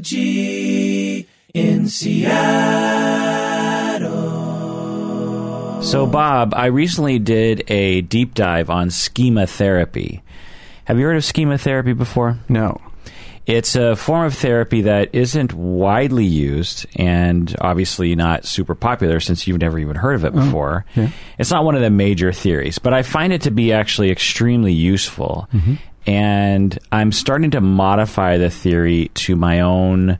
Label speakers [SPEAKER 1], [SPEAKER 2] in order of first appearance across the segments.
[SPEAKER 1] Psychology in Seattle.
[SPEAKER 2] So, Bob, I recently did a deep dive on schema therapy. Have you heard of schema therapy before?
[SPEAKER 3] No.
[SPEAKER 2] It's a form of therapy that isn't widely used and obviously not super popular since you've never even heard of it before.
[SPEAKER 3] Oh, yeah.
[SPEAKER 2] It's not one of the major theories, but I find it to be actually extremely useful.
[SPEAKER 3] Mm-hmm.
[SPEAKER 2] And I'm starting to modify the theory to my own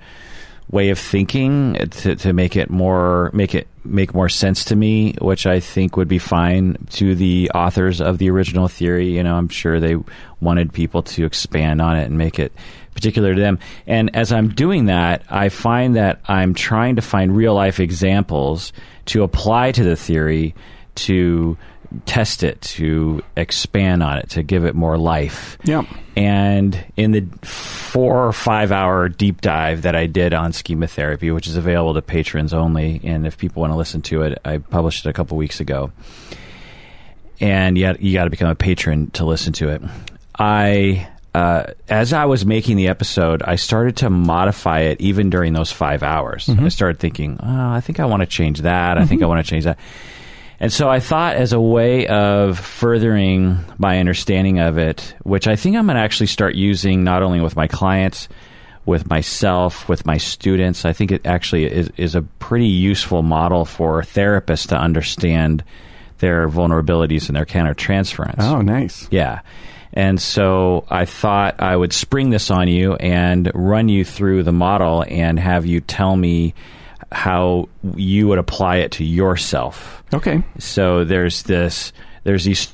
[SPEAKER 2] way of thinking uh, to, to make it more make it make more sense to me which i think would be fine to the authors of the original theory you know i'm sure they wanted people to expand on it and make it particular to them and as i'm doing that i find that i'm trying to find real life examples to apply to the theory to test it to expand on it to give it more life
[SPEAKER 3] Yeah.
[SPEAKER 2] and in the four or five hour deep dive that I did on schema therapy, which is available to patrons only, and if people want to listen to it, I published it a couple weeks ago. And yet, you got to become a patron to listen to it. I, uh, as I was making the episode, I started to modify it even during those five hours. I started thinking, oh, I think I want to change that. I think I want to change that. And so I thought, as a way of furthering my understanding of it, which I think I'm going to actually start using not only with my clients, with myself, with my students, I think it actually is, is a pretty useful model for therapists to understand their vulnerabilities and their countertransference.
[SPEAKER 3] Oh, nice.
[SPEAKER 2] Yeah. And so I thought I would spring this on you and run you through the model and have you tell me how you would apply it to yourself.
[SPEAKER 3] Okay.
[SPEAKER 2] So there's this there's these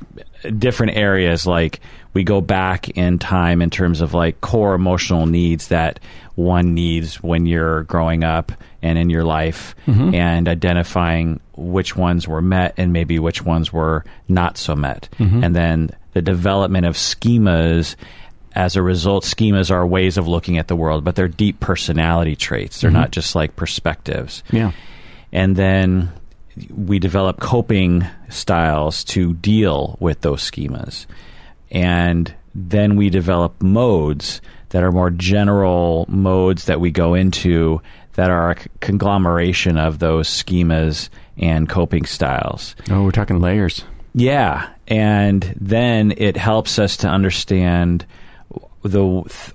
[SPEAKER 2] different areas like we go back in time in terms of like core emotional needs that one needs when you're growing up and in your life and identifying which ones were met and maybe which ones were not so met and then the development of schemas as a result, schemas are ways of looking at the world, but they're deep personality traits. They're not just like perspectives
[SPEAKER 3] Yeah.
[SPEAKER 2] and then we develop coping styles to deal with those schemas and then we develop modes that are more general modes that we go into that are a c- conglomeration of those schemas and coping styles
[SPEAKER 3] Oh, we're talking layers.
[SPEAKER 2] yeah, and then it helps us to understand the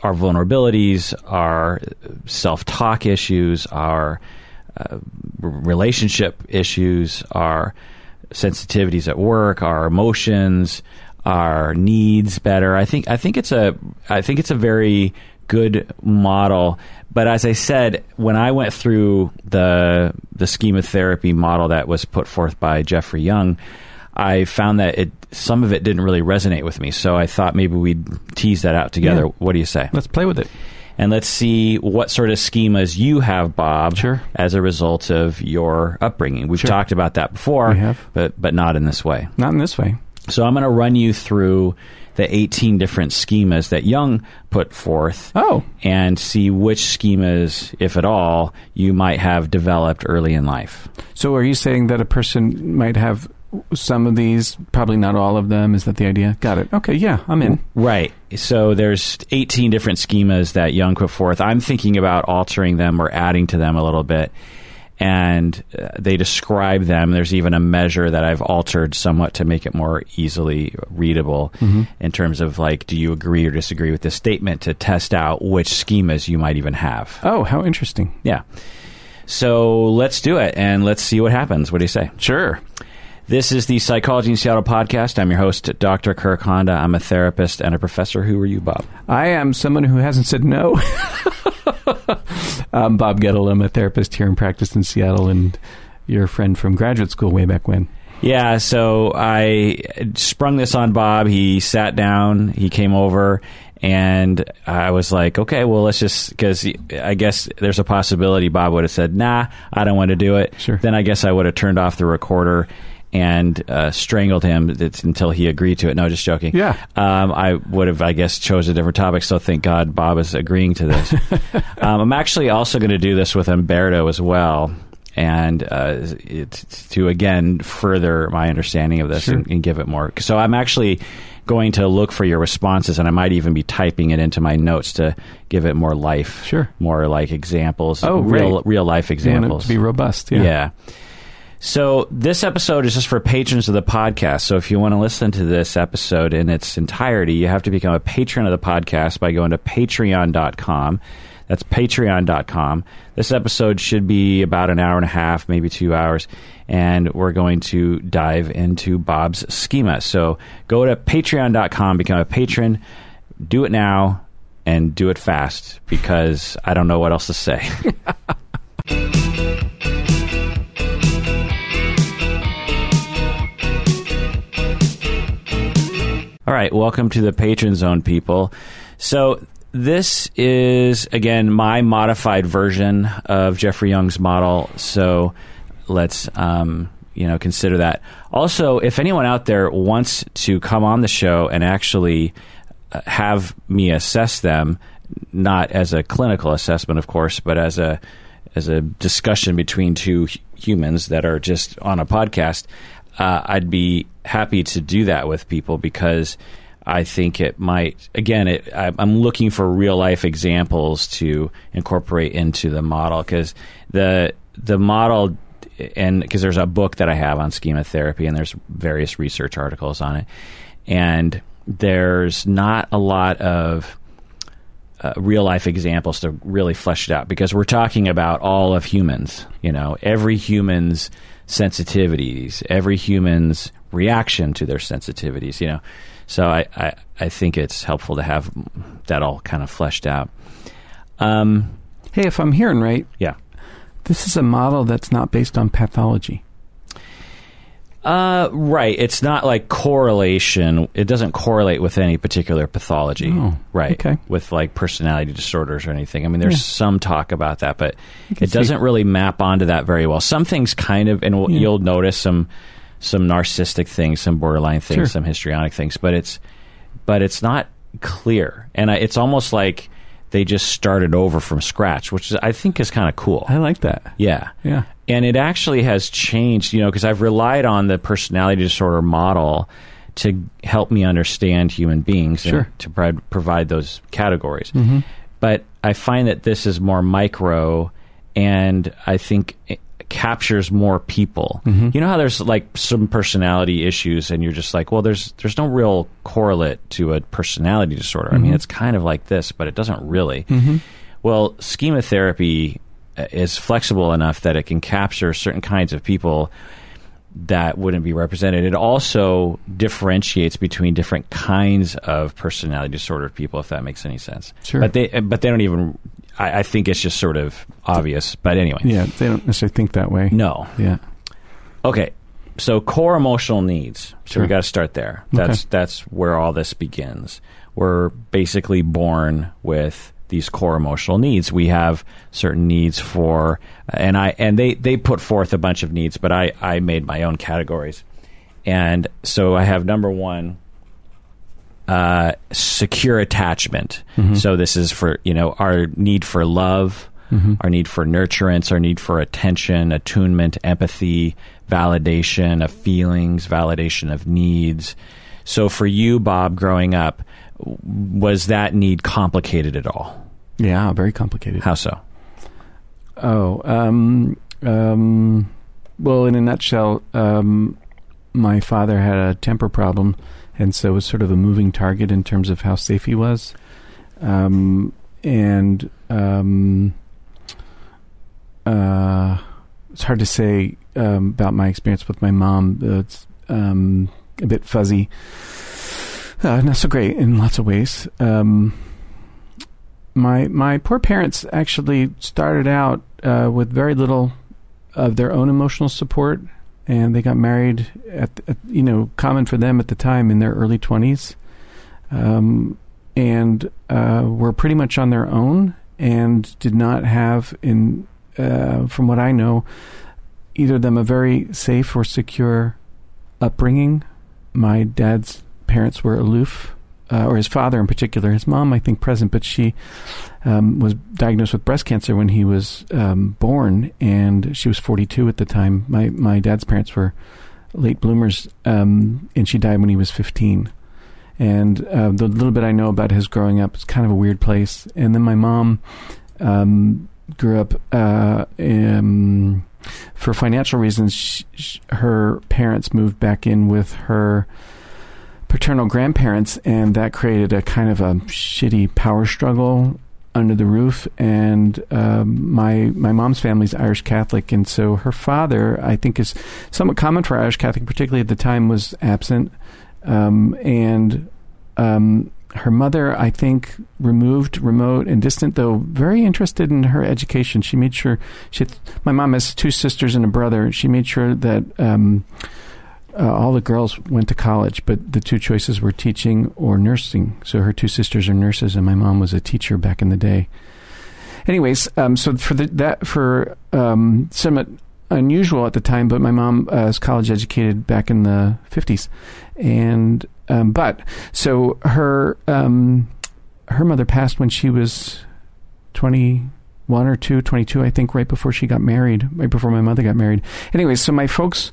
[SPEAKER 2] our vulnerabilities, our self-talk issues, our uh, r- relationship issues, our sensitivities at work, our emotions, our needs better. I think I think it's a I think it's a very good model. But as I said, when I went through the the schema therapy model that was put forth by Jeffrey Young, I found that it some of it didn't really resonate with me. So I thought maybe we'd tease that out together.
[SPEAKER 3] Yeah.
[SPEAKER 2] What do you say?
[SPEAKER 3] Let's play with it.
[SPEAKER 2] and let's see what sort of schemas you have, Bob,
[SPEAKER 3] Sure.
[SPEAKER 2] as a result of your upbringing. We've talked about that before,
[SPEAKER 3] We have.
[SPEAKER 2] but but not in this way.
[SPEAKER 3] Not in this way.
[SPEAKER 2] So I'm going to run you through the 18 different schemas that Young put forth
[SPEAKER 3] Oh.
[SPEAKER 2] and see which schemas, if at all, you might have developed early in life.
[SPEAKER 3] So are you saying that a person might have some of these, probably not all of them? Is that the idea? Got it. Okay. Yeah, I'm in.
[SPEAKER 2] Right. So there's 18 different schemas that Young put forth. I'm thinking about altering them or adding to them a little bit. And uh, they describe them. There's even a measure that I've altered somewhat to make it more easily readable
[SPEAKER 3] Mm-hmm.
[SPEAKER 2] in terms of like, do you agree or disagree with this statement to test out which schemas you might even have?
[SPEAKER 3] Oh, how interesting.
[SPEAKER 2] Yeah. So let's do it and let's see what happens. What do you say?
[SPEAKER 3] Sure.
[SPEAKER 2] This is the Psychology in Seattle podcast. I'm your host, Dr. Kirk Honda. I'm a therapist and a professor. Who are you, Bob?
[SPEAKER 3] I am someone who hasn't said no. I'm Bob Gettle. I'm a therapist here in practice in Seattle and your friend from graduate school way back when.
[SPEAKER 2] Yeah, so I sprung this on Bob. He sat down, he came over, and I was like, okay, well, let's just, because I guess there's a possibility Bob would have said, nah, I don't want to do it.
[SPEAKER 3] Sure.
[SPEAKER 2] Then I guess I would have turned off the recorder and uh, strangled him that's until he agreed to it. No, just joking.
[SPEAKER 3] Yeah.
[SPEAKER 2] Um, I would have, I guess, chose a different topic. So thank God Bob is agreeing to this. um, I'm actually also going to do this with Umberto as well, and uh, it's to again further my understanding of this
[SPEAKER 3] Sure.
[SPEAKER 2] and, and give it more. So I'm actually going to look for your responses, and I might even be typing it into my notes to give it more life,
[SPEAKER 3] Sure.
[SPEAKER 2] more like examples,
[SPEAKER 3] Oh,
[SPEAKER 2] real
[SPEAKER 3] great.
[SPEAKER 2] real life
[SPEAKER 3] You want it
[SPEAKER 2] examples.
[SPEAKER 3] to be robust.
[SPEAKER 2] Yeah.
[SPEAKER 3] Yeah.
[SPEAKER 2] So this episode is just for patrons of the podcast. So if you want to listen to this episode in its entirety, you have to become a patron of the podcast by going to patreon.com. That's patreon.com. This episode should be about an hour and a half, maybe two hours, and we're going to dive into Bob's schema. So go to patreon.com, become a patron, do it now, and do it fast because I don't know what else to say. All right, welcome to the Patron Zone, people. So this is again my modified version of Jeffrey Young's model. So let's um, you know consider that. Also, if anyone out there wants to come on the show and actually uh, have me assess them, not as a clinical assessment, of course, but as a as a discussion between two hu- humans that are just on a podcast, uh, I'd be happy to do that with people because I think it might. Again, it, I, I'm looking for real life examples to incorporate into the model because the the model and because there's a book that I have on schema therapy and there's various research articles on it, and there's not a lot of uh, real life examples to really flesh it out because we're talking about all of humans, you know, every human's sensitivities, every human's reaction to their sensitivities, you know. So I, I, I think it's helpful to have that all kind of fleshed out. Um,
[SPEAKER 3] Hey, if I'm hearing right,
[SPEAKER 2] Yeah.
[SPEAKER 3] this is a model that's not based on pathology.
[SPEAKER 2] uh, right. It's not like correlation, it doesn't correlate with any particular pathology.
[SPEAKER 3] Oh,
[SPEAKER 2] Right.
[SPEAKER 3] okay.
[SPEAKER 2] With like personality disorders or anything. I mean, there's
[SPEAKER 3] Yeah.
[SPEAKER 2] some talk about that, but
[SPEAKER 3] I can
[SPEAKER 2] it
[SPEAKER 3] see-
[SPEAKER 2] doesn't really map onto that very well. Some things kind of, and we'll,
[SPEAKER 3] Yeah.
[SPEAKER 2] you'll notice some some narcissistic things, some borderline things,
[SPEAKER 3] Sure.
[SPEAKER 2] some histrionic things, but it's but it's not clear, and I, it's almost like they just started over from scratch, which is, I think is kind of cool.
[SPEAKER 3] I like that.
[SPEAKER 2] Yeah,
[SPEAKER 3] Yeah.
[SPEAKER 2] and it actually has changed, you know, because I've relied on the personality disorder model to help me understand human beings
[SPEAKER 3] Sure.
[SPEAKER 2] and to pro- provide those categories
[SPEAKER 3] Mm-hmm.
[SPEAKER 2] but I find that this is more micro, and I think it captures more people.
[SPEAKER 3] Mm-hmm.
[SPEAKER 2] You know how there's like some personality issues, and you're just like, well, there's there's no real correlate to a personality disorder. I mean,
[SPEAKER 3] Mhm.
[SPEAKER 2] it's kind of like this, but it doesn't really.
[SPEAKER 3] Mm-hmm.
[SPEAKER 2] Well, schema therapy uh, is flexible enough that it can capture certain kinds of people that wouldn't be represented. It also differentiates between different kinds of personality disorder people, if that makes any sense.
[SPEAKER 3] Sure.
[SPEAKER 2] But they, uh, but they don't even. I, I think it's just sort of obvious. But anyway,
[SPEAKER 3] Yeah, they don't necessarily think that way.
[SPEAKER 2] no.
[SPEAKER 3] Yeah.
[SPEAKER 2] Okay, so core emotional needs. So
[SPEAKER 3] Sure.
[SPEAKER 2] we got to start there. That's that's where all this begins. We're basically born with these core emotional needs. We have certain needs for, and I and they they put forth a bunch of needs, but I I made my own categories, and so I have number one. Uh, secure attachment. So this is for you know our need for love, our need for nurturance, our need for attention, attunement, empathy, validation of feelings, validation of needs. So for you, Bob, growing up, w- was that need complicated at all?
[SPEAKER 3] Yeah, very complicated.
[SPEAKER 2] How so?
[SPEAKER 3] Oh, um, um, well, in a nutshell, um, my father had a temper problem, and so was sort of a moving target in terms of how safe he was, um, and um, uh, it's hard to say um, about my experience with my mom. Uh, It's um, a bit fuzzy, uh, not so great in lots of ways. Um, my my poor parents actually started out uh, with very little of their own emotional support, and they got married at, at you know common for them at the time in their early twenties, um, and uh, were pretty much on their own and did not have in uh, from what I know either them a very safe or secure upbringing. My dad's parents were aloof. Uh, or his father in particular, his mom, I think, present, but she um, was diagnosed with breast cancer when he was um, born, and she was 42 at the time. My my dad's parents were late bloomers, um, and she died when he was 15. And uh, the little bit I know about his growing up, it's kind of a weird place. And then my mom um, grew up uh, in, for financial reasons. Sh sh her parents moved back in with her paternal grandparents, and that created a kind of a shitty power struggle under the roof. And um, my my mom's family's Irish Catholic, and so her father, I think, is somewhat common for Irish Catholic, particularly at the time, was absent, um, and um, her mother, I think, removed, remote, and distant, though very interested in her education. She made sure she. My mom has two sisters and a brother. She made sure that. Um, uh, all the girls went to college, but the two choices were teaching or nursing. So her two sisters are nurses, and my mom was a teacher back in the day. Anyways, um, so for the, that for um, somewhat unusual at the time, but my mom uh, was college educated back in the fifties, and um, but so her um, her mother passed when she was twenty one or two, 22, I think, right before she got married, right before my mother got married. Anyways, so my folks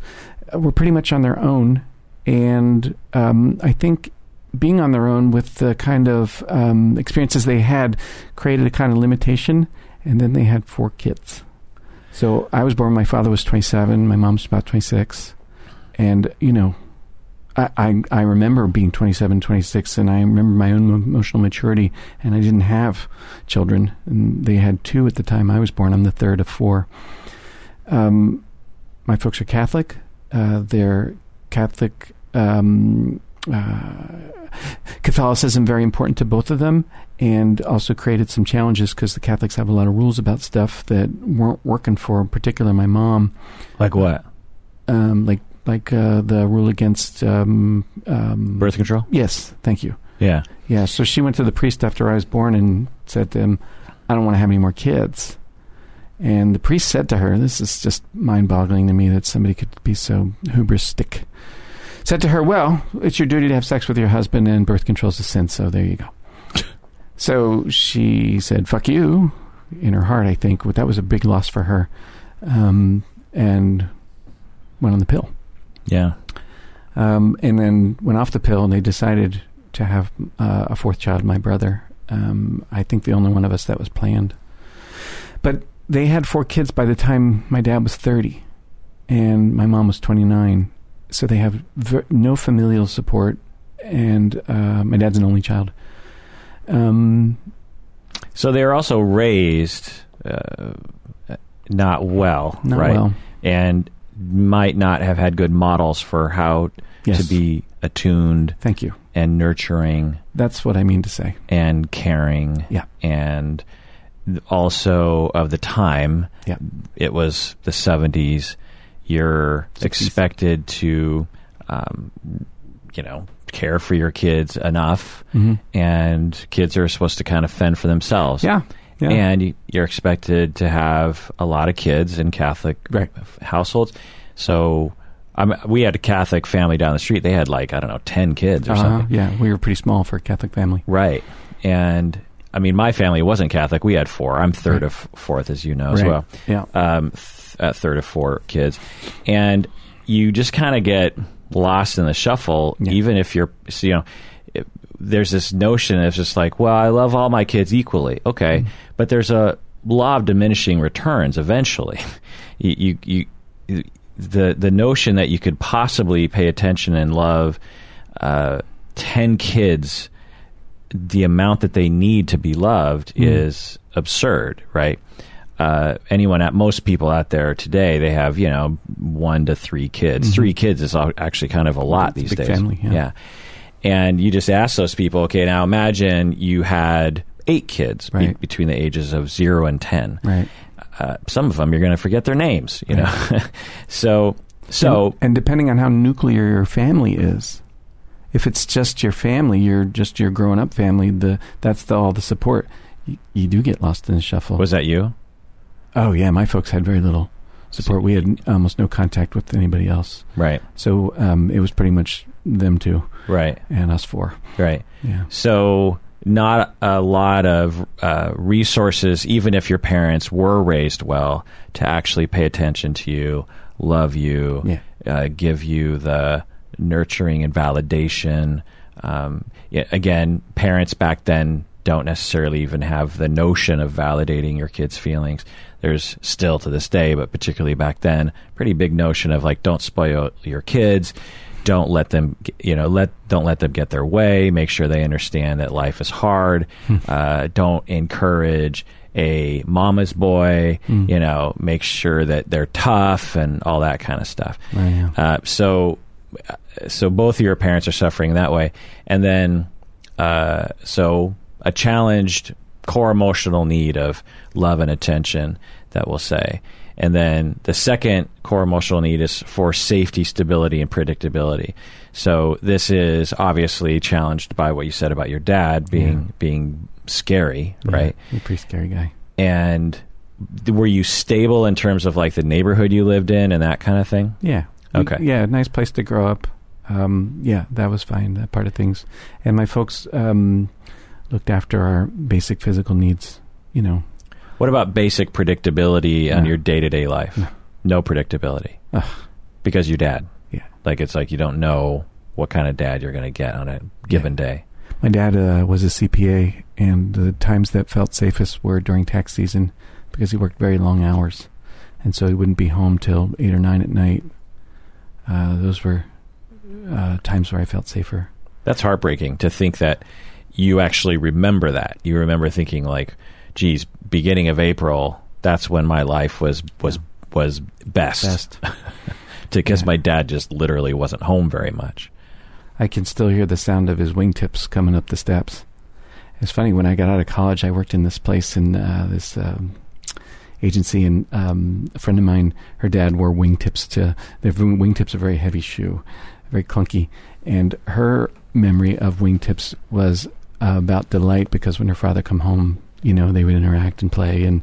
[SPEAKER 3] were pretty much on their own. And um, I think being on their own with the kind of um, experiences they had created a kind of limitation. And then they had four kids. So I was born, my father was 27, my mom's about 26. And, you know, I, I, I remember being 27, 26, and I remember my own emotional maturity, and I didn't have children. And they had two at the time I was born. I'm the third of four. Um, my folks are Catholic. Uh, they're Catholic. Um, uh, Catholicism very important to both of them, and also created some challenges because the Catholics have a lot of rules about stuff that weren't working for, in particular, my mom.
[SPEAKER 2] Like what?
[SPEAKER 3] Um, like like uh, the rule against um, um,
[SPEAKER 2] Birth control?
[SPEAKER 3] Yes, thank you.
[SPEAKER 2] Yeah.
[SPEAKER 3] Yeah, so she went to the priest after I was born and said to him, "I don't want to have any more kids." And the priest said to her, "This is just mind-boggling to me that somebody could be so hubristic." Said to her, "Well, it's your duty to have sex with your husband, and birth control is a sin. So there you go." so she said, "Fuck you," in her heart. I think that was a big loss for her, um, and went on the pill.
[SPEAKER 2] Yeah.
[SPEAKER 3] Um, and then went off the pill, and they decided to have uh, a fourth child, my brother. Um, I think the only one of us that was planned. But they had four kids by the time my dad was 30, and my mom was 29. So they have ver- no familial support, and uh, my dad's an only child. Um,
[SPEAKER 2] So they were also raised uh, not well,
[SPEAKER 3] not
[SPEAKER 2] right?
[SPEAKER 3] well.
[SPEAKER 2] And might not have had good models for how
[SPEAKER 3] Yes.
[SPEAKER 2] to be attuned
[SPEAKER 3] Thank you.
[SPEAKER 2] and nurturing
[SPEAKER 3] That's what I mean to say.
[SPEAKER 2] and caring
[SPEAKER 3] Yeah.
[SPEAKER 2] and th- also of the time
[SPEAKER 3] Yeah.
[SPEAKER 2] it was the 70s you're
[SPEAKER 3] 60s.
[SPEAKER 2] expected to um, you know care for your kids enough
[SPEAKER 3] Mm-hmm.
[SPEAKER 2] and kids are supposed to kind of fend for themselves
[SPEAKER 3] Yeah. Yeah.
[SPEAKER 2] and you- you're expected to have a lot of kids in Catholic
[SPEAKER 3] Right.
[SPEAKER 2] f- households. So, I mean, we had a Catholic family down the street. They had like I don't know, ten kids or
[SPEAKER 3] Uh-huh.
[SPEAKER 2] something,
[SPEAKER 3] Yeah, we were pretty small for a Catholic family.
[SPEAKER 2] right? And I mean, my family wasn't Catholic. We had four. I'm
[SPEAKER 3] Right.
[SPEAKER 2] third of fourth, as you know as
[SPEAKER 3] Right.
[SPEAKER 2] well.
[SPEAKER 3] Yeah.
[SPEAKER 2] Um, th- uh, third of four kids, and you just kind of get lost in the shuffle,
[SPEAKER 3] Yeah.
[SPEAKER 2] even if you're, so, you know. it- There's this notion of just like, well, I love all my kids equally, okay,
[SPEAKER 3] Mm-hmm.
[SPEAKER 2] but there's a law of diminishing returns. Eventually, you, you, you, the the notion that you could possibly pay attention and love uh, ten kids the amount that they need to be loved
[SPEAKER 3] Mm-hmm.
[SPEAKER 2] is absurd, right? Uh, anyone at most people out there today, they have you know one to three kids. Three kids is al- actually kind of a lot
[SPEAKER 3] It's Mm-hmm. a
[SPEAKER 2] these
[SPEAKER 3] big
[SPEAKER 2] days.
[SPEAKER 3] family, yeah.
[SPEAKER 2] and you just ask those people, okay, now imagine you had eight kids be-
[SPEAKER 3] Right.
[SPEAKER 2] between the ages of zero and ten.
[SPEAKER 3] Right.
[SPEAKER 2] Uh, some of them you're going to forget their names, you know. so, so
[SPEAKER 3] and, and depending on how nuclear your family is, if it's just your family, you're just your grown up family. The that's the, all the support. You, you do get lost in the shuffle.
[SPEAKER 2] was that you?
[SPEAKER 3] oh yeah, my folks had very little support. We had almost no contact with anybody else,
[SPEAKER 2] Right,
[SPEAKER 3] so um, it was pretty much them two
[SPEAKER 2] right,
[SPEAKER 3] and us four.
[SPEAKER 2] right.
[SPEAKER 3] Yeah,
[SPEAKER 2] So not a lot of uh, resources, even if your parents were raised well, to actually pay attention to you, love you,
[SPEAKER 3] yeah,
[SPEAKER 2] uh, give you the nurturing and validation Um, yeah, again, parents back then don't necessarily even have the notion of validating your kids' feelings. There's still to this day, but particularly back then, pretty big notion of like don't spoil your kids, don't let them you know let don't let them get their way. Make sure they understand that life is hard. uh, don't encourage a mama's boy.
[SPEAKER 3] Mm.
[SPEAKER 2] You know, make sure that they're tough and all that kind of stuff.
[SPEAKER 3] Right, yeah.
[SPEAKER 2] Uh, so, uh, so both of your parents are suffering that way, and then uh, so a challenged core emotional need of love and attention that we'll say, and then the second core emotional need is for safety, stability, and predictability. So this is obviously challenged by what you said about your dad being
[SPEAKER 3] Yeah.
[SPEAKER 2] being scary, right?
[SPEAKER 3] Yeah, you're a pretty scary guy.
[SPEAKER 2] And th- were you stable in terms of like the neighborhood you lived in and that kind of thing?
[SPEAKER 3] Yeah.
[SPEAKER 2] Okay.
[SPEAKER 3] Yeah, nice place to grow up. Um, yeah, that was fine. That part of things, and my folks um, looked after our basic physical needs. You know,
[SPEAKER 2] What about basic predictability on
[SPEAKER 3] No.
[SPEAKER 2] your day to day life?
[SPEAKER 3] No.
[SPEAKER 2] No predictability.
[SPEAKER 3] Ugh.
[SPEAKER 2] Because your dad.
[SPEAKER 3] Yeah.
[SPEAKER 2] Like it's like you don't know what kind of dad you're going to get on a given day.
[SPEAKER 3] my dad uh, was a CPA, and the times that felt safest were during tax season because he worked very long hours, and so he wouldn't be home till eight or nine at night. Uh, those were uh, times where I felt safer.
[SPEAKER 2] That's heartbreaking to think that you actually remember that. You remember thinking like, geez, beginning of April, that's when my life was was was best,
[SPEAKER 3] Best.
[SPEAKER 2] because
[SPEAKER 3] yeah.
[SPEAKER 2] my dad just literally wasn't home very much.
[SPEAKER 3] I can still hear the sound of his wingtips coming up the steps. It's funny when I got out of college, I worked in this place in uh, this um, agency, and um, a friend of mine, her dad wore wingtips to. Their wingtips a very heavy shoe, very clunky, and her memory of wingtips was uh, about delight because when her father come home, you know, they would interact and play and.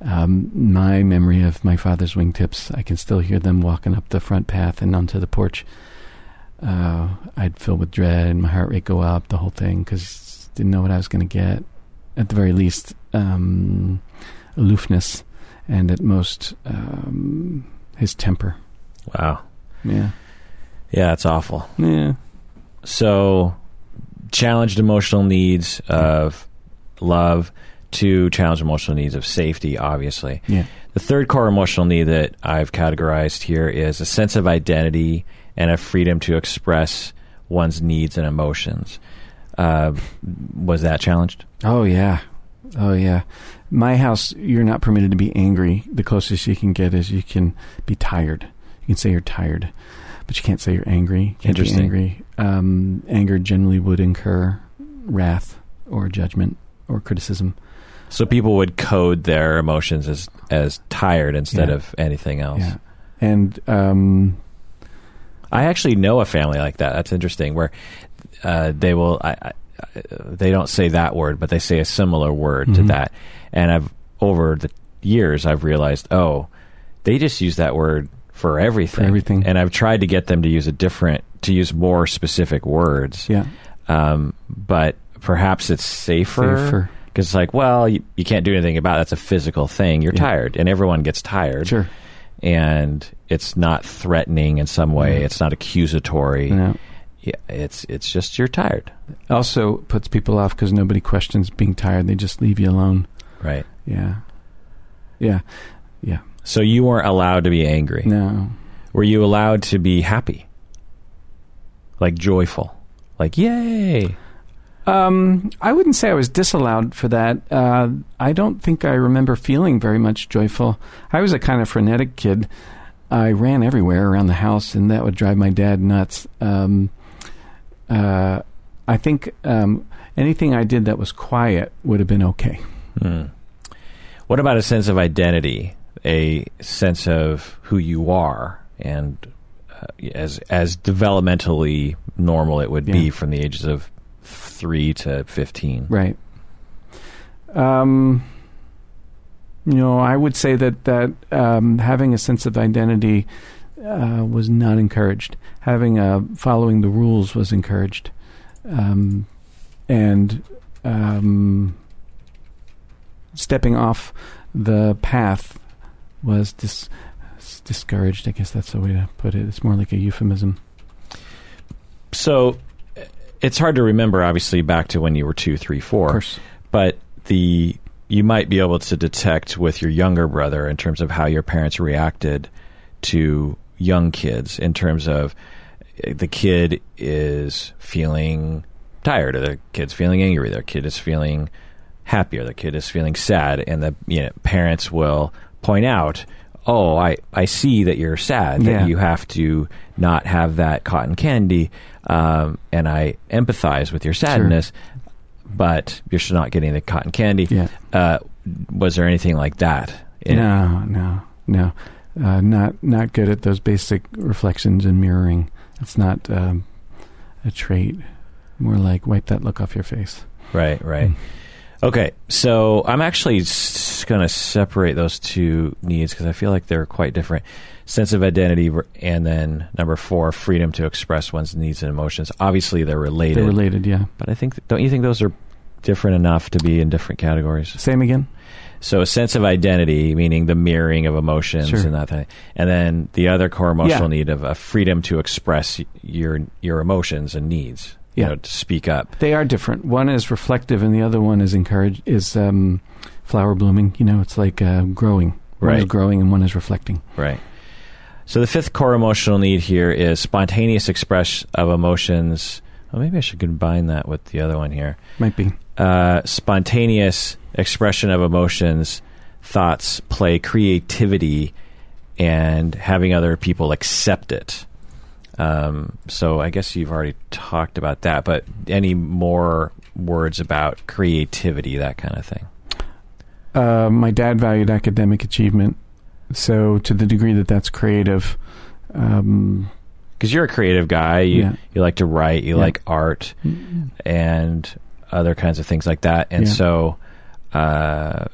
[SPEAKER 3] Um, my memory of my father's wingtips, I can still hear them walking up the front path and onto the porch uh, I'd fill with dread and my heart rate go up, the whole thing, because didn't know what I was going to get. At the very least, um, aloofness, and at most, um, his temper.
[SPEAKER 2] Wow.
[SPEAKER 3] Yeah.
[SPEAKER 2] Yeah, it's awful.
[SPEAKER 3] Yeah.
[SPEAKER 2] so challenged emotional needs of love to challenged emotional needs of safety obviously
[SPEAKER 3] Yeah.
[SPEAKER 2] the third core emotional need that i've categorized here is a sense of identity and a freedom to express one's needs and emotions uh, was that challenged
[SPEAKER 3] Oh, yeah. Oh, yeah. My house, you're not permitted to be angry. The closest you can get is you can be tired. You can say you're tired, but you can't say you're angry. Can't be
[SPEAKER 2] Interesting.
[SPEAKER 3] angry. Um, anger generally would incur wrath or judgment or criticism.
[SPEAKER 2] so people would code their emotions as as tired instead
[SPEAKER 3] Yeah.
[SPEAKER 2] of anything else
[SPEAKER 3] Yeah. And um,
[SPEAKER 2] I actually know a family like that. That's interesting. Where uh, they will, I, I, I- they don't say that word, but they say a similar word to
[SPEAKER 3] Mhm.
[SPEAKER 2] that. And I've over the years, I've realized, oh, they just use that word for everything.
[SPEAKER 3] everything.
[SPEAKER 2] And I've tried to get them to use a different, to use more specific words.
[SPEAKER 3] yeah,
[SPEAKER 2] Um, but perhaps it's safer
[SPEAKER 3] safer.
[SPEAKER 2] because it's like, well, you, you can't do anything about it. That's a physical thing. You're
[SPEAKER 3] Yeah.
[SPEAKER 2] tired, and everyone gets tired
[SPEAKER 3] Sure.
[SPEAKER 2] and it's not threatening in some way.
[SPEAKER 3] Mhm.
[SPEAKER 2] It's not accusatory.
[SPEAKER 3] You know.
[SPEAKER 2] Yeah, it's it's just you're tired,
[SPEAKER 3] Also puts people off because nobody questions being tired. They just leave you alone.
[SPEAKER 2] right?
[SPEAKER 3] Yeah. Yeah.
[SPEAKER 2] So you weren't allowed to be angry.
[SPEAKER 3] No.
[SPEAKER 2] Were you allowed to be happy, like joyful, like yay?
[SPEAKER 3] Um, I wouldn't say I was disallowed for that. Uh, I don't think I remember feeling very much joyful. I was a kind of frenetic kid. I ran everywhere around the house, and that would drive my dad nuts. Um, uh, I think um, anything I did that was quiet would have been okay.
[SPEAKER 2] Hmm. What about a sense of identity, a sense of who you are, and uh, as as developmentally normal it would be
[SPEAKER 3] Yeah.
[SPEAKER 2] from the ages of three to fifteen?
[SPEAKER 3] Right. Um, you know, I would say that that um, having a sense of identity uh, was not encouraged. Having a following the rules was encouraged, um, and um, stepping off the path was dis- s- discouraged. I guess that's the way to put it. It's more like a euphemism.
[SPEAKER 2] So, uh, it's hard to remember, obviously, back to when you were two, three,
[SPEAKER 3] Of
[SPEAKER 2] four.
[SPEAKER 3] course.
[SPEAKER 2] But the you might be able to detect with your younger brother in terms of how your parents reacted to young kids in terms of eh, the kid is feeling tired or the kid's feeling angry their kid is feeling happy or the kid is feeling sad and the you know, parents will point out oh i i see that you're sad
[SPEAKER 3] Yeah.
[SPEAKER 2] that you have to not have that cotton candy um, and i empathize with your sadness but you're still not getting the cotton candy
[SPEAKER 3] Yeah.
[SPEAKER 2] uh, was there anything like that in it?
[SPEAKER 3] No, no, no. Uh, not not good at those basic reflections and mirroring. It's not um, a trait. More like wipe that look off your face.
[SPEAKER 2] Right, right.
[SPEAKER 3] Mm.
[SPEAKER 2] Okay, so I'm actually s- going to separate those two needs because I feel like they're quite different. Sense of identity, r- and then number four, freedom to express one's needs and emotions. Obviously, they're related,
[SPEAKER 3] They're related, yeah.
[SPEAKER 2] but I think don't you think those are different enough to be in different categories?
[SPEAKER 3] Same again.
[SPEAKER 2] So, a sense of identity, meaning the mirroring of emotions
[SPEAKER 3] Sure.
[SPEAKER 2] and that thing, and then the other core emotional
[SPEAKER 3] Yeah.
[SPEAKER 2] need of a freedom to express y- your your emotions and needs.
[SPEAKER 3] Yeah.
[SPEAKER 2] You know, to speak up.
[SPEAKER 3] They are different. One is reflective, and the other one is encourage is um, flower blooming. You know, it's like uh, growing. One is
[SPEAKER 2] Right.
[SPEAKER 3] growing, and one is reflecting.
[SPEAKER 2] Right. So the fifth core emotional need here is spontaneous express of emotions. Oh, maybe I should combine that with the other one here.
[SPEAKER 3] Might be.
[SPEAKER 2] Uh, spontaneous expression of emotions, thoughts, play, creativity, and having other people accept it. Um, so I guess you've already talked about that, but any more words about creativity, that kind of thing?
[SPEAKER 3] Uh, my dad valued academic achievement, so to the degree that that's creative, um,
[SPEAKER 2] Because you're a creative guy. You,
[SPEAKER 3] Yeah.
[SPEAKER 2] you like to write. You
[SPEAKER 3] Yeah.
[SPEAKER 2] like art. and other kinds of things like that. And
[SPEAKER 3] Yeah.
[SPEAKER 2] so, uh,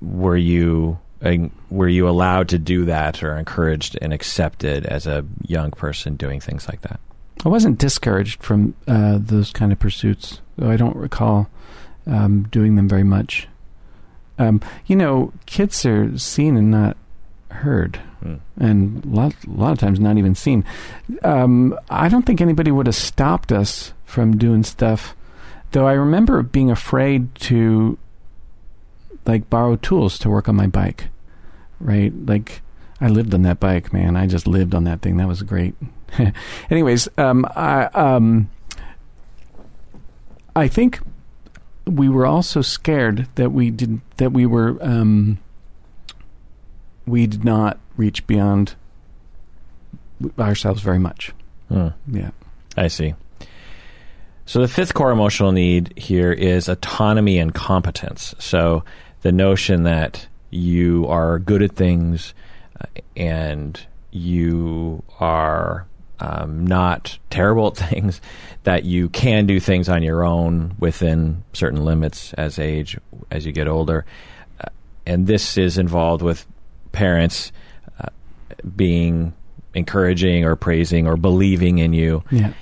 [SPEAKER 2] were you en- were you allowed to do that or encouraged and accepted as a young person doing things like that?
[SPEAKER 3] I wasn't discouraged from uh, those kind of pursuits, though I don't recall um, doing them very much. Um, you know, kids are seen and not heard.
[SPEAKER 2] Hmm.
[SPEAKER 3] and a lot, lot of times not even seen. Um, I don't think anybody would have stopped us from doing stuff, though I remember being afraid to like borrow tools to work on my bike, right? Like I lived on that bike, man. I just lived on that thing. That was great. Anyways, um, I, um, I think we were also scared that we did that we were um, we did not reach beyond ourselves very much.
[SPEAKER 2] Hmm.
[SPEAKER 3] Yeah.
[SPEAKER 2] I see. So the fifth core emotional need here is autonomy and competence. So the notion that you are good at things uh, and you are um, not terrible at things, that you can do things on your own within certain limits as age, as you get older. Uh, and this is involved with parents uh, being encouraging or praising or believing in you
[SPEAKER 3] Yeah.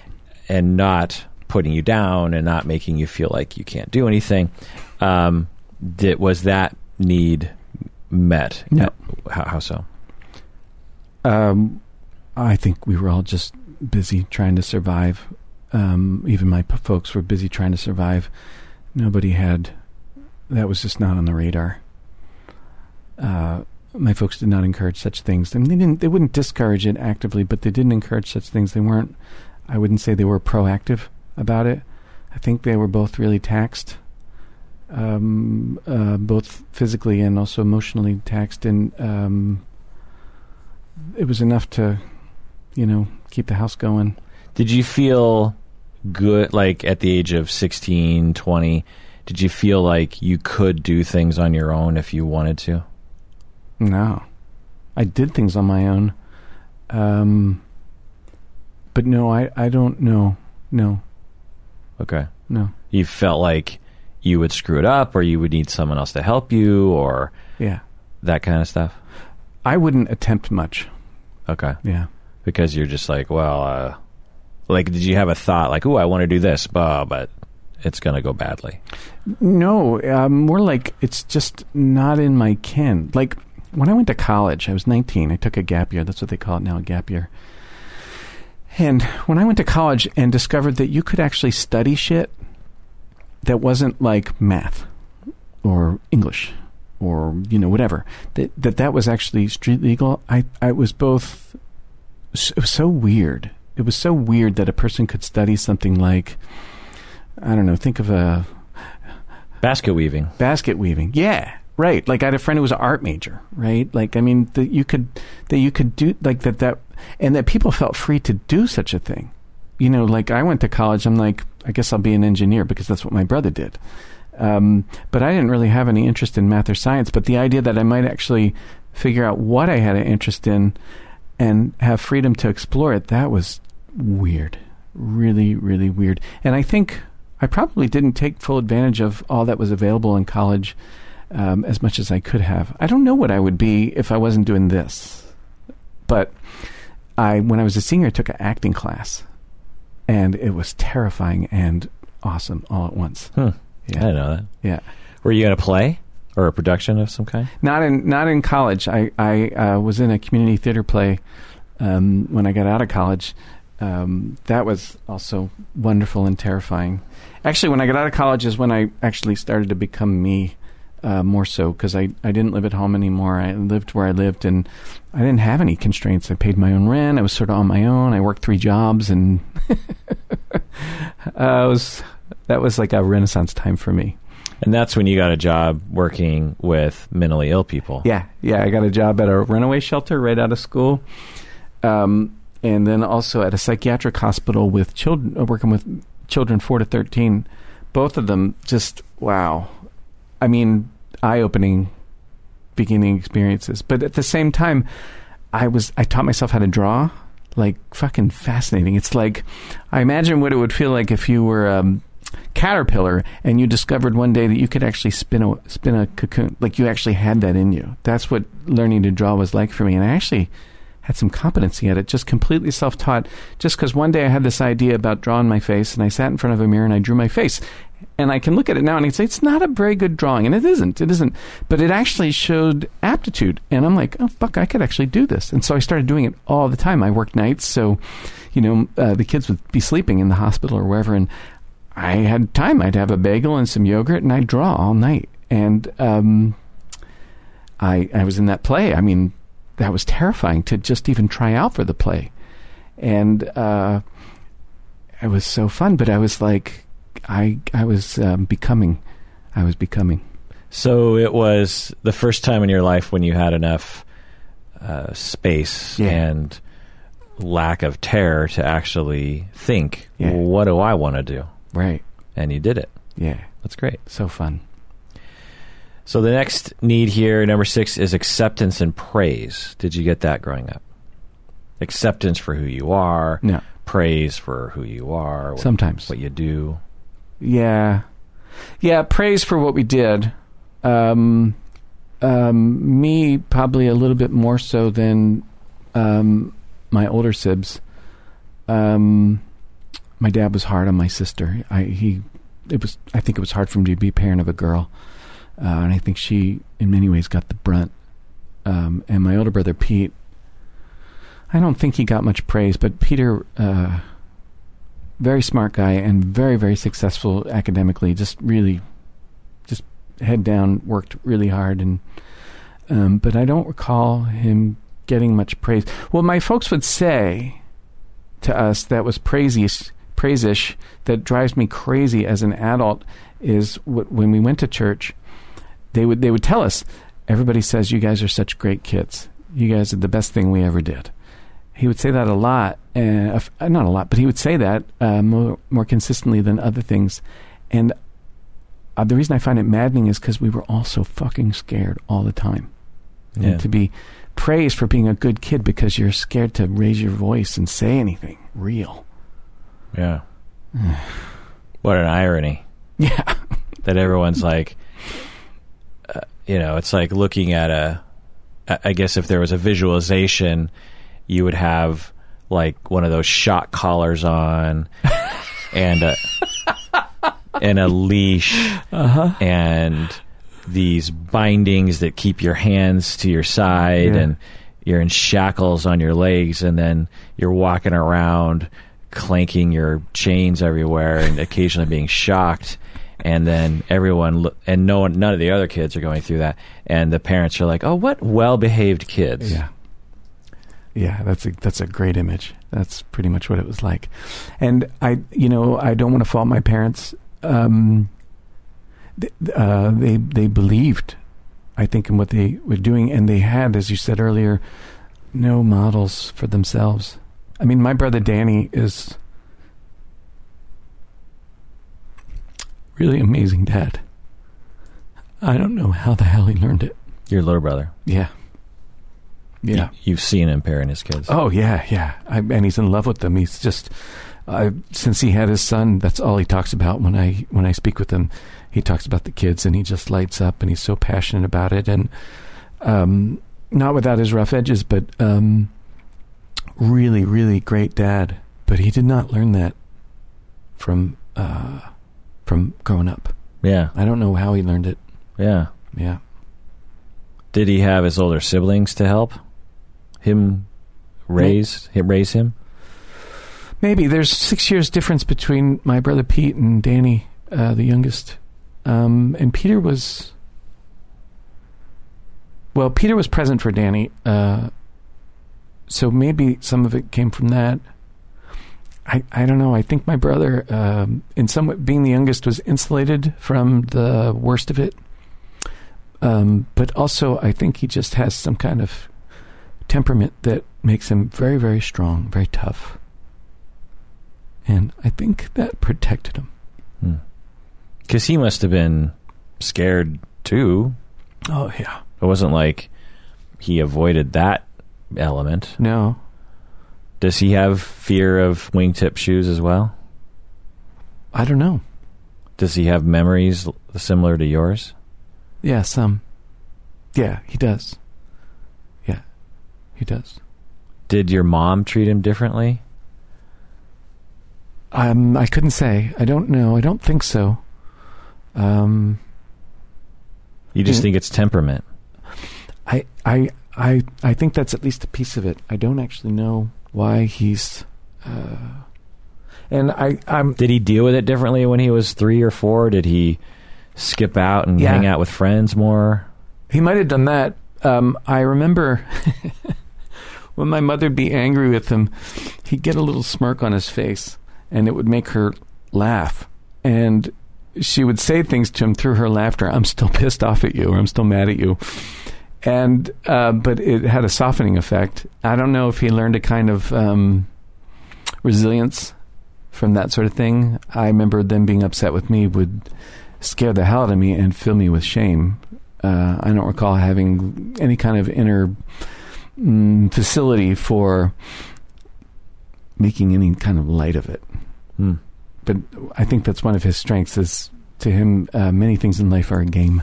[SPEAKER 2] and not putting you down and not making you feel like you can't do anything. Um, did, was that need met?
[SPEAKER 3] No.
[SPEAKER 2] How, how so?
[SPEAKER 3] Um, I think we were all just busy trying to survive. Um, even my p- folks were busy trying to survive. Nobody had, that was just not on the radar. Uh, my folks did not encourage such things. I mean, they didn't. They wouldn't discourage it actively, but they didn't encourage such things. They weren't. I wouldn't say they were proactive about it. I think they were both really taxed, um, uh, both physically and also emotionally taxed, and um, it was enough to, you know, keep the house going.
[SPEAKER 2] Did you feel good, like at the age of 16, 20, did you feel like you could do things on your own if you wanted to?
[SPEAKER 3] No, I did things on my own, um, but no, I I don't know. No,
[SPEAKER 2] Okay.
[SPEAKER 3] no,
[SPEAKER 2] You felt like you would screw it up or you would need someone else to help you or
[SPEAKER 3] yeah,
[SPEAKER 2] that kind of stuff?
[SPEAKER 3] I wouldn't attempt much.
[SPEAKER 2] Okay.
[SPEAKER 3] Yeah,
[SPEAKER 2] because you're just like, well, uh, like, did you have a thought like, oh, I want to do this, but, but it's going to go badly.
[SPEAKER 3] No, uh, more like it's just not in my ken. Like when I went to college, I was 19. I took a gap year. That's what they call it now, a gap year. And when I went to college and discovered that you could actually study shit that wasn't like math or English or you know whatever that that, that was actually street legal, I I was both s- it was so weird. It was so weird that a person could study something like I don't know, think of a
[SPEAKER 2] Basket weaving.
[SPEAKER 3] basket weaving. Yeah, right. Like I had a friend who was an art major, right? Like I mean, that you could that you could do like that that and that people felt free to do such a thing. You know, like I went to college. I'm like, I guess I'll be an engineer because that's what my brother did. Um, but I didn't really have any interest in math or science. But the idea that I might actually figure out what I had an interest in and have freedom to explore it, that was weird. Really, really weird. And I think I probably didn't take full advantage of all that was available in college um, as much as I could have. I don't know what I would be if I wasn't doing this. But I, when I was a senior, I took an acting class, and it was terrifying and awesome all at once.
[SPEAKER 2] Hmm. I
[SPEAKER 3] Yeah,
[SPEAKER 2] didn't know that.
[SPEAKER 3] yeah.
[SPEAKER 2] Were you in a play or a production of some kind?
[SPEAKER 3] Not in not in college. I I uh, was in a community theater play um, when I got out of college. Um, that was also wonderful and terrifying. Actually, when I got out of college is when I actually started to become me uh, more so because I, I didn't live at home anymore. I lived where I lived and I didn't have any constraints. I paid my own rent. I was sort of on my own. I worked three jobs and uh, it was that was like a renaissance time for me.
[SPEAKER 2] And that's when you got a job working with mentally ill people.
[SPEAKER 3] Yeah, yeah. I got a job at a runaway shelter right out of school, um, and then also at a psychiatric hospital with children, uh, working with children four to thirteen. Both of them just wow. I mean, eye-opening beginning experiences. But at the same time, I was I taught myself how to draw. Like fucking fascinating. It's like I imagine what it would feel like if you were um, caterpillar and you discovered one day that you could actually spin a spin a cocoon like you actually had that in you that's what learning to draw was like for me and i actually had some competency at it just completely self-taught just because one day i had this idea about drawing my face and i sat in front of a mirror and i drew my face and i can look at it now and i can say it's not a very good drawing and it isn't it isn't but it actually showed aptitude and i'm like oh fuck i could actually do this and so i started doing it all the time i worked nights so you know uh, the kids would be sleeping in the hospital or wherever and I had time. I'd have a bagel and some yogurt, and I'd draw all night. And um, I I was in that play. I mean, that was terrifying to just even try out for the play, and uh, it was so fun. But I was like, I I was um, becoming, I was becoming.
[SPEAKER 2] So it was the first time in your life when you had enough uh, space
[SPEAKER 3] Yeah.
[SPEAKER 2] and lack of terror to actually think,
[SPEAKER 3] Yeah.
[SPEAKER 2] well, what do I want to do?
[SPEAKER 3] Right.
[SPEAKER 2] And you did it.
[SPEAKER 3] Yeah.
[SPEAKER 2] That's great.
[SPEAKER 3] So fun.
[SPEAKER 2] So the next need here, number six, is acceptance and praise. Did you get that growing up? Acceptance for who you are,
[SPEAKER 3] No.
[SPEAKER 2] praise for who you are, what,
[SPEAKER 3] Sometimes.
[SPEAKER 2] what you do.
[SPEAKER 3] Yeah. Yeah, praise for what we did. Um, um, me, probably a little bit more so than um, my older sibs. Um, my dad was hard on my sister. I he, it was. I think it was hard for him to be parent of a girl, uh, and I think she, in many ways, got the brunt. Um, and my older brother Pete, I don't think he got much praise, but Peter. Uh, very smart guy and very very successful academically just really just head down worked really hard and um, but i don't recall him getting much praise well my folks would say to us that was praisish praisish that drives me crazy as an adult is wh- when we went to church they would they would tell us everybody says you guys are such great kids you guys are the best thing we ever did he would say that a lot, uh, f- uh, not a lot, but he would say that uh, more, more consistently than other things. And uh, the reason I find it maddening is because we were all so fucking scared all the time.
[SPEAKER 2] Yeah.
[SPEAKER 3] And to be praised for being a good kid because you're scared to raise your voice and say anything real.
[SPEAKER 2] Yeah. what an irony.
[SPEAKER 3] Yeah.
[SPEAKER 2] that everyone's like, uh, you know, it's like looking at a. I I guess if there was a visualization, you would have like one of those shock collars on, and a, and a leash, and these bindings that keep your hands to your side,
[SPEAKER 3] Yeah.
[SPEAKER 2] and you're in shackles on your legs, and then you're walking around clanking your chains everywhere and occasionally being shocked. And then everyone lo- and no one, none of the other kids are going through that. And the parents are like, "Oh, what well-behaved kids!"
[SPEAKER 3] Yeah. Yeah, that's a that's a great image. That's pretty much what it was like. And I, you know, I don't want to fault my parents. Um, th- uh, they they believed, I think, in what they were doing, and they had, as you said earlier, no models for themselves. I mean, my brother Danny is really amazing dad. I don't know how the hell he learned it.
[SPEAKER 2] Your little brother,
[SPEAKER 3] Yeah. Yeah.
[SPEAKER 2] Y- you've seen him parenting his kids.
[SPEAKER 3] Oh yeah, yeah. I, and he's in love with them. He's just I, since he had his son, that's all he talks about when I when I speak with him. He talks about the kids, and he just lights up, and he's so passionate about it, and um, not without his rough edges, but um, really, really great dad. But he did not learn that from uh, from growing up.
[SPEAKER 2] Yeah,
[SPEAKER 3] I don't know how he learned it.
[SPEAKER 2] yeah.
[SPEAKER 3] Yeah.
[SPEAKER 2] Did he have his older siblings to help him raise him raise him?
[SPEAKER 3] Maybe there's six years difference between my brother Pete and Danny, uh, the youngest. Um, and Peter was, well, Peter was present for Danny, uh, so maybe some of it came from that. I I don't know. I think my brother, um, in some way, being the youngest, was insulated from the worst of it. Um, but also, I think he just has some kind of temperament that makes him very, very strong, very tough. And I think that protected him.
[SPEAKER 2] Because he must have been scared too.
[SPEAKER 3] Oh, yeah.
[SPEAKER 2] It wasn't like he avoided that element.
[SPEAKER 3] No.
[SPEAKER 2] Does he have fear of wingtip shoes as well?
[SPEAKER 3] I don't know.
[SPEAKER 2] Does he have memories l- similar to yours?
[SPEAKER 3] Yeah, some. Yeah, he does. Yeah, he does.
[SPEAKER 2] Did your mom treat him differently?
[SPEAKER 3] Um, I couldn't say. I don't know. I don't think so. Um,
[SPEAKER 2] You just
[SPEAKER 3] Mm.
[SPEAKER 2] think it's temperament.
[SPEAKER 3] I, I, I, I think that's at least a piece of it. I don't actually know why he's. Uh, and I, I'm.
[SPEAKER 2] Did he deal with it differently when he was three or four? Did he skip out and
[SPEAKER 3] Yeah.
[SPEAKER 2] hang out with friends more?
[SPEAKER 3] He might have done that. Um, I remember when my mother'd be angry with him, he'd get a little smirk on his face, and it would make her laugh. And she would say things to him through her laughter. I'm still pissed off at you, or I'm still mad at you. And uh, but it had a softening effect. I don't know if he learned a kind of um, resilience from that sort of thing. I remember them being upset with me would scare the hell out of me and fill me with shame uh, I don't recall having any kind of inner mm, facility for making any kind of light of it.
[SPEAKER 2] Hmm.
[SPEAKER 3] But I think that's one of his strengths. Is to him, uh, many things in life are a game.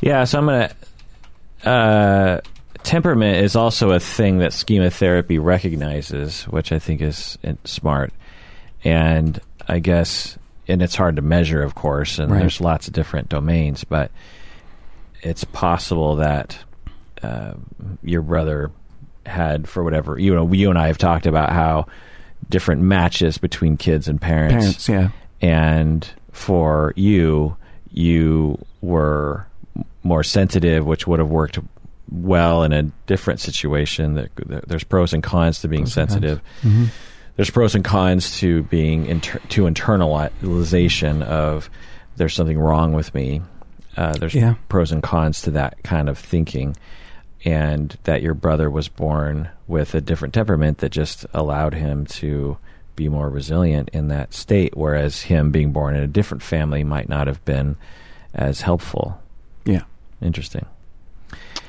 [SPEAKER 2] Yeah, so I'm gonna. Uh, temperament is also a thing that schema therapy recognizes, which I think is uh, smart, and I guess, and it's hard to measure, of course, and
[SPEAKER 3] Right.
[SPEAKER 2] there's lots of different domains, but it's possible that uh, your brother had, for whatever you know, you and I have talked about how different matches between kids and
[SPEAKER 3] Parents, yeah,
[SPEAKER 2] and for you you were m- more sensitive which would have worked well in a different situation There- there- there's pros and cons to being
[SPEAKER 3] Pros and cons.
[SPEAKER 2] sensitive there's pros and cons to being inter- to internalization of there's something wrong with me uh, there's
[SPEAKER 3] yeah,
[SPEAKER 2] pros and cons to that kind of thinking and that your brother was born with a different temperament that just allowed him to be more resilient in that state whereas him being born in a different family might not have been as helpful
[SPEAKER 3] Yeah.
[SPEAKER 2] interesting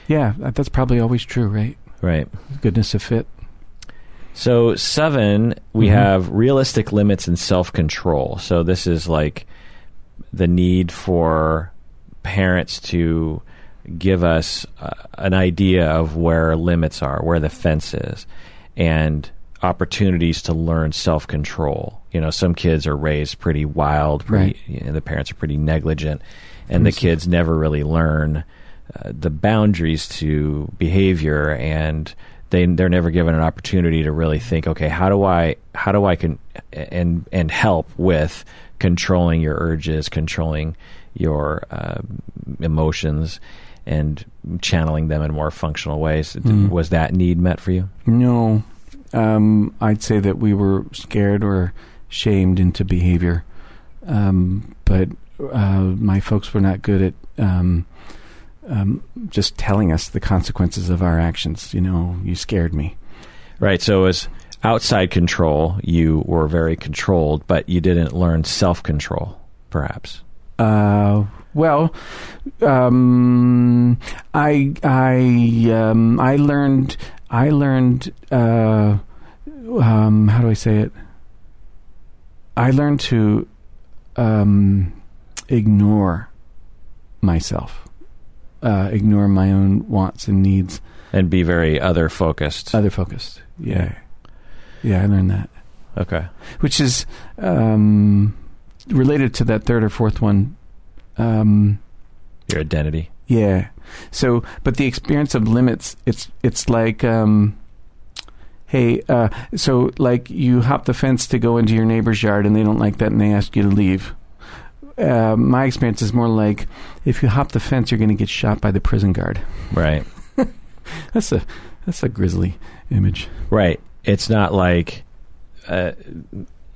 [SPEAKER 3] yeah. that- That's probably always true, right?
[SPEAKER 2] right
[SPEAKER 3] Goodness of fit.
[SPEAKER 2] so seven we
[SPEAKER 3] Mhm.
[SPEAKER 2] have realistic limits and self-control so this is like the need for parents to give us uh, an idea of where limits are, where the fence is, and opportunities to learn self control. You know, some kids are raised pretty wild, pretty, and the parents are pretty negligent, and the kids never really learn uh, the boundaries to behavior and they they're never given an opportunity to really think okay how do i how do i can and and help with controlling your urges controlling your uh, emotions and channeling them in more functional ways
[SPEAKER 3] Mm.
[SPEAKER 2] was that need met for you
[SPEAKER 3] No, um, I'd say that we were scared or shamed into behavior, um, but uh, my folks were not good at um, um, just telling us the consequences of our actions. You know, you scared me.
[SPEAKER 2] right so it was outside control you were very controlled but you didn't learn self-control perhaps
[SPEAKER 3] Uh, well, um, I I um, I learned I learned uh, um, how do I say it? I learned to um, ignore myself, uh, ignore my own wants and needs.
[SPEAKER 2] and be very other focused
[SPEAKER 3] Other focused, yeah, yeah. I learned that,
[SPEAKER 2] okay
[SPEAKER 3] which is um, related to that third or fourth one. Um,
[SPEAKER 2] your identity
[SPEAKER 3] Yeah. So, but the experience of limits, it's it's like, um, hey, uh, so like you hop the fence to go into your neighbor's yard, and they don't like that, and they ask you to leave. Uh, my experience is more like if you hop the fence, you're going to get shot by the prison guard.
[SPEAKER 2] right
[SPEAKER 3] That's a that's a grisly image.
[SPEAKER 2] Right. It's not like uh,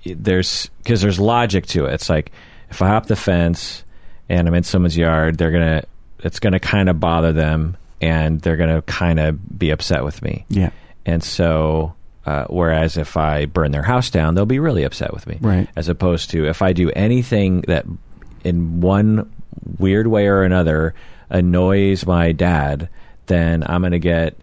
[SPEAKER 2] there's because there's logic to it. It's like if I hop the fence and I'm in someone's yard, they're gonna it's gonna kind of bother them and they're gonna kind of be upset with me.
[SPEAKER 3] Yeah.
[SPEAKER 2] And so, uh, whereas if I burn their house down, they'll be really upset with me.
[SPEAKER 3] Right.
[SPEAKER 2] As opposed to if I do anything that in one weird way or another annoys my dad, then I'm going to get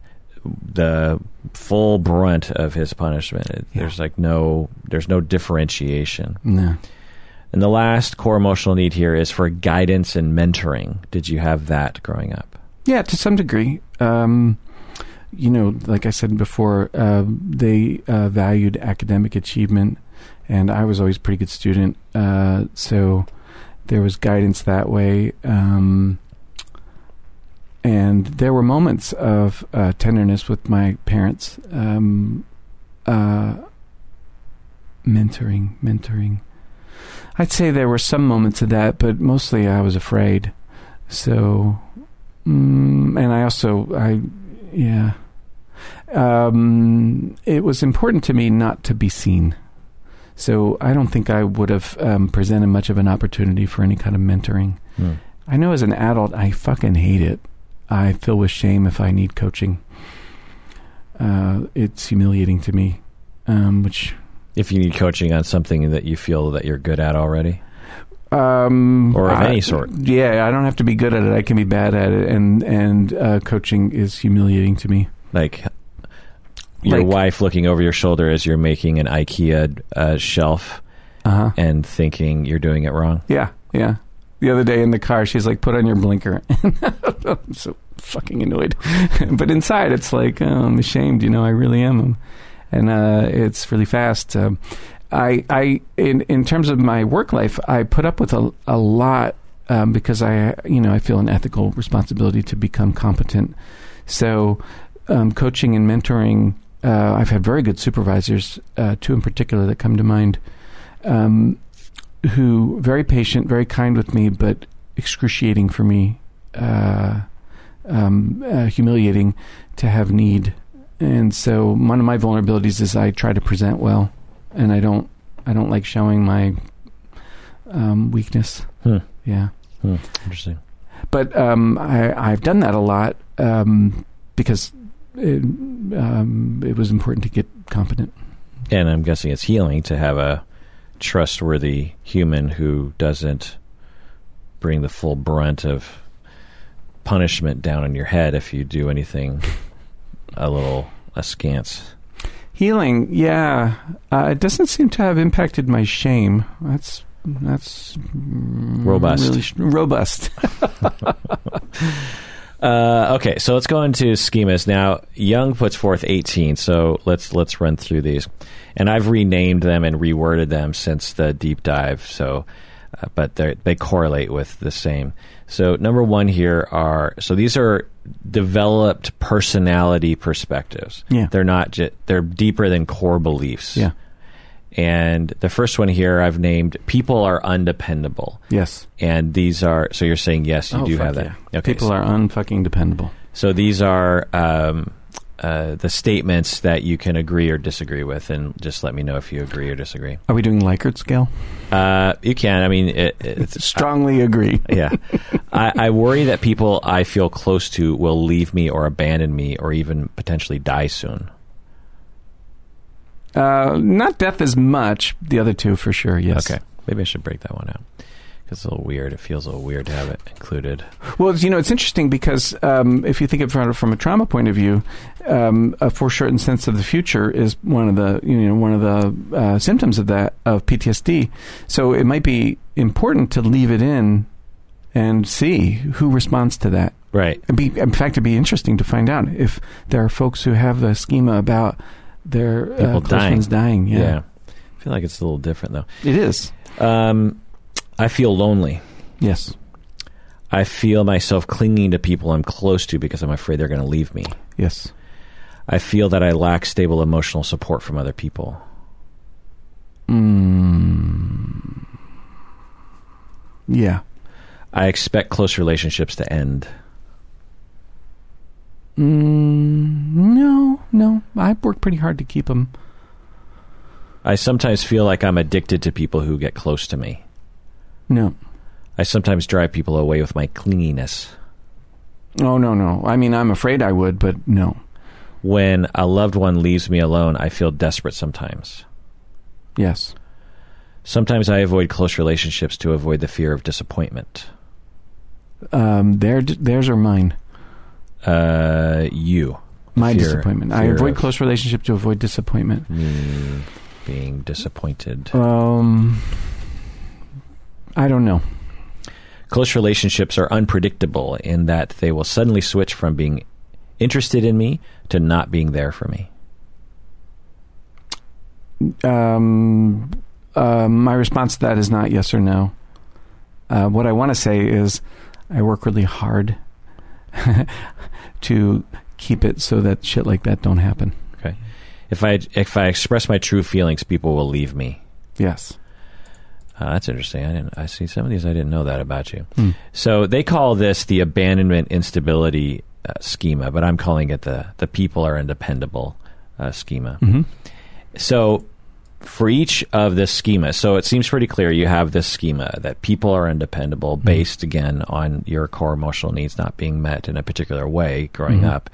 [SPEAKER 2] the full brunt of his punishment. It-
[SPEAKER 3] Yeah.
[SPEAKER 2] There's like no there's no differentiation.
[SPEAKER 3] No.
[SPEAKER 2] And the last core emotional need here is for guidance and mentoring. Did you have that growing up?
[SPEAKER 3] Yeah, to some degree. Um, you know, like I said before, uh, they uh, valued academic achievement, and I was always a pretty good student. Uh, so there was guidance that way. Um, and there were moments of uh, tenderness with my parents. Um, uh, mentoring, mentoring. I'd say there were some moments of that, but mostly I was afraid. So Mm, and I also, I, yeah, um, it was important to me not to be seen. So I don't think I would have um, presented much of an opportunity for any kind of mentoring. I know as an adult, I fucking hate it. I feel with shame if I need coaching. Uh, it's humiliating to me, um, which
[SPEAKER 2] If you need coaching on something that you feel that you're good at already,
[SPEAKER 3] um,
[SPEAKER 2] or of
[SPEAKER 3] I-
[SPEAKER 2] any sort.
[SPEAKER 3] Yeah, I don't have to be good at it. I can be bad at it, and and uh, coaching is humiliating to me.
[SPEAKER 2] like your
[SPEAKER 3] Like-
[SPEAKER 2] wife looking over your shoulder as you're making an IKEA uh, shelf
[SPEAKER 3] Uh huh.
[SPEAKER 2] and thinking you're doing it wrong.
[SPEAKER 3] Yeah, yeah. The other day in the car, she's like, "Put on your blinker." I'm so fucking annoyed, but inside it's like oh, I'm ashamed. You know, I really am, and uh, it's really fast. Um, I, I, in in terms of my work life, I put up with a a lot um, because I, you know, I feel an ethical responsibility to become competent. So, um, coaching and mentoring. Uh, I've had very good supervisors, uh, two in particular that come to mind. Um, who very patient, very kind with me, but excruciating for me, uh, um, uh, humiliating to have need. And so one of my vulnerabilities is I try to present well, and I don't I don't like showing my um, weakness.
[SPEAKER 2] Hmm.
[SPEAKER 3] Yeah,
[SPEAKER 2] Interesting.
[SPEAKER 3] but um, I, I've done that a lot um, because it, um, it was important to get competent.
[SPEAKER 2] And I'm guessing it's healing to have a trustworthy human who doesn't bring the full brunt of punishment down on your head if you do anything a little askance.
[SPEAKER 3] Healing, yeah, uh, it doesn't seem to have impacted my shame. That's that's mm,
[SPEAKER 2] Robust.
[SPEAKER 3] really sh- robust.
[SPEAKER 2] Uh, okay, so let's go into schemas now. Young puts forth eighteen, so let's let's run through these, and I've renamed them and reworded them since the deep dive. So uh, but they they correlate with the same. So number one here are so these are developed personality perspectives.
[SPEAKER 3] Yeah.
[SPEAKER 2] They're not ju- they're deeper than core beliefs.
[SPEAKER 3] Yeah.
[SPEAKER 2] And the first one here I've named people are undependable.
[SPEAKER 3] Yes.
[SPEAKER 2] And these are so you're saying yes, you
[SPEAKER 3] Oh,
[SPEAKER 2] do
[SPEAKER 3] fuck
[SPEAKER 2] have that. Okay.
[SPEAKER 3] People
[SPEAKER 2] so,
[SPEAKER 3] are unfucking dependable.
[SPEAKER 2] so these are um, uh, the statements that you can agree or disagree with, and just let me know if you agree or disagree.
[SPEAKER 3] Are we doing Likert scale?
[SPEAKER 2] Uh, you can. I mean, it, it's
[SPEAKER 3] Strongly agree.
[SPEAKER 2] yeah. I, I worry that people I feel close to will leave me or abandon me or even potentially die soon.
[SPEAKER 3] Uh, not death as much. The other two for sure. Yes.
[SPEAKER 2] Okay. Maybe I should break that one out. 'Cause It's a little weird. It feels a little weird to have it included.
[SPEAKER 3] Well, it's- you know, it's interesting because um, if you think of it from a trauma point of view, um, a foreshortened sense of the future is one of the you know one of the uh, symptoms of that of PTSD. So it might be important to leave it in and see who responds to that.
[SPEAKER 2] Right.
[SPEAKER 3] It'd be, in fact, it'd be interesting to find out if there are folks who have a schema about their
[SPEAKER 2] People
[SPEAKER 3] uh, close
[SPEAKER 2] dying.
[SPEAKER 3] ones dying.
[SPEAKER 2] Yeah.
[SPEAKER 3] Yeah.
[SPEAKER 2] I feel like it's a little different, though.
[SPEAKER 3] it is.
[SPEAKER 2] Um, I feel lonely.
[SPEAKER 3] Yes,
[SPEAKER 2] I feel myself clinging to people I'm close to because I'm afraid they're going to leave me.
[SPEAKER 3] yes.
[SPEAKER 2] I feel that I lack stable emotional support from other people.
[SPEAKER 3] Mm. Yeah.
[SPEAKER 2] I expect close relationships to end.
[SPEAKER 3] Mm, no, no. I work pretty hard to keep them.
[SPEAKER 2] I sometimes feel like I'm addicted to people who get close to me.
[SPEAKER 3] No.
[SPEAKER 2] I sometimes drive people away with my clinginess.
[SPEAKER 3] Oh, no, no. I mean, I'm afraid I would, but no.
[SPEAKER 2] When a loved one leaves me alone, I feel desperate sometimes.
[SPEAKER 3] Yes.
[SPEAKER 2] Sometimes I avoid close relationships to avoid the fear of disappointment.
[SPEAKER 3] Um, there, theirs are mine.
[SPEAKER 2] Uh, you
[SPEAKER 3] My
[SPEAKER 2] Fear-
[SPEAKER 3] disappointment. I
[SPEAKER 2] fear
[SPEAKER 3] avoid
[SPEAKER 2] of-
[SPEAKER 3] close relationship to avoid disappointment.
[SPEAKER 2] me being disappointed.
[SPEAKER 3] Um, I don't know.
[SPEAKER 2] Close relationships are unpredictable in that they will suddenly switch from being interested in me to not being there for me.
[SPEAKER 3] Um, uh, my response to that is not yes or no. Uh, what I want to say is, I work really hard to keep it so that shit like that don't happen.
[SPEAKER 2] If I if I express my true feelings, people will leave me.
[SPEAKER 3] Yes.
[SPEAKER 2] Uh, that's interesting. I didn't. I see some of these. I didn't know that about you.
[SPEAKER 3] Hmm.
[SPEAKER 2] So they call this the abandonment instability uh, schema, but I'm calling it the the people are undependable uh, schema.
[SPEAKER 3] Mm-hmm.
[SPEAKER 2] So for each of this schema, so it seems pretty clear you have this schema that people are undependable,
[SPEAKER 3] Mhm.
[SPEAKER 2] based again on your core emotional needs not being met in a particular way growing
[SPEAKER 3] Mhm.
[SPEAKER 2] up,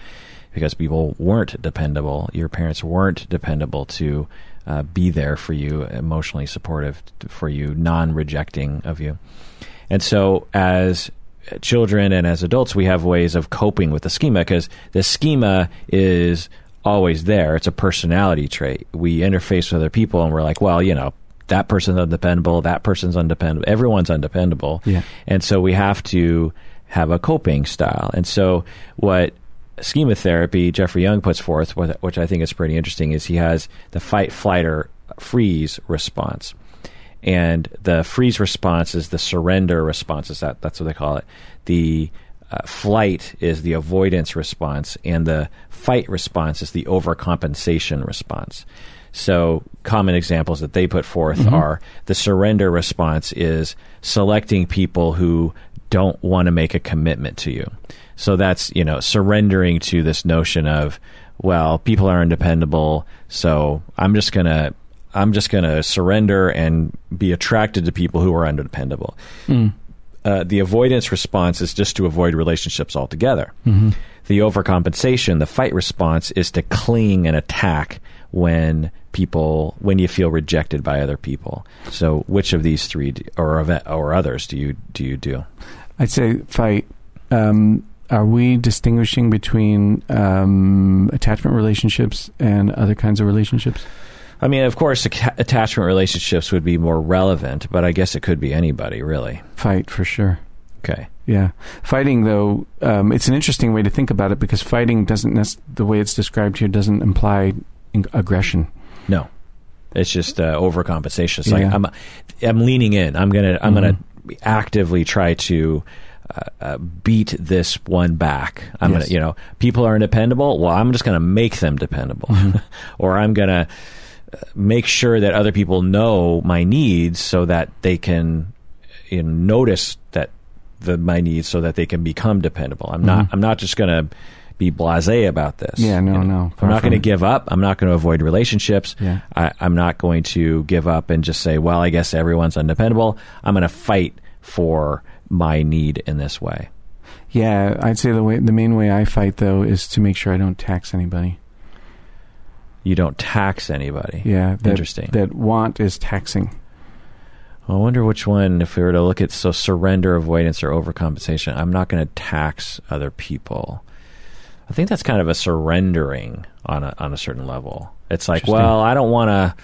[SPEAKER 2] because people weren't dependable. Your parents weren't dependable to uh, be there for you, emotionally supportive t- for you, non-rejecting of you, and so as children and as adults we have ways of coping with the schema because the schema is always there. It's a personality trait. We interface with other people and we're like, well, you know, that person's undependable, that person's undependable, everyone's undependable.
[SPEAKER 3] Yeah.
[SPEAKER 2] And so we have to have a coping style. And so what schema therapy Jeffrey Young puts forth, what- which I think is pretty interesting, is he has the fight, flight, or freeze response. And the freeze response is the surrender response. Is that that's what they call it? The uh, flight is the avoidance response, and the fight response is the overcompensation response. So, common examples that they put forth are the surrender response is selecting people who don't want to make a commitment to you. So that's, you know, surrendering to this notion of, well, people are undependable, so I'm just going to I'm just going to surrender and be attracted to people who are undependable.
[SPEAKER 3] Mm-hmm.
[SPEAKER 2] Uh, the avoidance response is just to avoid relationships altogether.
[SPEAKER 3] Mm-hmm.
[SPEAKER 2] The overcompensation, the fight response, is to cling and attack when people when you feel rejected by other people. So, which of these three d- or of, or others do you do you do?
[SPEAKER 3] I'd say fight. Um, are we distinguishing between um, attachment relationships and other kinds of relationships?
[SPEAKER 2] I mean, of course, aca- attachment relationships would be more relevant, but I guess it could be anybody, really.
[SPEAKER 3] Fight for sure.
[SPEAKER 2] Okay.
[SPEAKER 3] Yeah, fighting though, um, it's an interesting way to think about it because fighting doesn't nec- the way it's described here doesn't imply in- aggression.
[SPEAKER 2] No. It's just uh, overcompensation. It's like
[SPEAKER 3] Yeah.
[SPEAKER 2] I'm I'm leaning in. I'm gonna I'm
[SPEAKER 3] Mhm.
[SPEAKER 2] gonna actively try to. Uh, uh, beat this one back. I'm
[SPEAKER 3] Yes.
[SPEAKER 2] gonna, you know, people are independable. Well, I'm just gonna make them dependable,
[SPEAKER 3] Mm-hmm.
[SPEAKER 2] or I'm gonna uh, make sure that other people know my needs so that they can you know, notice that the my needs so that they can become dependable. I'm not
[SPEAKER 3] Mhm.
[SPEAKER 2] I'm not just gonna be blasé about this.
[SPEAKER 3] Yeah, no,
[SPEAKER 2] you know.
[SPEAKER 3] no.
[SPEAKER 2] I'm
[SPEAKER 3] Far
[SPEAKER 2] not going to
[SPEAKER 3] from it.
[SPEAKER 2] give up. I'm not going to avoid relationships.
[SPEAKER 3] Yeah.
[SPEAKER 2] I, I'm not going to give up and just say, well, I guess everyone's undependable. I'm going to fight for my need in this way.
[SPEAKER 3] Yeah, I'd say the way the main way I fight though is to make sure I don't tax anybody.
[SPEAKER 2] You don't tax anybody.
[SPEAKER 3] Yeah, that,
[SPEAKER 2] Interesting.
[SPEAKER 3] That want is taxing.
[SPEAKER 2] I wonder which one, if we were to look at so surrender, avoidance, or overcompensation, I'm not going to tax other people. I think that's kind of a surrendering on a on a certain level. It's like,
[SPEAKER 3] Interesting.
[SPEAKER 2] well, I don't want to,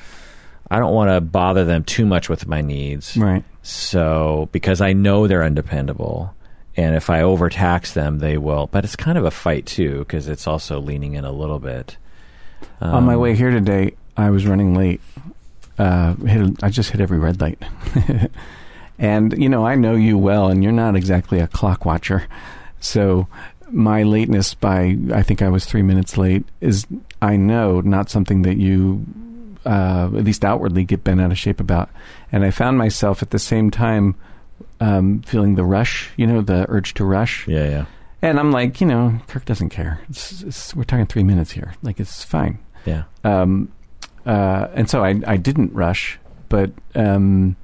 [SPEAKER 2] I don't want to bother them too much with my needs,
[SPEAKER 3] Right.
[SPEAKER 2] so because I know they're undependable, and if I overtax them, they will. But it's kind of a fight too, because it's also leaning in a little bit.
[SPEAKER 3] On my
[SPEAKER 2] Um,
[SPEAKER 3] way here today, I was running late. Uh, hit, I just hit every red light, and you know I know you well, and you're not exactly a clock watcher, so my lateness by I think I was three minutes late is I know not something that you uh, at least outwardly get bent out of shape about, and I found myself at the same time um, feeling the rush, you know, the urge to rush.
[SPEAKER 2] yeah, yeah,
[SPEAKER 3] And I'm like, you know, Kirk doesn't care. It's, it's, we're talking three minutes here. Like, it's fine.
[SPEAKER 2] yeah.
[SPEAKER 3] Um, uh, and so I, I didn't rush, but um,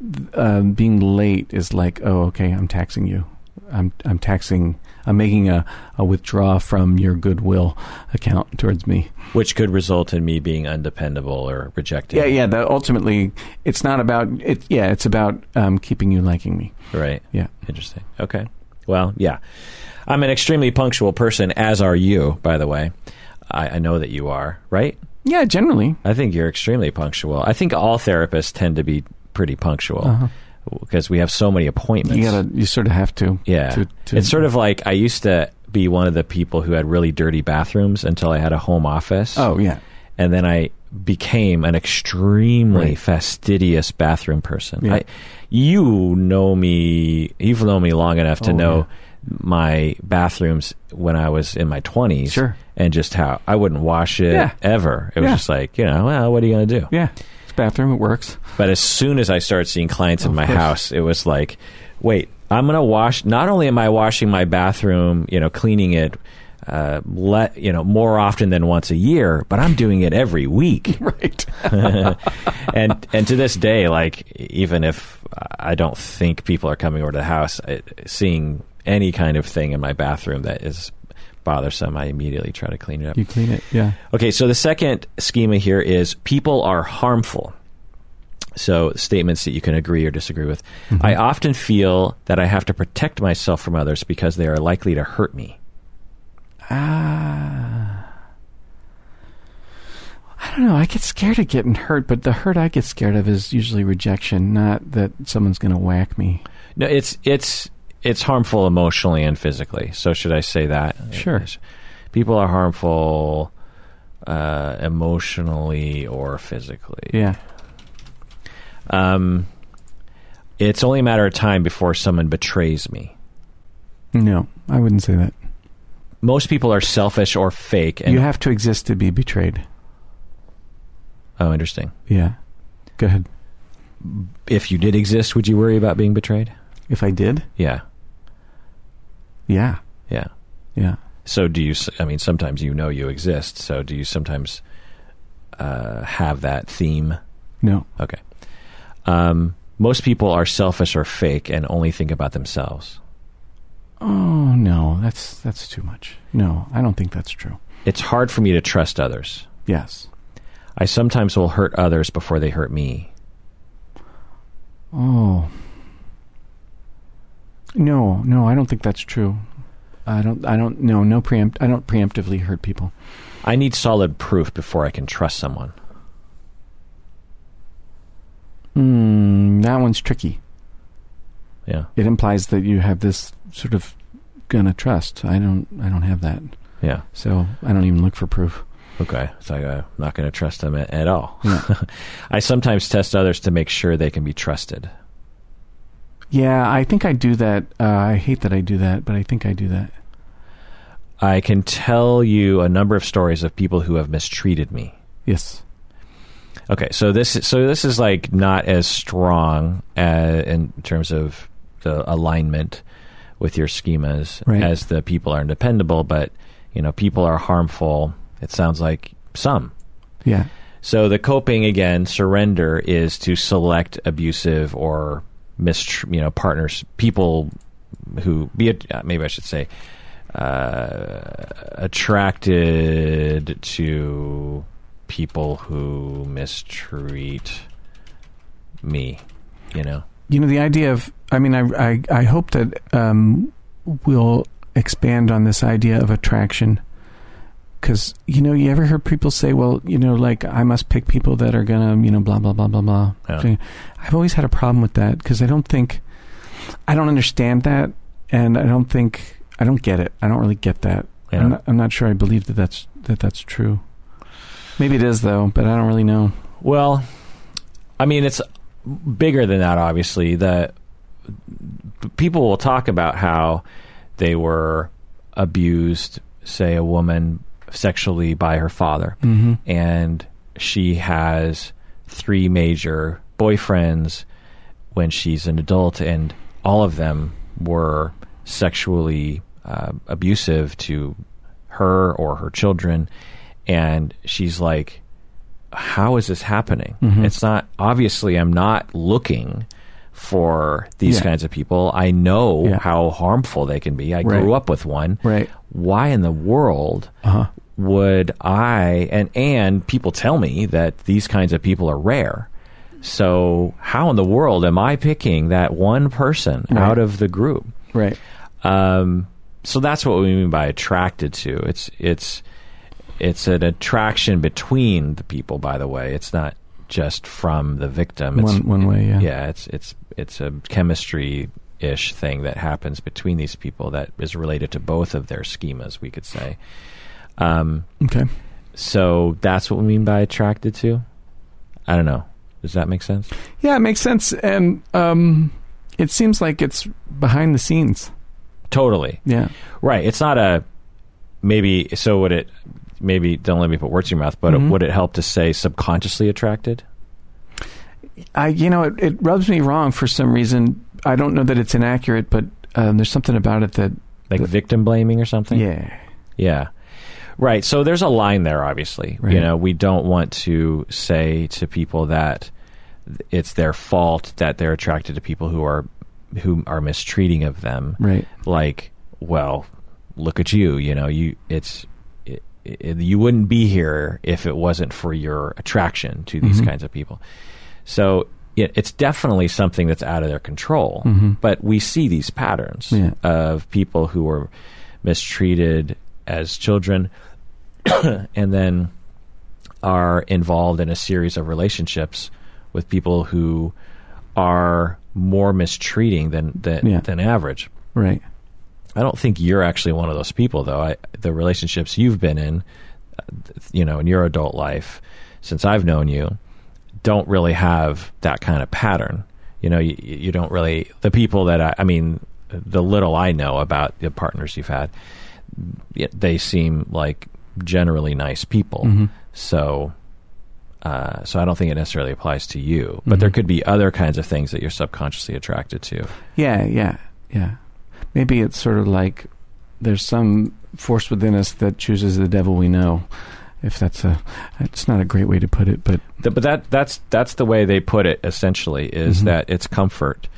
[SPEAKER 3] th- um, being late is like, oh, okay, I'm taxing you. I'm, I'm taxing, I'm making a, a withdrawal from your goodwill account towards me.
[SPEAKER 2] Which could result in me being undependable or rejected.
[SPEAKER 3] Yeah, yeah. That ultimately, it's not about it. Yeah, it's about um, keeping you liking me.
[SPEAKER 2] Right.
[SPEAKER 3] Yeah.
[SPEAKER 2] Interesting. Okay. Well, yeah. I'm an extremely punctual person, as are you, by the way. I, I know that you are, right?
[SPEAKER 3] Yeah, generally.
[SPEAKER 2] I think you're extremely punctual. I think all therapists tend to be pretty punctual
[SPEAKER 3] Uh-huh.
[SPEAKER 2] because we have so many appointments.
[SPEAKER 3] You gotta, you sort of have to.
[SPEAKER 2] yeah.
[SPEAKER 3] to- to-
[SPEAKER 2] it's sort of like I used to be one of the people who had really dirty bathrooms until I had a home office.
[SPEAKER 3] Oh yeah.
[SPEAKER 2] and then I became an extremely
[SPEAKER 3] Right.
[SPEAKER 2] fastidious bathroom person.
[SPEAKER 3] Yeah.
[SPEAKER 2] I, you know me, you've known me long enough to
[SPEAKER 3] Oh,
[SPEAKER 2] know my bathrooms when I was in my 20s
[SPEAKER 3] Sure.
[SPEAKER 2] and just how I wouldn't wash it
[SPEAKER 3] Yeah.
[SPEAKER 2] ever. It was
[SPEAKER 3] Yeah.
[SPEAKER 2] just like, you know, well, what are you going to do?
[SPEAKER 3] Yeah. It's bathroom. It works.
[SPEAKER 2] But as soon as I started seeing clients in
[SPEAKER 3] Of
[SPEAKER 2] my
[SPEAKER 3] course.
[SPEAKER 2] house, it was like, wait, I'm going to wash. Not only am I washing my bathroom, you know, cleaning it, uh, let you know more often than once a year, but I'm doing it every week.
[SPEAKER 3] Right.
[SPEAKER 2] and and to this day, like even if I don't think people are coming over to the house, I, seeing any kind of thing in my bathroom that is bothersome, I immediately try to clean it up.
[SPEAKER 3] You clean it. Yeah.
[SPEAKER 2] Okay, so the second schema here is people are harmful. So statements that you can agree or disagree with.
[SPEAKER 3] Mm-hmm.
[SPEAKER 2] I often feel that I have to protect myself from others because they are likely to hurt me.
[SPEAKER 3] Ah. I don't know. I get scared of getting hurt, but the hurt I get scared of is usually rejection, not that someone's going to whack me.
[SPEAKER 2] No, it's it's it's harmful emotionally and physically. So should I say that?
[SPEAKER 3] Sure.
[SPEAKER 2] People are harmful uh, emotionally or physically.
[SPEAKER 3] Yeah.
[SPEAKER 2] Um, it's only a matter of time before someone betrays me.
[SPEAKER 3] No, I wouldn't say that.
[SPEAKER 2] Most people are selfish or fake. And,
[SPEAKER 3] you have to exist to be betrayed.
[SPEAKER 2] oh, interesting.
[SPEAKER 3] Yeah. Go ahead.
[SPEAKER 2] If you did exist, would you worry about being betrayed?
[SPEAKER 3] If I did?
[SPEAKER 2] Yeah,
[SPEAKER 3] Yeah.
[SPEAKER 2] yeah.
[SPEAKER 3] Yeah.
[SPEAKER 2] So do you? s- I mean, sometimes you know you exist. So do you sometimes uh, have that theme?
[SPEAKER 3] No.
[SPEAKER 2] Okay. Um, most people are selfish or fake and only think about themselves.
[SPEAKER 3] Oh, no. That's that's too much. No, I don't think that's true.
[SPEAKER 2] It's hard for me to trust others.
[SPEAKER 3] Yes.
[SPEAKER 2] I sometimes will hurt others before they hurt me.
[SPEAKER 3] Oh. No, no, I don't think that's true. I don't I don't no, no preempt I don't preemptively hurt people.
[SPEAKER 2] I need solid proof before I can trust someone.
[SPEAKER 3] Mm, that one's tricky.
[SPEAKER 2] Yeah,
[SPEAKER 3] It implies that you have this sort of gonna trust. I don't I don't have that.
[SPEAKER 2] yeah.
[SPEAKER 3] So I don't even look for proof.
[SPEAKER 2] Okay, so I, am not going to trust them at, at all.
[SPEAKER 3] Yeah.
[SPEAKER 2] I sometimes test others to make sure they can be trusted.
[SPEAKER 3] Yeah, I think I do that. Uh, I hate that I do that, but I think I do that.
[SPEAKER 2] I can tell you a number of stories of people who have mistreated me.
[SPEAKER 3] Yes.
[SPEAKER 2] Okay, so this so this is like not as strong uh in terms of the alignment with your schemas
[SPEAKER 3] Right.
[SPEAKER 2] as the people are dependable, but you know people are harmful. It sounds like some.
[SPEAKER 3] Yeah.
[SPEAKER 2] So the coping again, surrender is to select abusive or mist, you know, partners, people who be it. uh, Maybe I should say uh, attracted to people who mistreat me. You know,
[SPEAKER 3] You know, the idea of, I mean, I, I, I hope that um, we'll expand on this idea of attraction. Because, you know, you ever hear people say, well, you know, like, I must pick people that are going to, you know, blah, blah, blah, blah, blah.
[SPEAKER 2] Yeah.
[SPEAKER 3] Okay. I've always had a problem with that because I don't think, I don't understand that. And I don't think, I don't get it. I don't really get that.
[SPEAKER 2] Yeah.
[SPEAKER 3] I'm, not, I'm not sure I believe that that's, that that's true. Maybe it is, though, but I don't really know.
[SPEAKER 2] Well, I mean, it's bigger than that. Obviously, that people will talk about how they were abused, say, a woman sexually by her father,
[SPEAKER 3] Mm-hmm.
[SPEAKER 2] and she has three major boyfriends when she's an adult, and all of them were sexually uh, abusive to her or her children, and she's like, "How is this happening?
[SPEAKER 3] Mhm.
[SPEAKER 2] It's not obviously. I'm not looking." For these
[SPEAKER 3] Yeah.
[SPEAKER 2] kinds of people, I know
[SPEAKER 3] Yeah.
[SPEAKER 2] how harmful they can be. I
[SPEAKER 3] Right.
[SPEAKER 2] grew up with one.
[SPEAKER 3] Right.
[SPEAKER 2] Why in the world
[SPEAKER 3] Uh huh.
[SPEAKER 2] would I and and people tell me that these kinds of people are rare. So how in the world am I picking that one person
[SPEAKER 3] Right.
[SPEAKER 2] out of the group?
[SPEAKER 3] Right.
[SPEAKER 2] Um, so that's what we mean by attracted to. It's it's it's an attraction between the people. By the way, it's not just from the victim. It's,
[SPEAKER 3] One- one way, yeah.
[SPEAKER 2] Yeah, it's it's it's a chemistry ish thing that happens between these people that is related to both of their schemas. We could say. Um,
[SPEAKER 3] Okay.
[SPEAKER 2] so that's what we mean by attracted to. I don't know. Does that make sense?
[SPEAKER 3] Yeah, it makes sense, and um, it seems like it's behind the scenes.
[SPEAKER 2] Totally.
[SPEAKER 3] Yeah,
[SPEAKER 2] Right. It's not a maybe. So would it? Maybe don't let me put words in your mouth. But
[SPEAKER 3] Mhm.
[SPEAKER 2] would it help to say subconsciously attracted?
[SPEAKER 3] I you know it, it rubs me wrong for some reason. I don't know that it's inaccurate, but um, there's something about it that
[SPEAKER 2] Like
[SPEAKER 3] The-
[SPEAKER 2] victim blaming or something?
[SPEAKER 3] yeah,
[SPEAKER 2] Yeah. Right. So there's a line there, obviously.
[SPEAKER 3] Right.
[SPEAKER 2] You know, we don't want to say to people that it's their fault that they're attracted to people who are who are mistreating of them.
[SPEAKER 3] right,
[SPEAKER 2] like, well, look at you. You know, you it's it, it, you wouldn't be here if it wasn't for your attraction to these
[SPEAKER 3] Mhm.
[SPEAKER 2] kinds of people. So it, it's definitely something that's out of their control.
[SPEAKER 3] Mhm.
[SPEAKER 2] But we see these patterns
[SPEAKER 3] Yeah.
[SPEAKER 2] of people who were mistreated as children, and then are involved in a series of relationships with people who are more mistreating than than,
[SPEAKER 3] Yeah.
[SPEAKER 2] than average.
[SPEAKER 3] right,
[SPEAKER 2] I don't think you're actually one of those people, though. I, the relationships you've been in, uh, th- you know, in your adult life, since I've known you, don't really have that kind of pattern. You know, you, you don't really the people that I, I mean, the little I know about the partners you've had, y- they seem like generally nice people.
[SPEAKER 3] Mhm.
[SPEAKER 2] So. Uh, so I don't think it necessarily applies to you, but there
[SPEAKER 3] Mhm.
[SPEAKER 2] could be other kinds of things that you're subconsciously attracted to.
[SPEAKER 3] yeah, yeah, yeah. Maybe it's sort of like there's some force within us that chooses the devil we know. If that's a, it's not a great way to put it, but
[SPEAKER 2] Th- but that that's that's the way they put it essentially is
[SPEAKER 3] Mhm.
[SPEAKER 2] that it's comfort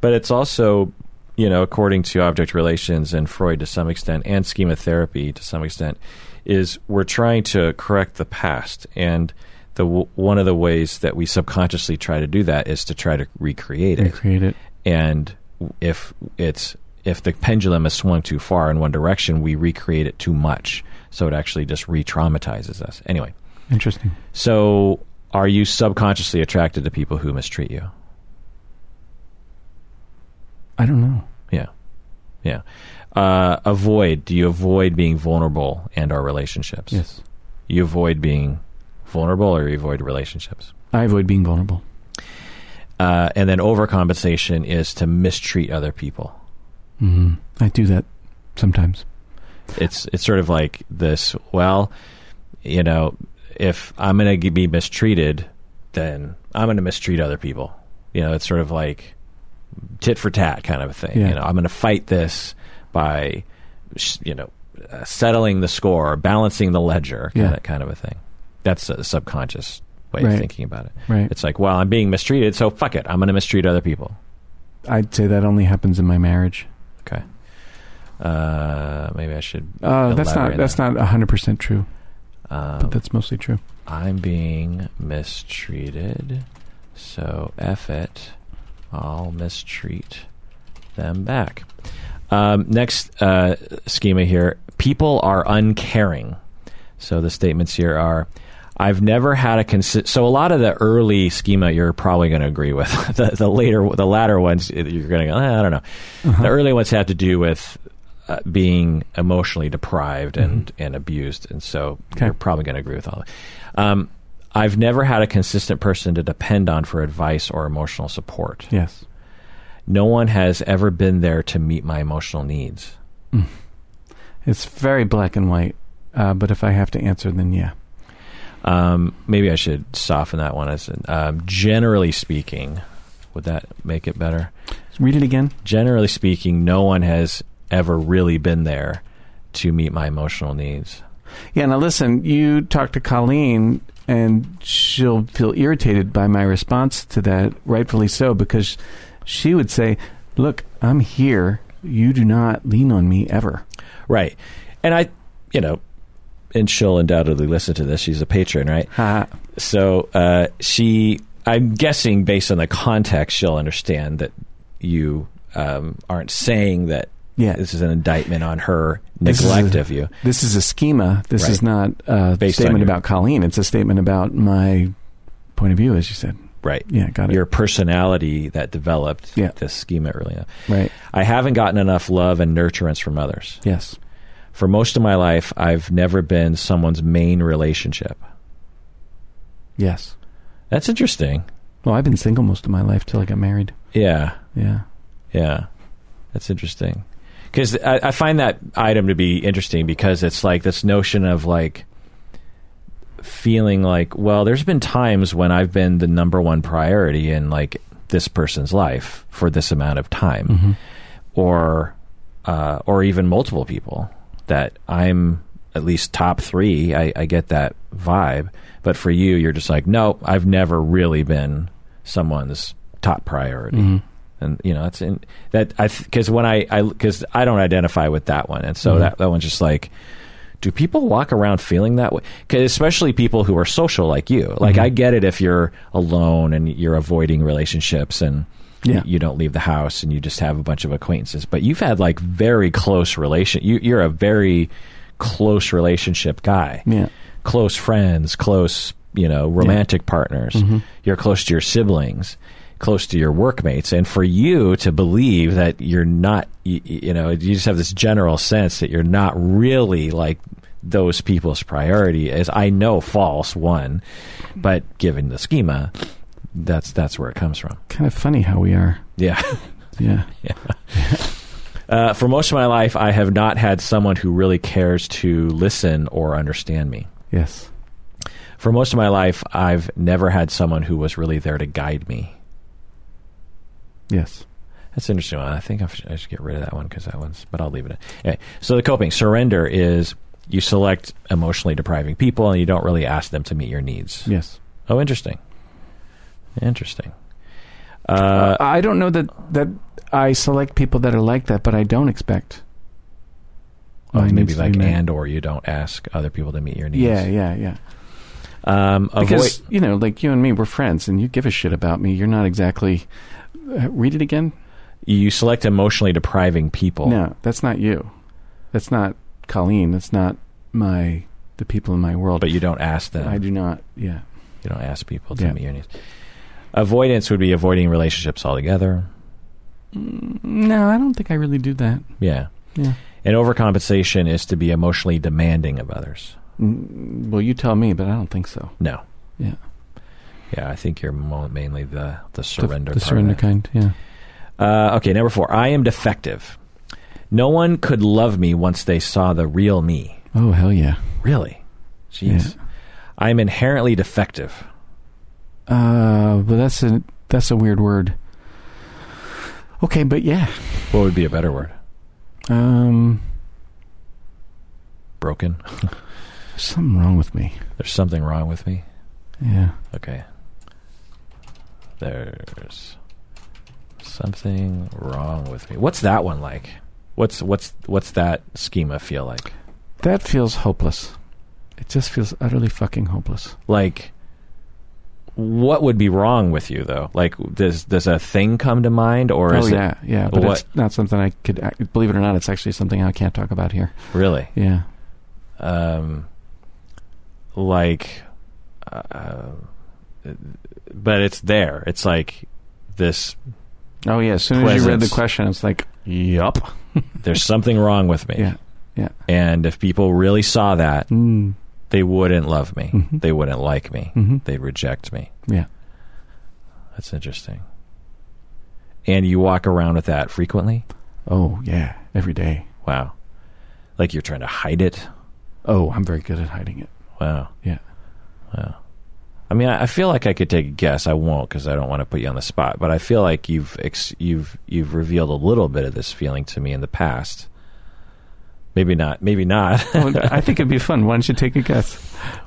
[SPEAKER 2] but it's also you know according to object relations and freud to some extent and schema therapy to some extent is we're trying to correct the past and the w- one of the ways that we subconsciously try to do that is to try to recreate it
[SPEAKER 3] recreate it.
[SPEAKER 2] and w- if it's if the pendulum is swung too far in one direction we recreate it too much so it actually just re-traumatizes us anyway
[SPEAKER 3] Interesting.
[SPEAKER 2] so, are you subconsciously attracted to people who mistreat you?
[SPEAKER 3] I don't know.
[SPEAKER 2] Yeah, yeah. Uh, avoid. Do you avoid being vulnerable and our relationships?
[SPEAKER 3] Yes.
[SPEAKER 2] you avoid being vulnerable or you avoid relationships.
[SPEAKER 3] I avoid being vulnerable.
[SPEAKER 2] Uh, and then overcompensation is to mistreat other people.
[SPEAKER 3] hmm I do that sometimes.
[SPEAKER 2] It's it's sort of like this. Well, you know, if I'm going to be mistreated, then I'm going to mistreat other people. You know, it's sort of like tit for tat kind of a thing.
[SPEAKER 3] Yeah.
[SPEAKER 2] You know, I'm going to fight this by, sh- you know, uh, settling the score, balancing the ledger, kind
[SPEAKER 3] Yeah.
[SPEAKER 2] of, kind of a thing. That's a subconscious way
[SPEAKER 3] Right.
[SPEAKER 2] of thinking about it.
[SPEAKER 3] Right.
[SPEAKER 2] It's like, well, I'm being mistreated, so fuck it. I'm going to mistreat other people.
[SPEAKER 3] I'd say that only happens in my marriage.
[SPEAKER 2] Uh, maybe I should.
[SPEAKER 3] Uh, that's not
[SPEAKER 2] elaborate
[SPEAKER 3] that's
[SPEAKER 2] on
[SPEAKER 3] not hundred percent true,
[SPEAKER 2] that. Um,
[SPEAKER 3] but that's mostly true.
[SPEAKER 2] I'm being mistreated, so F it. I'll mistreat them back. Um, next uh, schema here people are uncaring. So the statements here are I've never had a consi- so a lot of the early schema you're probably going to agree with the, the later the latter ones you're going to go "Eh, I don't know
[SPEAKER 3] Uh-huh.
[SPEAKER 2] the early ones have to do with uh, being emotionally deprived and, and abused, and so
[SPEAKER 3] Okay.
[SPEAKER 2] you're probably going to agree with all. That. Um, I've never had a consistent person to depend on for advice or emotional support.
[SPEAKER 3] Yes.
[SPEAKER 2] No one has ever been there to meet my emotional needs.
[SPEAKER 3] It's very black and white. Uh, but if I have to answer, then yeah.
[SPEAKER 2] Um, maybe I should soften that one. As in, um, generally speaking, would that make it better?
[SPEAKER 3] Read it again.
[SPEAKER 2] Generally speaking, no one has ever really been there to meet my emotional needs.
[SPEAKER 3] Yeah. Now listen, you talk to Colleen, and she'll feel irritated by my response to that. Rightfully so, because she would say, "Look, I'm here. You do not lean on me ever."
[SPEAKER 2] Right. And I, you know, and she'll undoubtedly listen to this. She's a patron, right?
[SPEAKER 3] Ha.
[SPEAKER 2] So uh, she, I'm guessing based on the context, she'll understand that you um, aren't saying that
[SPEAKER 3] Yeah.
[SPEAKER 2] this is an indictment on her
[SPEAKER 3] This is
[SPEAKER 2] neglect
[SPEAKER 3] a-
[SPEAKER 2] of you.
[SPEAKER 3] This is a schema. This is not a
[SPEAKER 2] Based on
[SPEAKER 3] statement
[SPEAKER 2] your-
[SPEAKER 3] about Colleen. It's a statement about my point of view, as you said.
[SPEAKER 2] Right.
[SPEAKER 3] Yeah, got it.
[SPEAKER 2] Your personality that developed
[SPEAKER 3] Yeah.
[SPEAKER 2] this schema early on.
[SPEAKER 3] right.
[SPEAKER 2] I haven't gotten enough love and nurturance from others.
[SPEAKER 3] Yes.
[SPEAKER 2] For most of my life, I've never been someone's main relationship.
[SPEAKER 3] Yes.
[SPEAKER 2] That's interesting.
[SPEAKER 3] Well, I've been single most of my life till I got married.
[SPEAKER 2] Yeah.
[SPEAKER 3] Yeah.
[SPEAKER 2] Yeah, that's interesting. Because I, I find that item to be interesting because it's like this notion of like feeling like, well, there's been times when I've been the number one priority in like this person's life for this amount of time, or uh, or even multiple people that I'm at least top three. I, I get that vibe, but for you, you're just like, no, I've never really been someone's top priority and you know that's in that I because when I I because I don't identify with that one, and so
[SPEAKER 3] Mhm.
[SPEAKER 2] that that one's just like, do people walk around feeling that way? 'Cause especially people who are social like you. Like
[SPEAKER 3] Mhm.
[SPEAKER 2] I get it if you're alone and you're avoiding relationships and
[SPEAKER 3] Yeah.
[SPEAKER 2] you don't leave the house and you just have a bunch of acquaintances, but you've had like very close relation. You you're a very close relationship guy
[SPEAKER 3] Yeah.
[SPEAKER 2] close friends, close, you know, romantic partners.
[SPEAKER 3] Mm-hmm.
[SPEAKER 2] You're close to your siblings, close to your workmates. And for you to believe that you're not, you, you know, you just have this general sense that you're not really like those people's priority is, I know, false, one, but given the schema, that's that's where it comes from.
[SPEAKER 3] Kind of funny how we are.
[SPEAKER 2] Yeah.
[SPEAKER 3] Yeah.
[SPEAKER 2] Uh, for most of my life, I have not had someone who really cares to listen or understand me.
[SPEAKER 3] Yes.
[SPEAKER 2] For most of my life, I've never had someone who was really there to guide me.
[SPEAKER 3] Yes.
[SPEAKER 2] That's an interesting one. I think I should, I should get rid of that one because that one's, but I'll leave it. in. Anyway, so the coping surrender is you select emotionally depriving people and you don't really ask them to meet your needs.
[SPEAKER 3] Yes.
[SPEAKER 2] Oh, interesting. Interesting. Uh,
[SPEAKER 3] I don't know that that I select people that are like that, but I don't expect.
[SPEAKER 2] oh,
[SPEAKER 3] my needs
[SPEAKER 2] maybe
[SPEAKER 3] to
[SPEAKER 2] like
[SPEAKER 3] be met.
[SPEAKER 2] and or you don't ask other people to meet your needs.
[SPEAKER 3] Yeah, yeah, yeah.
[SPEAKER 2] Um, avoid,
[SPEAKER 3] Because you know, like you and me, we're friends, and you give a shit about me. You're not exactly. Uh, read it again.
[SPEAKER 2] you select emotionally depriving people.
[SPEAKER 3] No, that's not you. That's not Colleen. That's not my the people in my world.
[SPEAKER 2] But you don't ask them.
[SPEAKER 3] I do not. Yeah.
[SPEAKER 2] You don't ask people to
[SPEAKER 3] Yeah.
[SPEAKER 2] meet your needs. Avoidance would be avoiding relationships altogether. Mm,
[SPEAKER 3] No, I don't think I really do that.
[SPEAKER 2] Yeah.
[SPEAKER 3] Yeah.
[SPEAKER 2] And overcompensation is to be emotionally demanding of others.
[SPEAKER 3] Mm, Well, you tell me, but I don't think so.
[SPEAKER 2] No.
[SPEAKER 3] Yeah.
[SPEAKER 2] Yeah, I think you're mo- mainly the the
[SPEAKER 3] The-
[SPEAKER 2] surrender.
[SPEAKER 3] the
[SPEAKER 2] part of
[SPEAKER 3] surrender
[SPEAKER 2] it.
[SPEAKER 3] kind. Yeah.
[SPEAKER 2] Uh, okay, number four. I am defective. No one could love me once they saw the real me.
[SPEAKER 3] Oh hell yeah.
[SPEAKER 2] Really? Jeez. I am inherently defective.
[SPEAKER 3] Uh, but that's a that's a weird word. Okay, but yeah.
[SPEAKER 2] What would be a better word?
[SPEAKER 3] Um,
[SPEAKER 2] Broken.
[SPEAKER 3] there's something wrong with me.
[SPEAKER 2] There's something wrong with me.
[SPEAKER 3] Yeah.
[SPEAKER 2] Okay. There's something wrong with me. What's that one like? What's what's what's that schema feel like?
[SPEAKER 3] That feels hopeless. It just feels utterly fucking hopeless.
[SPEAKER 2] Like what would be wrong with you though? Like does does a thing come to mind or
[SPEAKER 3] oh
[SPEAKER 2] is
[SPEAKER 3] yeah, yeah. But
[SPEAKER 2] What-
[SPEAKER 3] it's not something I could ac- believe it or not. It's actually something I can't talk about here.
[SPEAKER 2] it really
[SPEAKER 3] Yeah.
[SPEAKER 2] um like uh, but it's there. It's like this
[SPEAKER 3] Oh yeah. As soon as you read the
[SPEAKER 2] Presence.
[SPEAKER 3] question, it's like, yup.
[SPEAKER 2] there's something wrong with me.
[SPEAKER 3] Yeah.
[SPEAKER 2] And if people really saw that,
[SPEAKER 3] Mm.
[SPEAKER 2] they wouldn't love me.
[SPEAKER 3] Mhm.
[SPEAKER 2] They wouldn't like me.
[SPEAKER 3] Mm-hmm.
[SPEAKER 2] They reject me.
[SPEAKER 3] Yeah.
[SPEAKER 2] That's interesting. And you walk around with that frequently?
[SPEAKER 3] Oh yeah. Every day.
[SPEAKER 2] Wow. Like you're trying to hide it?
[SPEAKER 3] Oh, I'm very good at hiding it.
[SPEAKER 2] Wow.
[SPEAKER 3] Yeah.
[SPEAKER 2] Wow. I mean, I I feel like I could take a guess. I won't because I don't want to put you on the spot. But I feel like you've ex- you've you've revealed a little bit of this feeling to me in the past. Maybe not. Maybe not.
[SPEAKER 3] Well, I think it'd be fun. Why don't you take a guess?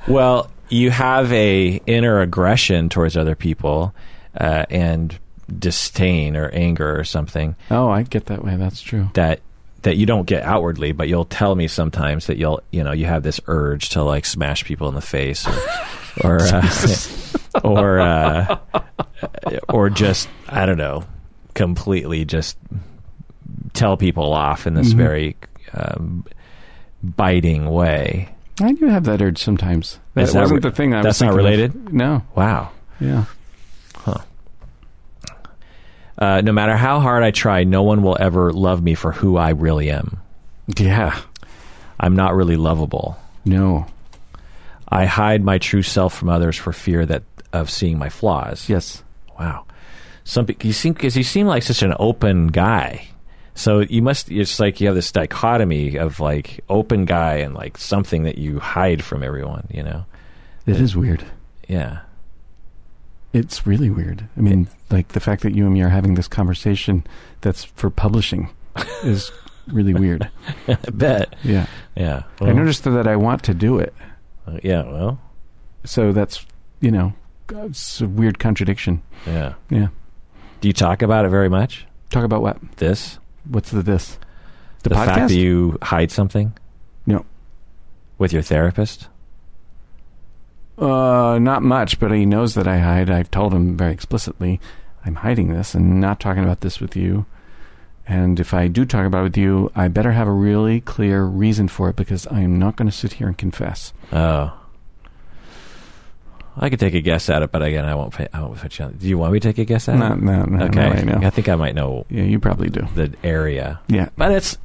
[SPEAKER 2] Well, you have a inner aggression towards other people, uh, and disdain or anger or something
[SPEAKER 3] Oh, I get that way. That's true.
[SPEAKER 2] that that you don't get outwardly, but you'll tell me sometimes that you'll you know you have this urge to like smash people in the face, or or uh, or, uh, or just I don't know, completely just tell people off in this
[SPEAKER 3] Mhm.
[SPEAKER 2] very um, biting way.
[SPEAKER 3] I do have that urge sometimes. That
[SPEAKER 2] Is that
[SPEAKER 3] wasn't
[SPEAKER 2] re-
[SPEAKER 3] the thing I was
[SPEAKER 2] that's not
[SPEAKER 3] thinking of.
[SPEAKER 2] related?
[SPEAKER 3] No.
[SPEAKER 2] Wow.
[SPEAKER 3] Yeah.
[SPEAKER 2] Uh, no matter how hard I try, no one will ever love me for who I really am.
[SPEAKER 3] Yeah.
[SPEAKER 2] I'm not really lovable.
[SPEAKER 3] No.
[SPEAKER 2] I hide my true self from others for fear that of seeing my flaws.
[SPEAKER 3] Yes.
[SPEAKER 2] Wow. Some pe- you seem because you seem like such an open guy. So you must. It's like you have this dichotomy of like open guy and like something that you hide from everyone. You know.
[SPEAKER 3] It is weird.
[SPEAKER 2] Yeah.
[SPEAKER 3] It's really weird. I mean, like the fact that you and me are having this conversation that's for publishing is really weird.
[SPEAKER 2] I bet.
[SPEAKER 3] Yeah.
[SPEAKER 2] Yeah.
[SPEAKER 3] I
[SPEAKER 2] Well,
[SPEAKER 3] noticed that I want to do it.
[SPEAKER 2] uh, Yeah. Well.
[SPEAKER 3] So that's, you know, it's a weird contradiction.
[SPEAKER 2] Yeah.
[SPEAKER 3] Yeah.
[SPEAKER 2] Do you talk about it very much?
[SPEAKER 3] Talk about what?
[SPEAKER 2] This.
[SPEAKER 3] What's the this? The,
[SPEAKER 2] fact that you hide something?
[SPEAKER 3] No.
[SPEAKER 2] With your therapist?
[SPEAKER 3] Uh, not much, but he knows that I hide. I've told him very explicitly, I'm hiding this and not talking about this with you. And if I do talk about it with you, I better have a really clear reason for it because I am not going to sit here and confess.
[SPEAKER 2] Oh. I could take a guess at it, but again, I won't. Pay, I won't put you on. Do you want me to take a guess at
[SPEAKER 3] No,
[SPEAKER 2] it?
[SPEAKER 3] no, no,
[SPEAKER 2] okay.
[SPEAKER 3] no, I know.
[SPEAKER 2] I think I might know
[SPEAKER 3] Yeah, you probably do.
[SPEAKER 2] the area,
[SPEAKER 3] Yeah,
[SPEAKER 2] but it's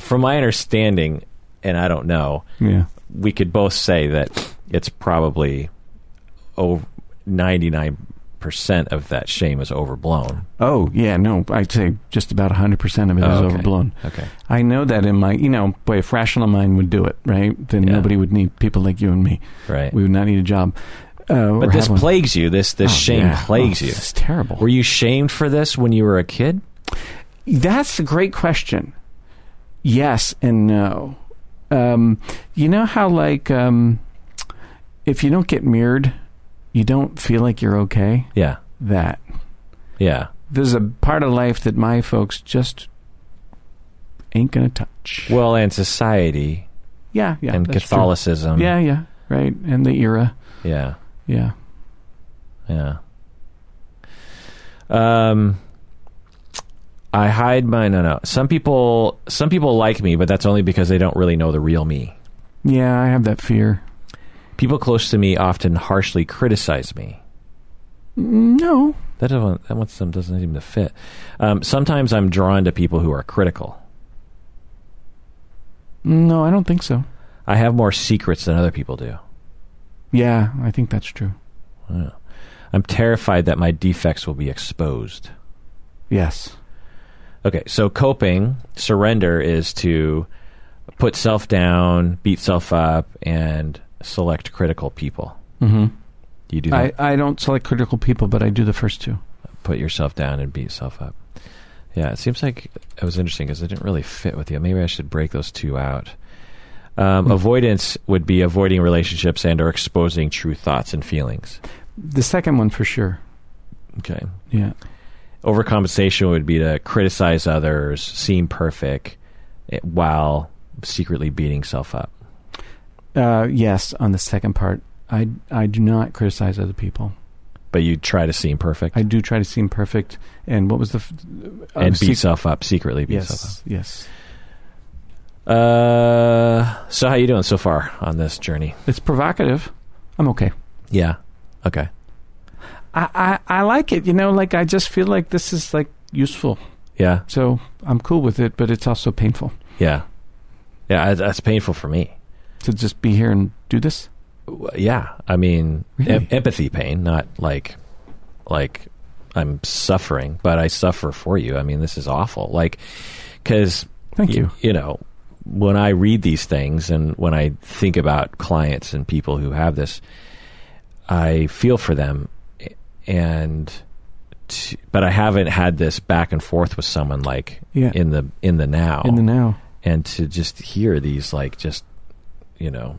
[SPEAKER 2] from my understanding, and I don't know.
[SPEAKER 3] yeah.
[SPEAKER 2] We could both say that it's probably over ninety nine percent of that shame is overblown.
[SPEAKER 3] Oh, yeah, no, I'd say just about 100% of it is
[SPEAKER 2] Oh, okay.
[SPEAKER 3] overblown.
[SPEAKER 2] Okay.
[SPEAKER 3] I know that in my, you know, boy, if rational mind would do it, right, then
[SPEAKER 2] Yeah.
[SPEAKER 3] nobody would need people like you and me.
[SPEAKER 2] Right.
[SPEAKER 3] We would not need a job. Uh, or
[SPEAKER 2] but this
[SPEAKER 3] have one.
[SPEAKER 2] plagues you. This this
[SPEAKER 3] Oh,
[SPEAKER 2] shame
[SPEAKER 3] yeah.
[SPEAKER 2] plagues
[SPEAKER 3] Oh,
[SPEAKER 2] you.
[SPEAKER 3] This is terrible.
[SPEAKER 2] Were you shamed for this when you were a kid?
[SPEAKER 3] That's a great question. Yes and no. Um, you know how, like, um, if you don't get mirrored, you don't feel like you're okay?
[SPEAKER 2] Yeah.
[SPEAKER 3] That.
[SPEAKER 2] Yeah.
[SPEAKER 3] There's a part of life that my folks just ain't going to touch.
[SPEAKER 2] Well, and society
[SPEAKER 3] yeah, yeah.
[SPEAKER 2] and
[SPEAKER 3] that's
[SPEAKER 2] Catholicism.
[SPEAKER 3] true. Yeah, yeah. Right. And the era.
[SPEAKER 2] Yeah.
[SPEAKER 3] Yeah.
[SPEAKER 2] Yeah. Um I hide my no no. Some people some people like me, but that's only because they don't really know the real me.
[SPEAKER 3] Yeah, I have that fear.
[SPEAKER 2] People close to me often harshly criticize me.
[SPEAKER 3] No.
[SPEAKER 2] That doesn't that one some doesn't seem to fit. Um, sometimes I'm drawn to people who are critical.
[SPEAKER 3] No, I don't think so.
[SPEAKER 2] I have more secrets than other people do.
[SPEAKER 3] Yeah, I think that's true.
[SPEAKER 2] Yeah. I'm terrified that my defects will be exposed.
[SPEAKER 3] Yes.
[SPEAKER 2] Okay, so coping, surrender is to put self down, beat self up, and select critical people.
[SPEAKER 3] Mm-hmm.
[SPEAKER 2] Do you do that?
[SPEAKER 3] I, I don't select critical people, but I do the first two.
[SPEAKER 2] put yourself down and beat yourself up. Yeah, it seems like it was interesting because it didn't really fit with you. Maybe I should break those two out. Um,
[SPEAKER 3] Hmm.
[SPEAKER 2] Avoidance would be avoiding relationships and or exposing true thoughts and feelings.
[SPEAKER 3] The second one for sure.
[SPEAKER 2] Okay.
[SPEAKER 3] Yeah.
[SPEAKER 2] Overcompensation would be to criticize others, seem perfect, eh, while secretly beating self up.
[SPEAKER 3] Uh, yes, on the second part, I I do not criticize other people.
[SPEAKER 2] But you try to seem perfect
[SPEAKER 3] I do try to seem perfect. And what was the f- uh,
[SPEAKER 2] and beat
[SPEAKER 3] sec-
[SPEAKER 2] self up, secretly beat self up.
[SPEAKER 3] Yes, yes.
[SPEAKER 2] Uh, so how you doing so far on this journey?
[SPEAKER 3] It's provocative. I'm okay.
[SPEAKER 2] Yeah. Okay.
[SPEAKER 3] I, I I like it. You know, like I just feel like this is like useful.
[SPEAKER 2] Yeah.
[SPEAKER 3] So I'm cool with it, but it's also painful
[SPEAKER 2] Yeah. Yeah. I- That's painful for me.
[SPEAKER 3] to just be here and do this.
[SPEAKER 2] W- Yeah. I mean,
[SPEAKER 3] Really?
[SPEAKER 2] em- empathy pain, not like, like I'm suffering, but I suffer for you. I mean, this is awful. Like, cause
[SPEAKER 3] Thank you.
[SPEAKER 2] You know, when I read these things and when I think about clients and people who have this, I feel for them, and t- but I haven't had this back and forth with someone like
[SPEAKER 3] Yeah.
[SPEAKER 2] in the in the now,
[SPEAKER 3] In the now.
[SPEAKER 2] and to just hear these like just you know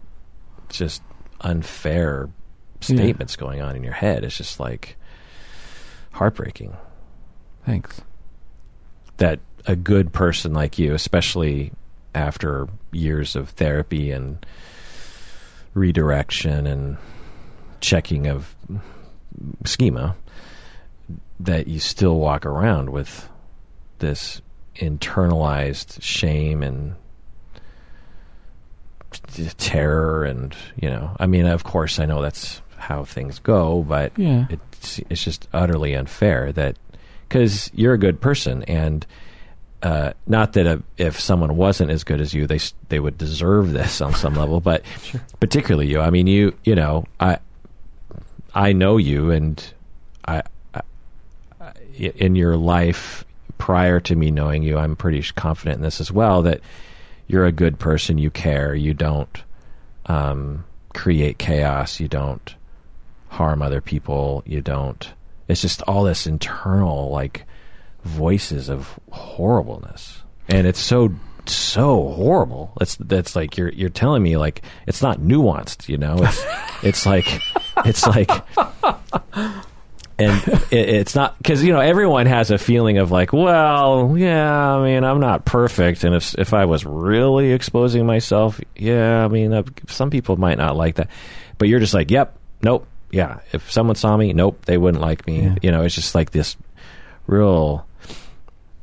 [SPEAKER 2] just unfair statements going on in your head it's just like heartbreaking
[SPEAKER 3] Thanks.
[SPEAKER 2] that a good person like you, especially after years of therapy and redirection and checking of schema, that you still walk around with this internalized shame and t- terror and you know i mean of course i know that's how things go but
[SPEAKER 3] Yeah.
[SPEAKER 2] it's it's just utterly unfair that because you're a good person and uh, not that uh if someone wasn't as good as you, they s- they would deserve this on some level, but
[SPEAKER 3] Sure.
[SPEAKER 2] particularly you. I mean, you you know, I I know you, and I, I I- in your life prior to me knowing you, I'm pretty sh- confident in this as well that you're a good person. You care. You don't um, create chaos. You don't harm other people. You don't. It's just all this internal like voices of horribleness, and it's so so horrible. That's that's like you're you're telling me like it's not nuanced. You know, it's it's like it's like. And it, it's not because you know everyone has a feeling of like, well, yeah, I mean, I'm not perfect, and if if I was really exposing myself, yeah, I mean, uh, some people might not like that, but you're just like, yep, nope, yeah. If someone saw me, nope, they wouldn't like me.
[SPEAKER 3] Yeah.
[SPEAKER 2] You know, it's just like this real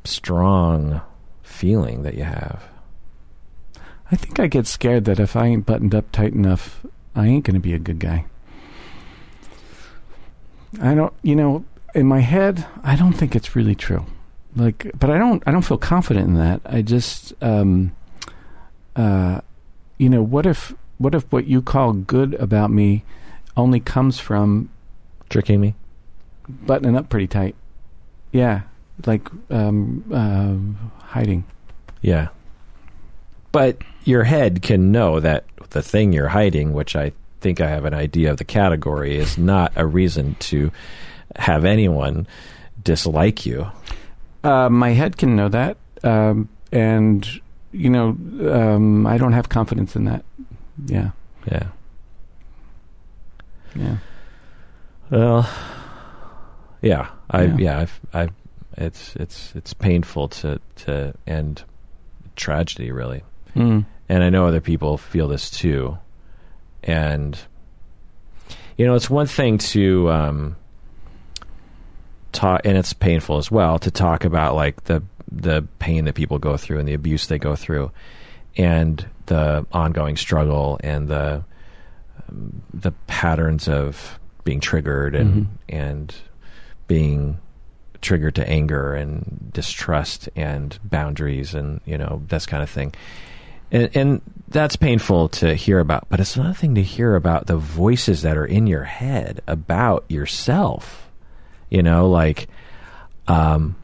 [SPEAKER 2] strong feeling that you have.
[SPEAKER 3] I think I get scared that if I ain't buttoned up tight enough, I ain't going to be a good guy. I don't, you know, in my head, I don't think it's really true. Like, but I don't, I don't feel confident in that. I just, um, uh, you know, what if, what if what you call good about me only comes from
[SPEAKER 2] Tricking me?
[SPEAKER 3] buttoning up pretty tight? Yeah, like um, uh, hiding.
[SPEAKER 2] Yeah. But your head can know that the thing you're hiding, which I think I have an idea of the category, is not a reason to have anyone dislike you.
[SPEAKER 3] Uh, my head can know that, um, and you know, um, I don't have confidence in that. Yeah,
[SPEAKER 2] Yeah.
[SPEAKER 3] yeah,
[SPEAKER 2] Well, yeah. I
[SPEAKER 3] Yeah.
[SPEAKER 2] yeah, I've I it's it's it's painful to to end tragedy really.
[SPEAKER 3] mm.
[SPEAKER 2] and I know other people feel this too. And you know, it's one thing to um, talk, and it's painful as well to talk about like the the pain that people go through and the abuse they go through, and the ongoing struggle and the um, the patterns of being triggered and
[SPEAKER 3] Mhm.
[SPEAKER 2] and being triggered to anger and distrust and boundaries and you know this kind of thing and, and that's painful to hear about. But it's another thing to hear about the voices that are in your head about yourself. You know, like, um,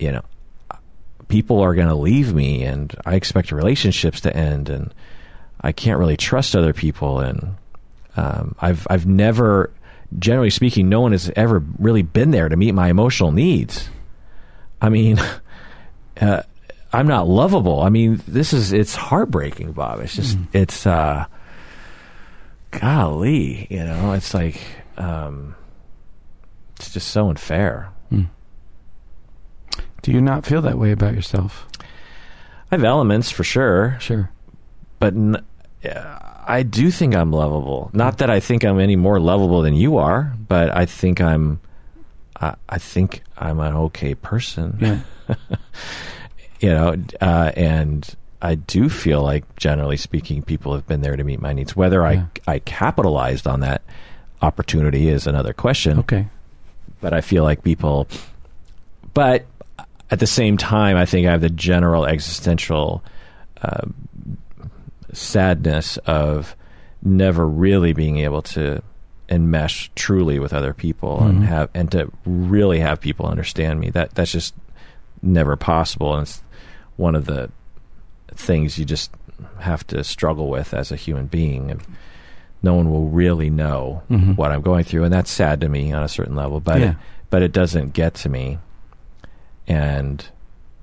[SPEAKER 2] you know, people are going to leave me, and I expect relationships to end, and I can't really trust other people, and um, I've I've never, generally speaking, no one has ever really been there to meet my emotional needs. I mean, uh, I'm not lovable. I mean, this is it's heartbreaking, Bob. It's just it's uh, golly, you know, it's like um, it's just so unfair.
[SPEAKER 3] Do you not feel that way about yourself?
[SPEAKER 2] I have elements for sure,
[SPEAKER 3] Sure.
[SPEAKER 2] but n- yeah, I do think I'm lovable. Not that I think I'm any more lovable than you are, but I think I'm. I, I think I'm an okay person.
[SPEAKER 3] Yeah.
[SPEAKER 2] you know, uh, and I do feel like, generally speaking, people have been there to meet my needs. Whether
[SPEAKER 3] Yeah.
[SPEAKER 2] I I capitalized on that opportunity is another question.
[SPEAKER 3] Okay.
[SPEAKER 2] But I feel like people, but at the same time, I think I have the general existential uh, sadness of never really being able to enmesh truly with other people and
[SPEAKER 3] Mhm.
[SPEAKER 2] have and to really have people understand me. That that's just never possible, and it's one of the things you just have to struggle with as a human being. And no one will really know
[SPEAKER 3] Mhm.
[SPEAKER 2] what I'm going through, and that's sad to me on a certain level. But
[SPEAKER 3] yeah.
[SPEAKER 2] it, but it doesn't get to me, and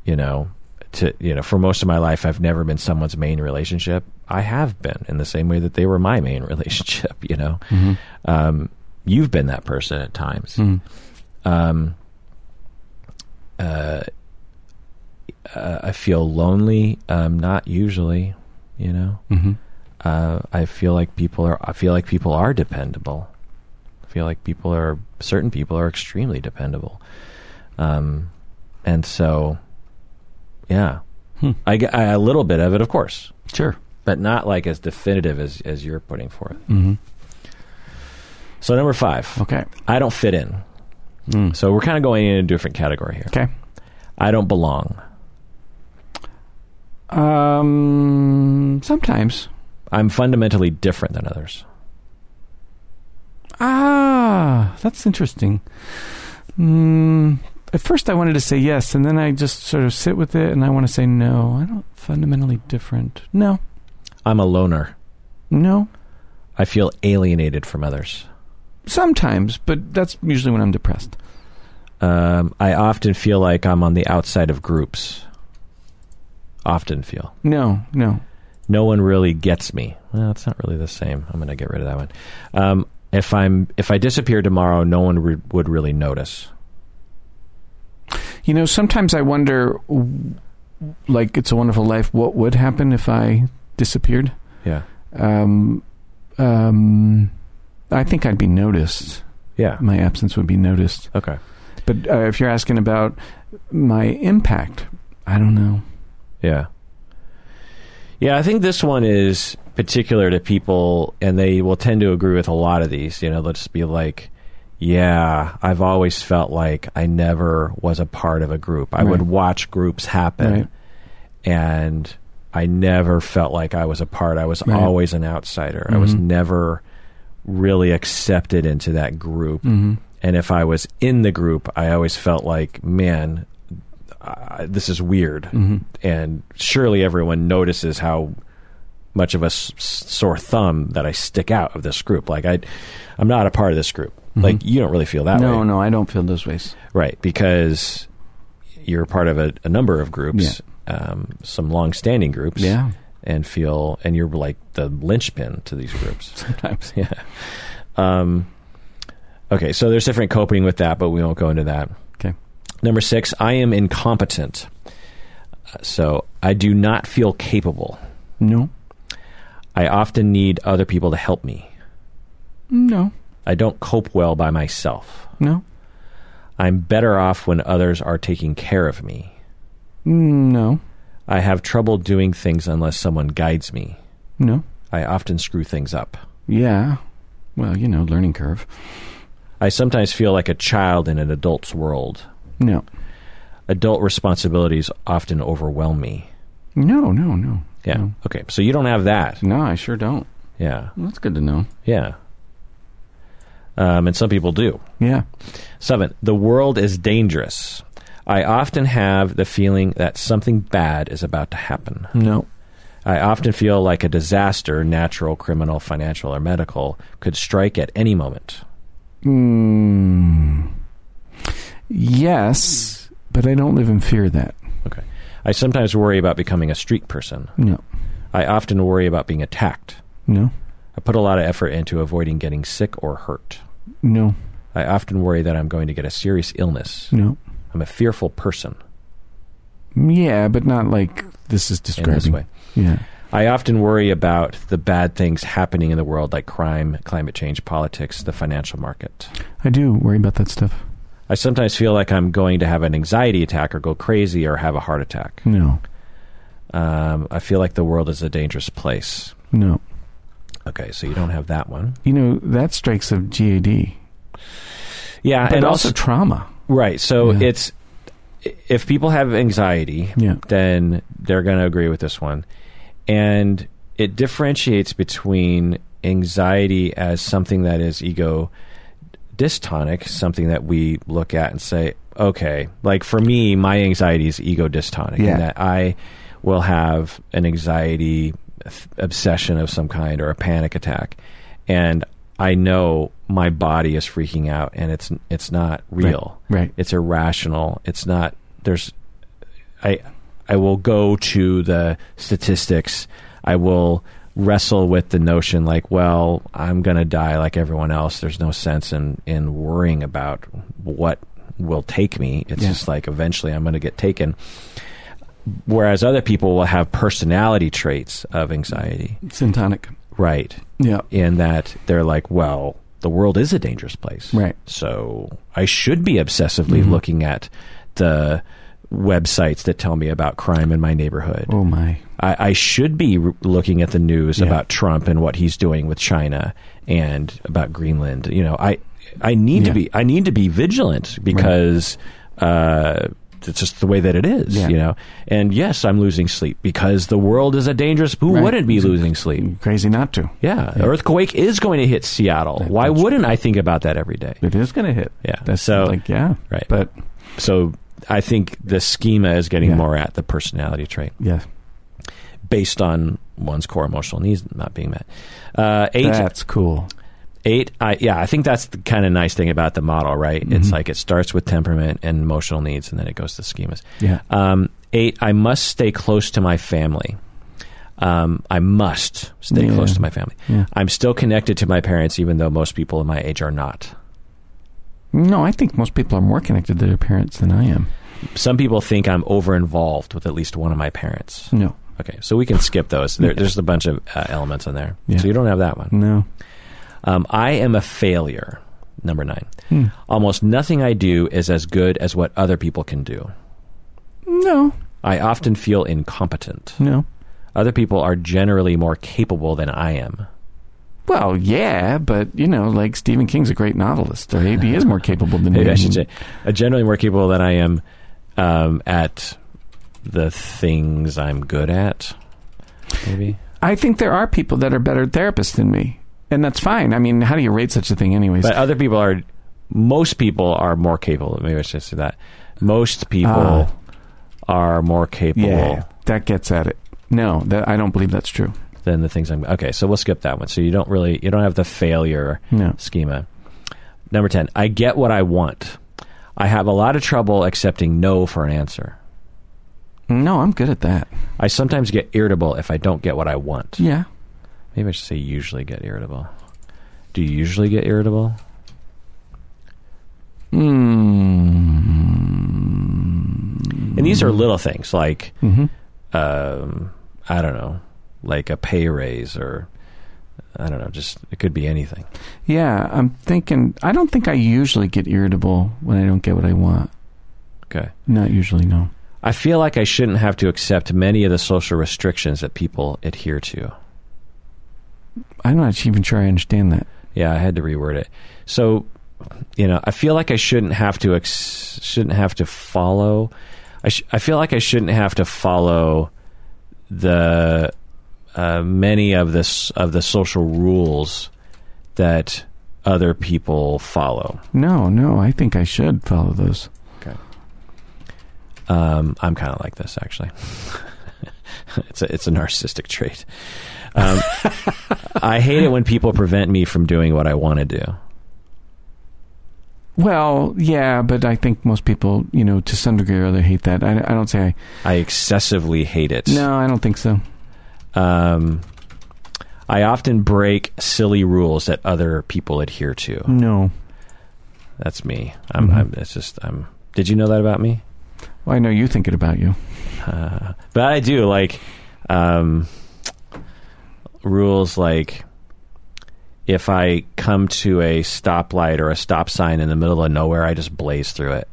[SPEAKER 2] you know, to you know, for most of my life, I've never been someone's main relationship. I have been in the same way that they were my main relationship. You know,
[SPEAKER 3] Mhm.
[SPEAKER 2] um, you've been that person at times
[SPEAKER 3] Mm.
[SPEAKER 2] um, uh, uh, I feel lonely. Um, not usually, you know.
[SPEAKER 3] Mhm.
[SPEAKER 2] Uh, I feel like people are. I feel like people are dependable. I feel like people are. Certain people are extremely dependable. Um, and so, yeah,
[SPEAKER 3] Hmm.
[SPEAKER 2] I get I- a little bit of it, of course,
[SPEAKER 3] Sure.
[SPEAKER 2] but not like as definitive as as you're putting forth.
[SPEAKER 3] hmm
[SPEAKER 2] So number five,
[SPEAKER 3] Okay.
[SPEAKER 2] I don't fit in.
[SPEAKER 3] Mm.
[SPEAKER 2] So we're kind of going in a different category here.
[SPEAKER 3] Okay.
[SPEAKER 2] I don't belong.
[SPEAKER 3] Um, sometimes.
[SPEAKER 2] I'm fundamentally different than others.
[SPEAKER 3] Ah, that's interesting. Mm, at first, I wanted to say yes, and then I just sort of sit with it, and I want to say no. I don't fundamentally different. No,
[SPEAKER 2] I'm a loner.
[SPEAKER 3] no.
[SPEAKER 2] I feel alienated from others.
[SPEAKER 3] Sometimes, but that's usually when I'm depressed.
[SPEAKER 2] Um, I often feel like I'm on the outside of groups. Often feel.
[SPEAKER 3] No, no.
[SPEAKER 2] No one really gets me. Well, it's not really the same. I'm going to get rid of that one. Um, if I'm if I disappear tomorrow, no one re- would really notice.
[SPEAKER 3] You know, sometimes I wonder, w- like, it's a wonderful life. What would happen if I disappeared?
[SPEAKER 2] Yeah.
[SPEAKER 3] Um, um, I think I'd be noticed.
[SPEAKER 2] Yeah.
[SPEAKER 3] My absence would be noticed.
[SPEAKER 2] Okay.
[SPEAKER 3] But uh, if you're asking about my impact, I don't know.
[SPEAKER 2] Yeah. Yeah, I think this one is particular to people, and they will tend to agree with a lot of these. You know, they'll just be like, yeah, I've always felt like I never was a part of a group. I would
[SPEAKER 3] Right.
[SPEAKER 2] watch groups happen,
[SPEAKER 3] Right.
[SPEAKER 2] and I never felt like I was a part. I was
[SPEAKER 3] Right.
[SPEAKER 2] always an outsider. I was
[SPEAKER 3] Mhm.
[SPEAKER 2] never really accepted into that group
[SPEAKER 3] Mm-hmm.
[SPEAKER 2] and if I was in the group, I always felt like, man, uh, this is weird,
[SPEAKER 3] Mhm.
[SPEAKER 2] and surely everyone notices how much of a s- s- sore thumb that I stick out of this group. Like I, I'm not a part of this group. Like you don't really feel that
[SPEAKER 3] Mm-hmm. No,
[SPEAKER 2] way,
[SPEAKER 3] no, I don't feel those ways.
[SPEAKER 2] right? Because you're part of a, a number of groups, um, some long-standing groups,
[SPEAKER 3] Yeah,
[SPEAKER 2] and feel, and you're like the linchpin to these groups.
[SPEAKER 3] sometimes.
[SPEAKER 2] Yeah. Um, okay, so there's different coping with that, but we won't go into that.
[SPEAKER 3] Okay.
[SPEAKER 2] Number six, I am incompetent. Uh, So I do not feel capable.
[SPEAKER 3] No,
[SPEAKER 2] I often need other people to help me.
[SPEAKER 3] no,
[SPEAKER 2] I don't cope well by myself.
[SPEAKER 3] no,
[SPEAKER 2] I'm better off when others are taking care of me.
[SPEAKER 3] no,
[SPEAKER 2] I have trouble doing things unless someone guides me.
[SPEAKER 3] no.
[SPEAKER 2] I often screw things up.
[SPEAKER 3] Yeah. Well, you know, learning curve.
[SPEAKER 2] I sometimes feel like a child in an adult's world.
[SPEAKER 3] No,
[SPEAKER 2] Adult responsibilities often overwhelm me.
[SPEAKER 3] no, no, no.
[SPEAKER 2] Yeah.
[SPEAKER 3] No.
[SPEAKER 2] Okay. So you don't have that.
[SPEAKER 3] No, I sure don't.
[SPEAKER 2] Yeah.
[SPEAKER 3] Well, that's good to know.
[SPEAKER 2] Yeah. Um, and some people do.
[SPEAKER 3] Yeah.
[SPEAKER 2] Seven, the world is dangerous. I often have the feeling that something bad is about to happen.
[SPEAKER 3] No.
[SPEAKER 2] I often feel like a disaster, natural, criminal, financial, or medical, could strike at any moment.
[SPEAKER 3] Mm. Yes, but I don't live in fear of that.
[SPEAKER 2] I sometimes worry about becoming a street person.
[SPEAKER 3] No.
[SPEAKER 2] I often worry about being attacked.
[SPEAKER 3] No.
[SPEAKER 2] I put a lot of effort into avoiding getting sick or hurt.
[SPEAKER 3] No.
[SPEAKER 2] I often worry that I'm going to get a serious illness.
[SPEAKER 3] No.
[SPEAKER 2] I'm a fearful person
[SPEAKER 3] Yeah, but not like this is
[SPEAKER 2] in
[SPEAKER 3] describing.
[SPEAKER 2] this way.
[SPEAKER 3] Yeah.
[SPEAKER 2] I often worry about the bad things happening in the world, like crime, climate change, politics, the financial market.
[SPEAKER 3] I do worry about that stuff.
[SPEAKER 2] I sometimes feel like I'm going to have an anxiety attack or go crazy or have a heart attack.
[SPEAKER 3] No.
[SPEAKER 2] Um, I feel like the world is a dangerous place.
[SPEAKER 3] No.
[SPEAKER 2] Okay, so you don't have that one.
[SPEAKER 3] You know, that strikes of GAD.
[SPEAKER 2] Yeah,
[SPEAKER 3] But
[SPEAKER 2] and
[SPEAKER 3] also
[SPEAKER 2] Uh, also,
[SPEAKER 3] trauma.
[SPEAKER 2] right. So
[SPEAKER 3] Yeah.
[SPEAKER 2] it's if people have anxiety,
[SPEAKER 3] Yeah.
[SPEAKER 2] then they're going to agree with this one. And it differentiates between anxiety as something that is ego dystonic, something that we look at and say, okay, like for me, my anxiety is ego dystonic,
[SPEAKER 3] Yeah.
[SPEAKER 2] in that I will have an anxiety th- obsession of some kind or a panic attack. And I know my body is freaking out and it's it's not real
[SPEAKER 3] Right.
[SPEAKER 2] it's irrational it's not there's i i will go to the statistics i will wrestle with the notion like well i'm going to die like everyone else there's no sense in in worrying about what will take me it's
[SPEAKER 3] Yeah.
[SPEAKER 2] just like eventually i'm going to get taken whereas other people will have personality traits of anxiety
[SPEAKER 3] Syntonic.
[SPEAKER 2] right
[SPEAKER 3] Yeah.
[SPEAKER 2] in that they're like well the world is a dangerous place
[SPEAKER 3] Right.
[SPEAKER 2] so I should be obsessively
[SPEAKER 3] Mhm.
[SPEAKER 2] looking at the websites that tell me about crime in my neighborhood.
[SPEAKER 3] Oh my.
[SPEAKER 2] I, I should be r looking at the news
[SPEAKER 3] Yeah.
[SPEAKER 2] about Trump and what he's doing with China and about Greenland. You know, I I need
[SPEAKER 3] Yeah.
[SPEAKER 2] to be I need to be vigilant because uh, it's just the way that it is.
[SPEAKER 3] Yeah.
[SPEAKER 2] You know, and yes, I'm losing sleep because the world is a dangerous. Who
[SPEAKER 3] Right.
[SPEAKER 2] wouldn't be losing sleep?
[SPEAKER 3] Crazy not to.
[SPEAKER 2] Yeah,
[SPEAKER 3] Yeah.
[SPEAKER 2] earthquake is going to hit Seattle.
[SPEAKER 3] That-
[SPEAKER 2] Why
[SPEAKER 3] that's-
[SPEAKER 2] wouldn't I think about that every day?
[SPEAKER 3] It is going to hit.
[SPEAKER 2] Yeah.
[SPEAKER 3] That's
[SPEAKER 2] Uh, so
[SPEAKER 3] like yeah.
[SPEAKER 2] right.
[SPEAKER 3] But
[SPEAKER 2] so I think the schema is getting
[SPEAKER 3] Yeah.
[SPEAKER 2] more at the personality trait
[SPEAKER 3] yeah.
[SPEAKER 2] based on one's core emotional needs not being met. Uh, eight,
[SPEAKER 3] That's cool.
[SPEAKER 2] eight. I, yeah, I think that's the kind of nice thing about the model, right? It's
[SPEAKER 3] Mhm.
[SPEAKER 2] like it starts with temperament and emotional needs, and then it goes to schemas.
[SPEAKER 3] Yeah.
[SPEAKER 2] Um, eight. I must stay close to my family. Um, I must stay
[SPEAKER 3] Yeah.
[SPEAKER 2] close to my family.
[SPEAKER 3] Yeah.
[SPEAKER 2] I'm still connected to my parents, even though most people in my age are not.
[SPEAKER 3] No, I think most people are more connected to their parents than I am.
[SPEAKER 2] Some people think I'm over involved with at least one of my parents.
[SPEAKER 3] No.
[SPEAKER 2] Okay, so we can skip those. There,
[SPEAKER 3] Yeah.
[SPEAKER 2] There's a bunch of uh, elements in there.
[SPEAKER 3] Yeah.
[SPEAKER 2] So you don't have that one.
[SPEAKER 3] No.
[SPEAKER 2] Um, I am a failure, number nine.
[SPEAKER 3] Hmm.
[SPEAKER 2] Almost nothing I do is as good as what other people can do.
[SPEAKER 3] No.
[SPEAKER 2] I often feel incompetent.
[SPEAKER 3] No.
[SPEAKER 2] Other people are generally more capable than I am.
[SPEAKER 3] Well, yeah, but you know, like Stephen King's a great novelist, or maybe he is more capable than
[SPEAKER 2] Maybe
[SPEAKER 3] me.
[SPEAKER 2] I should say, uh, generally more capable than I am um, at the things I'm good at. Maybe.
[SPEAKER 3] I think there are people that are better therapists than me, and that's fine. I mean, how do you rate such a thing, anyways?
[SPEAKER 2] But other people are, most people are more capable. Maybe I should say that. Most people
[SPEAKER 3] Ah.
[SPEAKER 2] are more capable
[SPEAKER 3] yeah, that gets at it. No, that I don't believe that's true.
[SPEAKER 2] than the things I'm. Okay, so we'll skip that one. So you don't really, you don't have the failure
[SPEAKER 3] No.
[SPEAKER 2] schema. Number 10, I get what I want. I have a lot of trouble accepting no for an answer.
[SPEAKER 3] No, I'm good at that.
[SPEAKER 2] I sometimes get irritable if I don't get what I want.
[SPEAKER 3] Yeah.
[SPEAKER 2] Maybe I should say usually get irritable. Do you usually get irritable?
[SPEAKER 3] Mm.
[SPEAKER 2] And these are little things like
[SPEAKER 3] hmm
[SPEAKER 2] um, I don't know, like a pay raise or I don't know, just it could be anything.
[SPEAKER 3] Yeah, I'm thinking. I don't think I usually get irritable when I don't get what I want.
[SPEAKER 2] Okay.
[SPEAKER 3] Not usually, no.
[SPEAKER 2] I feel like I shouldn't have to accept many of the social restrictions that people adhere to.
[SPEAKER 3] I'm not even sure I understand that.
[SPEAKER 2] Yeah, I had to reword it. So, you know, I feel like I shouldn't have to ex- shouldn't have to follow. I sh- I feel like I shouldn't have to follow the uh, many of this of the social rules that other people follow.
[SPEAKER 3] No, no, I think I should follow those.
[SPEAKER 2] Um, I'm kind of like this actually. it's a it's a narcissistic trait. Um, I hate it when people prevent me from doing what I want to do.
[SPEAKER 3] Well, yeah, but I think most people, you know, to some degree or other, hate that. I, I don't say I.
[SPEAKER 2] I excessively hate it.
[SPEAKER 3] No, I don't think so.
[SPEAKER 2] Um, I often break silly rules that other people adhere to.
[SPEAKER 3] No,
[SPEAKER 2] That's me. I'm.
[SPEAKER 3] Mhm.
[SPEAKER 2] I'm it's just. I'm. Did you know that about me?
[SPEAKER 3] well, I know you think it about you.
[SPEAKER 2] Uh, but I do like um, rules like if I come to a stoplight or a stop sign in the middle of nowhere, I just blaze through it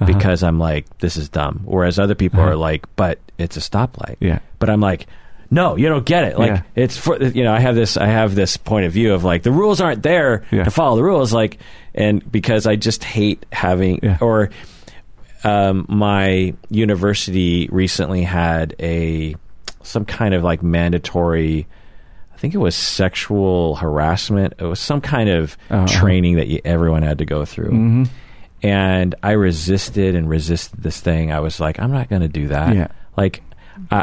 [SPEAKER 3] Uh-huh.
[SPEAKER 2] because I'm like, this is dumb. Whereas other people
[SPEAKER 3] Uh-huh.
[SPEAKER 2] are like, but it's a stoplight.
[SPEAKER 3] yeah,
[SPEAKER 2] But I'm like, no, you don't get it. Like
[SPEAKER 3] Yeah.
[SPEAKER 2] it's for you know, I have this I have this point of view of like the rules aren't there
[SPEAKER 3] Yeah.
[SPEAKER 2] to follow the rules, like and because I just hate having
[SPEAKER 3] Yeah.
[SPEAKER 2] or um, my university recently had a some kind of like mandatory I think it was sexual harassment. It was some kind of
[SPEAKER 3] Uh-huh.
[SPEAKER 2] training that you, everyone had to go through.
[SPEAKER 3] hmm
[SPEAKER 2] And I resisted and resisted this thing. I was like, I'm not going to do that
[SPEAKER 3] yeah,
[SPEAKER 2] like uh,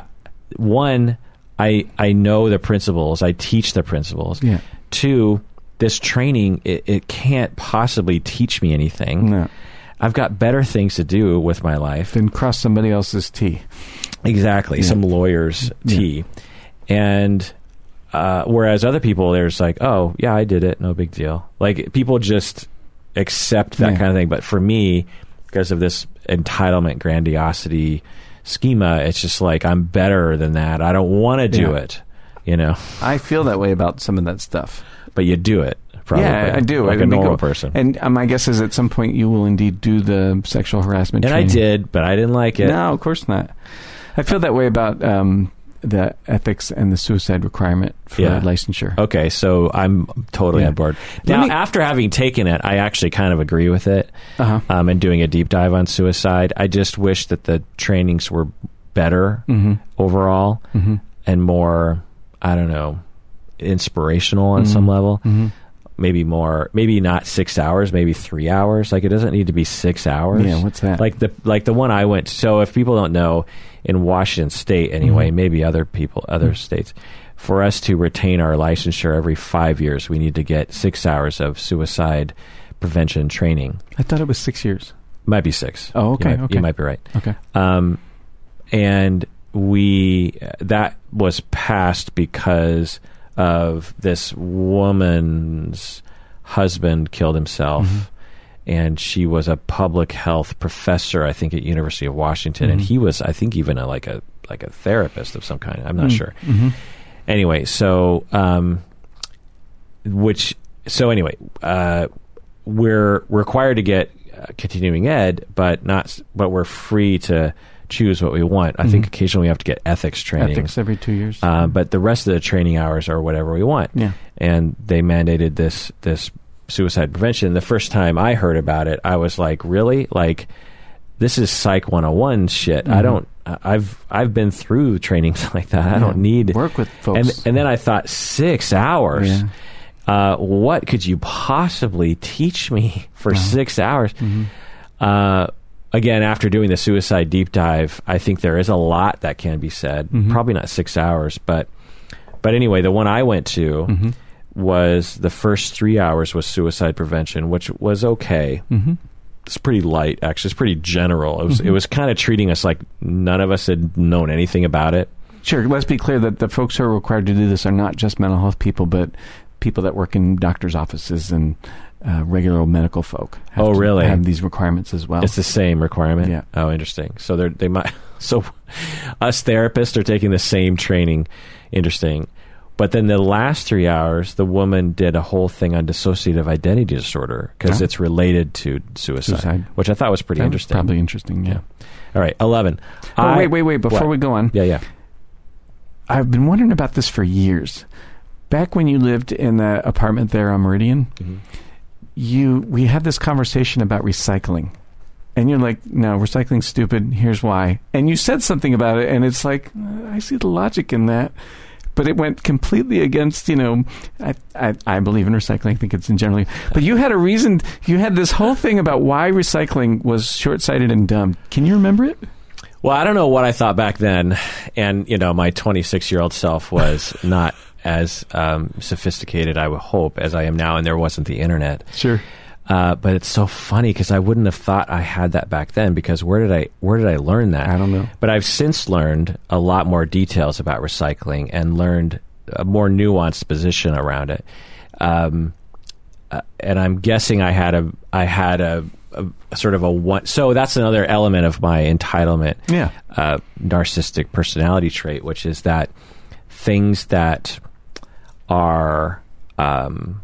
[SPEAKER 2] one i i know the principles i teach the principles
[SPEAKER 3] yeah.
[SPEAKER 2] two this training it, it can't possibly teach me anything
[SPEAKER 3] No,
[SPEAKER 2] i've got better things to do with my life
[SPEAKER 3] then cross somebody else's T.
[SPEAKER 2] exactly
[SPEAKER 3] Yeah.
[SPEAKER 2] some lawyer's
[SPEAKER 3] Yeah.
[SPEAKER 2] tea and uh, whereas other people there's like oh yeah i did it no big deal like people just accept that
[SPEAKER 3] Yeah.
[SPEAKER 2] kind of thing but for me because of this entitlement grandiosity schema it's just like i'm better than that i don't want to do
[SPEAKER 3] Yeah.
[SPEAKER 2] it you know
[SPEAKER 3] I feel that way about some of that stuff.
[SPEAKER 2] but you do it probably
[SPEAKER 3] I do.
[SPEAKER 2] like
[SPEAKER 3] I-
[SPEAKER 2] a
[SPEAKER 3] we go-
[SPEAKER 2] normal person and,
[SPEAKER 3] And uh, my guess is at some point you will indeed do the sexual harassment.
[SPEAKER 2] i
[SPEAKER 3] training.
[SPEAKER 2] did but i didn't like it
[SPEAKER 3] No, of course not. I feel that way about um, the ethics and the suicide requirement for
[SPEAKER 2] Yeah. Oh.
[SPEAKER 3] licensure.
[SPEAKER 2] Okay, so I'm totally
[SPEAKER 3] Yeah.
[SPEAKER 2] on board.
[SPEAKER 3] Let
[SPEAKER 2] Now,
[SPEAKER 3] me-
[SPEAKER 2] after having taken it, I actually kind of agree with it.
[SPEAKER 3] Uh huh.
[SPEAKER 2] um, and doing a deep dive on suicide. I just wish that the trainings were better
[SPEAKER 3] hmm
[SPEAKER 2] overall
[SPEAKER 3] hmm
[SPEAKER 2] and more, I don't know, inspirational on
[SPEAKER 3] Mhm.
[SPEAKER 2] some level.
[SPEAKER 3] hmm
[SPEAKER 2] Maybe more, maybe not six hours, maybe three hours. Like it doesn't need to be six hours.
[SPEAKER 3] Yeah. What's that?
[SPEAKER 2] like the like the one I went. So if people don't know, in Washington State anyway,
[SPEAKER 3] Mhm.
[SPEAKER 2] maybe other people, other
[SPEAKER 3] Mhm.
[SPEAKER 2] states, for us to retain our licensure every five years, we need to get six hours of suicide prevention training.
[SPEAKER 3] I thought it was six years.
[SPEAKER 2] Might be six.
[SPEAKER 3] Oh, okay.
[SPEAKER 2] You might,
[SPEAKER 3] okay.
[SPEAKER 2] you might be right.
[SPEAKER 3] Okay.
[SPEAKER 2] Um, and we that was passed because of this woman's husband killed himself,
[SPEAKER 3] Mhm.
[SPEAKER 2] and she was a public health professor, I think, at University of Washington, and
[SPEAKER 3] Mhm.
[SPEAKER 2] he was, I think, even a, like a like a therapist of some kind. I'm not
[SPEAKER 3] Mm.
[SPEAKER 2] sure.
[SPEAKER 3] Mhm.
[SPEAKER 2] Anyway, so um, which so anyway, uh, we're required to get uh, continuing ed, but not s- but we're free to choose what we want. I think
[SPEAKER 3] Mhm.
[SPEAKER 2] occasionally we have to get ethics training,
[SPEAKER 3] Ethics every two years.
[SPEAKER 2] uh, but the rest of the training hours are whatever we want.
[SPEAKER 3] yeah.
[SPEAKER 2] And they mandated this this suicide prevention. The first time I heard about it, I was like, really, like. This is Psych 101 shit. I
[SPEAKER 3] Mhm.
[SPEAKER 2] don't. I- I've I've been through trainings like that. I
[SPEAKER 3] Yeah.
[SPEAKER 2] don't need
[SPEAKER 3] Work with folks.
[SPEAKER 2] and, and then I thought, six hours?
[SPEAKER 3] Yeah.
[SPEAKER 2] Uh, what could you possibly teach me for
[SPEAKER 3] Uh-huh.
[SPEAKER 2] six hours?
[SPEAKER 3] Mhm.
[SPEAKER 2] Uh, again, after doing the suicide deep dive, I think there is a lot that can be said.
[SPEAKER 3] Mhm.
[SPEAKER 2] Probably not six hours, but but anyway, the one I went to
[SPEAKER 3] Mhm.
[SPEAKER 2] was the first three hours was suicide prevention, which was okay.
[SPEAKER 3] Mhm.
[SPEAKER 2] It's pretty light, actually. It's pretty general. It was
[SPEAKER 3] Mhm.
[SPEAKER 2] it was kind of treating us like none of us had known anything about it.
[SPEAKER 3] Sure. Let's be clear that the folks who are required to do this are not just mental health people, but people that work in doctors' offices and uh, regular medical folk. have
[SPEAKER 2] Oh,
[SPEAKER 3] to
[SPEAKER 2] really?
[SPEAKER 3] Have these requirements as well.
[SPEAKER 2] It's the same requirement.
[SPEAKER 3] Oh. Yeah.
[SPEAKER 2] Oh, interesting. So they're they might so us therapists are taking the same training. Interesting. But then the last three hours, the woman did a whole thing on dissociative identity disorder because
[SPEAKER 3] Oh.
[SPEAKER 2] it's related to suicide,
[SPEAKER 3] Suicide.
[SPEAKER 2] which I thought was pretty
[SPEAKER 3] That was
[SPEAKER 2] interesting.
[SPEAKER 3] Probably interesting. Yeah.
[SPEAKER 2] Yeah. All right, eleven.
[SPEAKER 3] Oh,
[SPEAKER 2] I-
[SPEAKER 3] wait, wait, wait. Before
[SPEAKER 2] What?
[SPEAKER 3] we go on,
[SPEAKER 2] Yeah, yeah.
[SPEAKER 3] I've been wondering about this for years. Back when you lived in the Mm-hmm. apartment there on Meridian, you we had this conversation about recycling. and you're like, no, recycling's stupid. Here's why. And you said something about it, and it's like, uh, I see the logic in that. But it went completely against, you know, I, I, I believe in recycling. I think it's in generally. But you had a reason. You had this whole thing about why recycling was short sighted and dumb. Can you remember it?
[SPEAKER 2] Well, I don't know what I thought back then, and you know, my 26 year old self was not as um, sophisticated, I would hope, as I am now, and there wasn't the internet.
[SPEAKER 3] Sure.
[SPEAKER 2] Uh, but it's so funny because I wouldn't have thought I had that back then. Because where did I where did I learn that?
[SPEAKER 3] I don't know.
[SPEAKER 2] But I've since learned a lot more details about recycling and learned a more nuanced position around it. Um, uh, and I'm guessing I had a I had a, a, a sort of a one. So that's another element of my entitlement,
[SPEAKER 3] Yeah.
[SPEAKER 2] uh, narcissistic personality trait, which is that things that are um,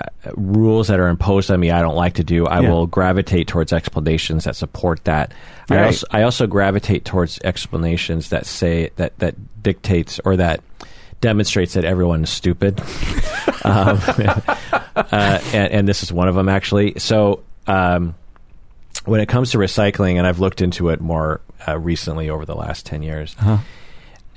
[SPEAKER 2] uh, rules that are imposed on me I don't like to do, I
[SPEAKER 3] Yeah.
[SPEAKER 2] will gravitate towards explanations that support that. I,
[SPEAKER 3] Right.
[SPEAKER 2] also, I also gravitate towards explanations that say that that dictates or that demonstrates that everyone is stupid. um, uh, and, and this is one of them actually. So. Um, when it comes to recycling, and I've looked into it more uh, recently over the last 10 years,
[SPEAKER 3] Uh-huh.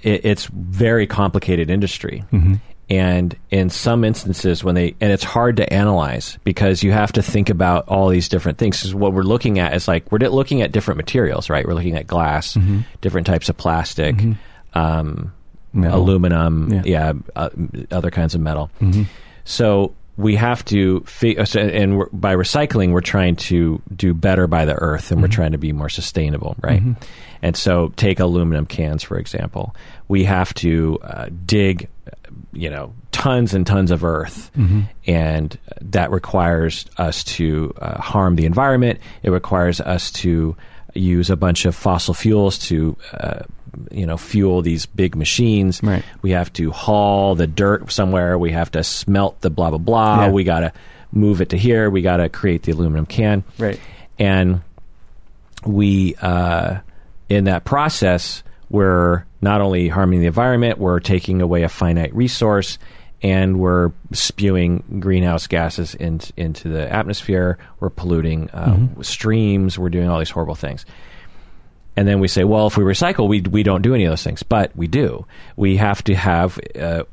[SPEAKER 2] it, it's very complicated industry
[SPEAKER 3] Mhm.
[SPEAKER 2] and in some instances when they and it's hard to analyze because you have to think about all these different things 'Cause what we're looking at is like we're di- looking at different materials right we're looking at glass
[SPEAKER 3] Mm-hmm.
[SPEAKER 2] different types of plastic
[SPEAKER 3] Mhm.
[SPEAKER 2] um,
[SPEAKER 3] Metal.
[SPEAKER 2] aluminum
[SPEAKER 3] Yeah.
[SPEAKER 2] yeah, uh, other kinds of metal
[SPEAKER 3] Mhm.
[SPEAKER 2] so we have to fi- uh, so- and we're, by recycling we're trying to do better by the earth and we're trying to be more sustainable right
[SPEAKER 3] Mhm.
[SPEAKER 2] and so take aluminum cans for example we have to uh, dig uh, you know tons and tons of earth
[SPEAKER 3] Mhm.
[SPEAKER 2] and that requires us to uh, harm the environment it requires us to use a bunch of fossil fuels to uh, you know fuel these big machines
[SPEAKER 3] Right.
[SPEAKER 2] we have to haul the dirt somewhere. We have to smelt the blah blah blah.
[SPEAKER 3] Yeah.
[SPEAKER 2] We gotta move it to here. We gotta create the aluminum can,
[SPEAKER 3] Right.
[SPEAKER 2] and we uh, in that process we're not only harming the environment, we're taking away a finite resource, and we're spewing greenhouse gases in, into the atmosphere. We're polluting uh, streams. We're doing all these horrible things. And then we say, well, if we recycle, we we don't do any of those things, but we do. We have to have uh,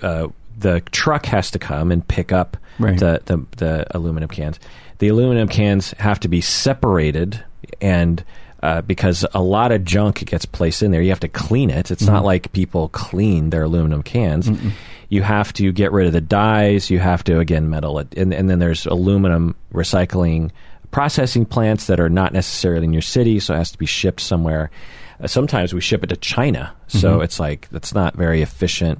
[SPEAKER 2] uh, the truck has to come and pick up
[SPEAKER 3] Right.
[SPEAKER 2] the, the the aluminum cans. The aluminum cans have to be separated, and uh, because a lot of junk gets placed in there, you have to clean it. It's not like people clean their aluminum cans. You have to get rid of the dyes. You have to again metal it, and, and then there's aluminum recycling processing plants that are not necessarily in your city, so it has to be shipped somewhere. Uh, sometimes we ship it to China, so it's like that's not very efficient.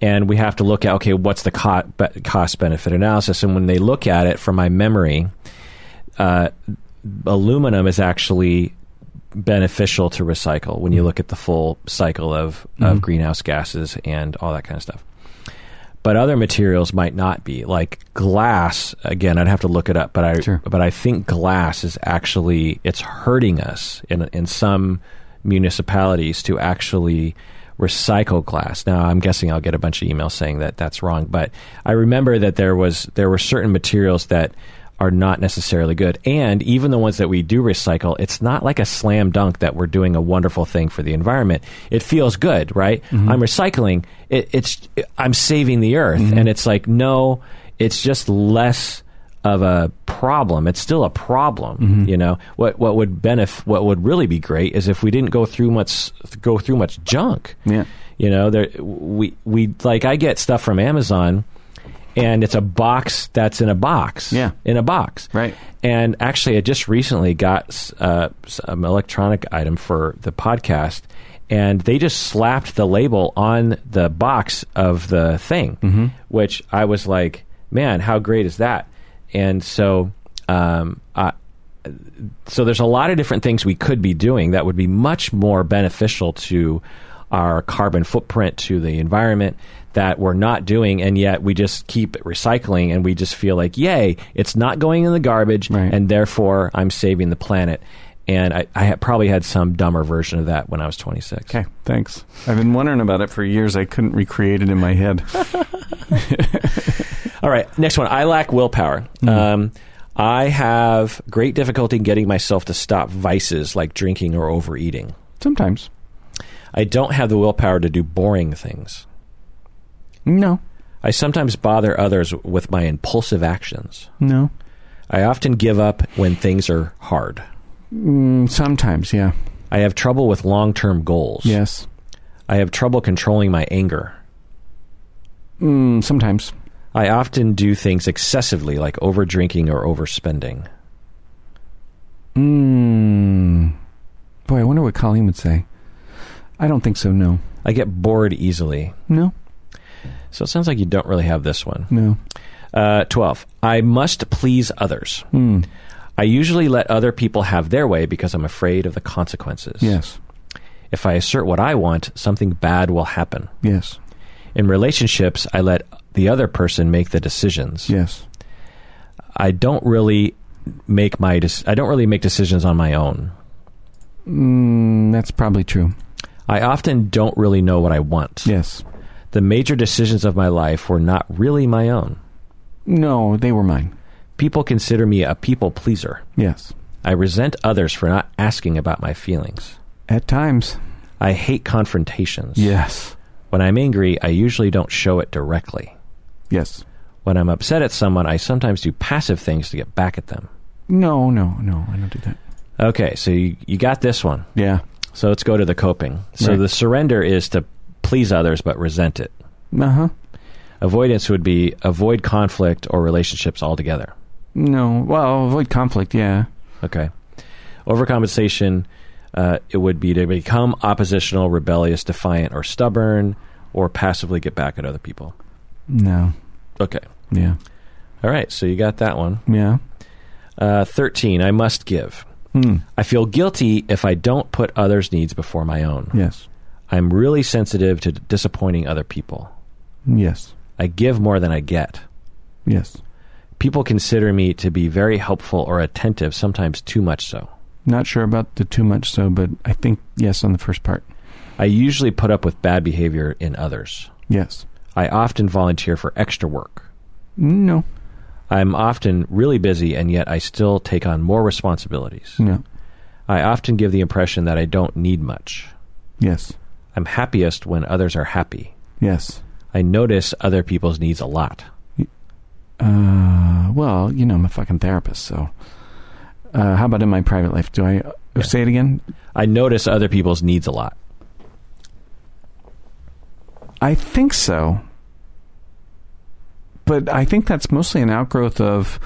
[SPEAKER 2] And we have to look at okay, what's the co- be- cost benefit analysis? And when they look at it, from my memory, uh, aluminum is actually beneficial to recycle when you look at the full cycle of, of greenhouse gases and all that kind of stuff. But other materials might not be like glass. Again, I'd have to look it up, but I
[SPEAKER 3] Sure.
[SPEAKER 2] but I think glass is actually it's hurting us in in some municipalities to actually recycle glass. Now, I'm guessing I'll get a bunch of emails saying that that's wrong, but I remember that there was there were certain materials that are not necessarily good. And even the ones that we do recycle, it's not like a slam dunk that we're doing a wonderful thing for the environment. It feels good, right? I'm recycling. It, it's I'm saving the earth, and it's like no, it's just less of a problem. It's still a problem, you know. What what would benefit? What would really be great is if we didn't go through much go through much junk.
[SPEAKER 3] Yeah.
[SPEAKER 2] You know, there we we like I get stuff from Amazon and it's a box that's in a box.
[SPEAKER 3] Yeah.
[SPEAKER 2] In a box.
[SPEAKER 3] Right.
[SPEAKER 2] And actually I just recently got uh, some electronic item for the podcast and they just slapped the label on the box of the thing,
[SPEAKER 3] Mm-hmm.
[SPEAKER 2] which I was like, man, how great is that? And so um, I, so there's a lot of different things we could be doing that would be much more beneficial to our carbon footprint to the environment that we're not doing and yet we just keep recycling and we just feel like yay it's not going in the garbage
[SPEAKER 3] Right.
[SPEAKER 2] and therefore i'm saving the planet and i, I had probably had some dumber version of that when i was 26
[SPEAKER 3] Okay, thanks. I've been wondering about it for years. I couldn't recreate it in my head. Mm-hmm.
[SPEAKER 2] all right next one i lack willpower um, I have great difficulty in getting myself to stop vices like drinking or overeating.
[SPEAKER 3] Sometimes.
[SPEAKER 2] I don't have the willpower to do boring things.
[SPEAKER 3] No.
[SPEAKER 2] I sometimes bother others with my impulsive actions.
[SPEAKER 3] No.
[SPEAKER 2] I often give up when things are hard.
[SPEAKER 3] Mm, sometimes, yeah.
[SPEAKER 2] I have trouble with long term goals.
[SPEAKER 3] Yes.
[SPEAKER 2] I have trouble controlling my anger.
[SPEAKER 3] Mm, sometimes.
[SPEAKER 2] I often do things excessively, like overdrinking or overspending.
[SPEAKER 3] Mm. Boy, I wonder what Colleen would say. I don't think so, no.
[SPEAKER 2] I get bored easily.
[SPEAKER 3] No.
[SPEAKER 2] So it sounds like you don't really have this one.
[SPEAKER 3] No.
[SPEAKER 2] Uh, 12. I must please others.
[SPEAKER 3] Mm.
[SPEAKER 2] I usually let other people have their way because I'm afraid of the consequences.
[SPEAKER 3] Yes.
[SPEAKER 2] If I assert what I want, something bad will happen.
[SPEAKER 3] Yes.
[SPEAKER 2] In relationships, I let the other person make the decisions.
[SPEAKER 3] Yes.
[SPEAKER 2] I don't really make my dec- I don't really make decisions on my own.
[SPEAKER 3] Mm, that's probably true.
[SPEAKER 2] I often don't really know what I want.
[SPEAKER 3] Yes.
[SPEAKER 2] The major decisions of my life were not really my own.
[SPEAKER 3] No, they were mine.
[SPEAKER 2] People consider me a people pleaser.
[SPEAKER 3] Yes.
[SPEAKER 2] I resent others for not asking about my feelings.
[SPEAKER 3] At times.
[SPEAKER 2] I hate confrontations.
[SPEAKER 3] Yes.
[SPEAKER 2] When I'm angry, I usually don't show it directly.
[SPEAKER 3] Yes.
[SPEAKER 2] When I'm upset at someone, I sometimes do passive things to get back at them.
[SPEAKER 3] No, no, no, I don't do that.
[SPEAKER 2] Okay, so you, you got this one.
[SPEAKER 3] Yeah.
[SPEAKER 2] So let's go to the coping. So
[SPEAKER 3] Right.
[SPEAKER 2] the surrender is to please others but resent it.
[SPEAKER 3] Uh huh.
[SPEAKER 2] Avoidance would be avoid conflict or relationships altogether.
[SPEAKER 3] No. Well, avoid conflict, yeah.
[SPEAKER 2] Okay. Overcompensation, uh, it would be to become oppositional, rebellious, defiant, or stubborn, or passively get back at other people.
[SPEAKER 3] No.
[SPEAKER 2] Okay.
[SPEAKER 3] Yeah.
[SPEAKER 2] All right. So you got that one.
[SPEAKER 3] Yeah.
[SPEAKER 2] Uh, 13. I must give.
[SPEAKER 3] Mm.
[SPEAKER 2] I feel guilty if I don't put others' needs before my own.
[SPEAKER 3] Yes.
[SPEAKER 2] I'm really sensitive to disappointing other people.
[SPEAKER 3] Yes.
[SPEAKER 2] I give more than I get.
[SPEAKER 3] Yes.
[SPEAKER 2] People consider me to be very helpful or attentive, sometimes too much so.
[SPEAKER 3] Not sure about the too much so, but I think yes on the first part.
[SPEAKER 2] I usually put up with bad behavior in others.
[SPEAKER 3] Yes.
[SPEAKER 2] I often volunteer for extra work.
[SPEAKER 3] No.
[SPEAKER 2] I'm often really busy, and yet I still take on more responsibilities.
[SPEAKER 3] No.
[SPEAKER 2] I often give the impression that I don't need much.
[SPEAKER 3] Yes.
[SPEAKER 2] I'm happiest when others are happy.
[SPEAKER 3] Yes.
[SPEAKER 2] I notice other people's needs a lot.
[SPEAKER 3] Uh, well, you know, I'm a fucking therapist, so. Uh, how about in my private life? Do I uh,
[SPEAKER 2] Yeah.
[SPEAKER 3] say it again?
[SPEAKER 2] I notice other people's needs a lot.
[SPEAKER 3] I think so. But I think that's mostly an outgrowth of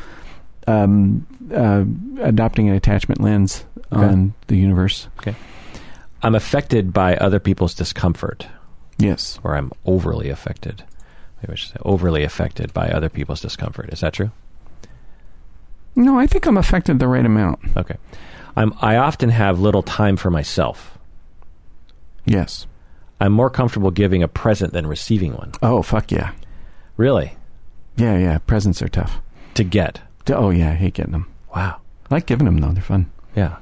[SPEAKER 3] um, uh, adopting an attachment lens
[SPEAKER 2] Okay.
[SPEAKER 3] on the universe.
[SPEAKER 2] I'm affected by other people's discomfort,
[SPEAKER 3] Yes.
[SPEAKER 2] or I'm overly affected. Maybe I should say overly affected by other people's discomfort. Is that true?
[SPEAKER 3] No, I think I'm affected the right amount.
[SPEAKER 2] Okay. I'm, I often have little time for myself.
[SPEAKER 3] Yes.
[SPEAKER 2] I'm more comfortable giving a present than receiving one.
[SPEAKER 3] Oh, fuck yeah.
[SPEAKER 2] Really?
[SPEAKER 3] Yeah, yeah. Presents are tough.
[SPEAKER 2] To get.
[SPEAKER 3] D- Oh, yeah. I hate getting them.
[SPEAKER 2] Wow.
[SPEAKER 3] I like giving them, though. They're fun.
[SPEAKER 2] Yeah.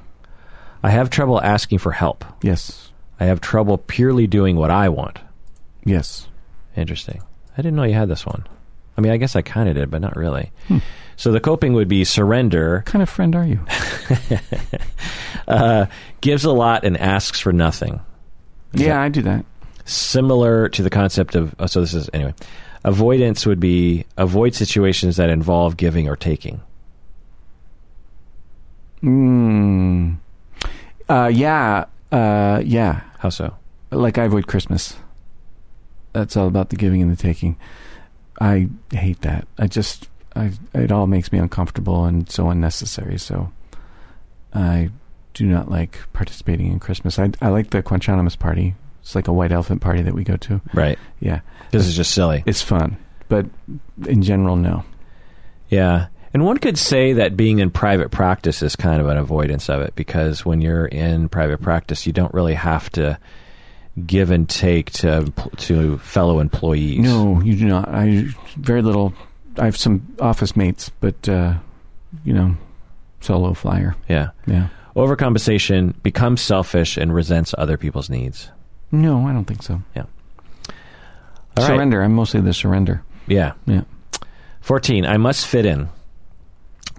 [SPEAKER 2] I have trouble asking for help.
[SPEAKER 3] Yes.
[SPEAKER 2] I have trouble purely doing what I want.
[SPEAKER 3] Yes.
[SPEAKER 2] Interesting. I didn't know you had this one. I mean, I guess I kind of did, but not really. So the coping would be surrender,
[SPEAKER 3] What kind of friend are you?
[SPEAKER 2] uh, gives a lot and asks for nothing. Is
[SPEAKER 3] yeah, I do that.
[SPEAKER 2] Similar to the concept of, oh, so this is, anyway. Avoidance would be avoid situations that involve giving or taking.
[SPEAKER 3] Mm. Uh, yeah. Uh, yeah.
[SPEAKER 2] How so?
[SPEAKER 3] like I avoid Christmas. That's all about the giving and the taking. I hate that. I just I it all makes me uncomfortable and so unnecessary. So I do not like participating in Christmas. I I like the Quanchanamas party. It's like a white elephant party that we go to.
[SPEAKER 2] Right.
[SPEAKER 3] Yeah,
[SPEAKER 2] This is just silly.
[SPEAKER 3] it's fun, but in general, no.
[SPEAKER 2] Yeah. And one could say that being in private practice is kind of an avoidance of it because when you're in private practice, you don't really have to give and take to to fellow employees.
[SPEAKER 3] No, you do not. I very little. I have some office mates, but uh, you know, solo flyer.
[SPEAKER 2] Yeah.
[SPEAKER 3] Yeah.
[SPEAKER 2] Overcompensation becomes selfish and resents other people's needs.
[SPEAKER 3] No, I don't think so.
[SPEAKER 2] All right.
[SPEAKER 3] surrender. I'm mostly the surrender.
[SPEAKER 2] Yeah.
[SPEAKER 3] Yeah.
[SPEAKER 2] 14. I must fit in.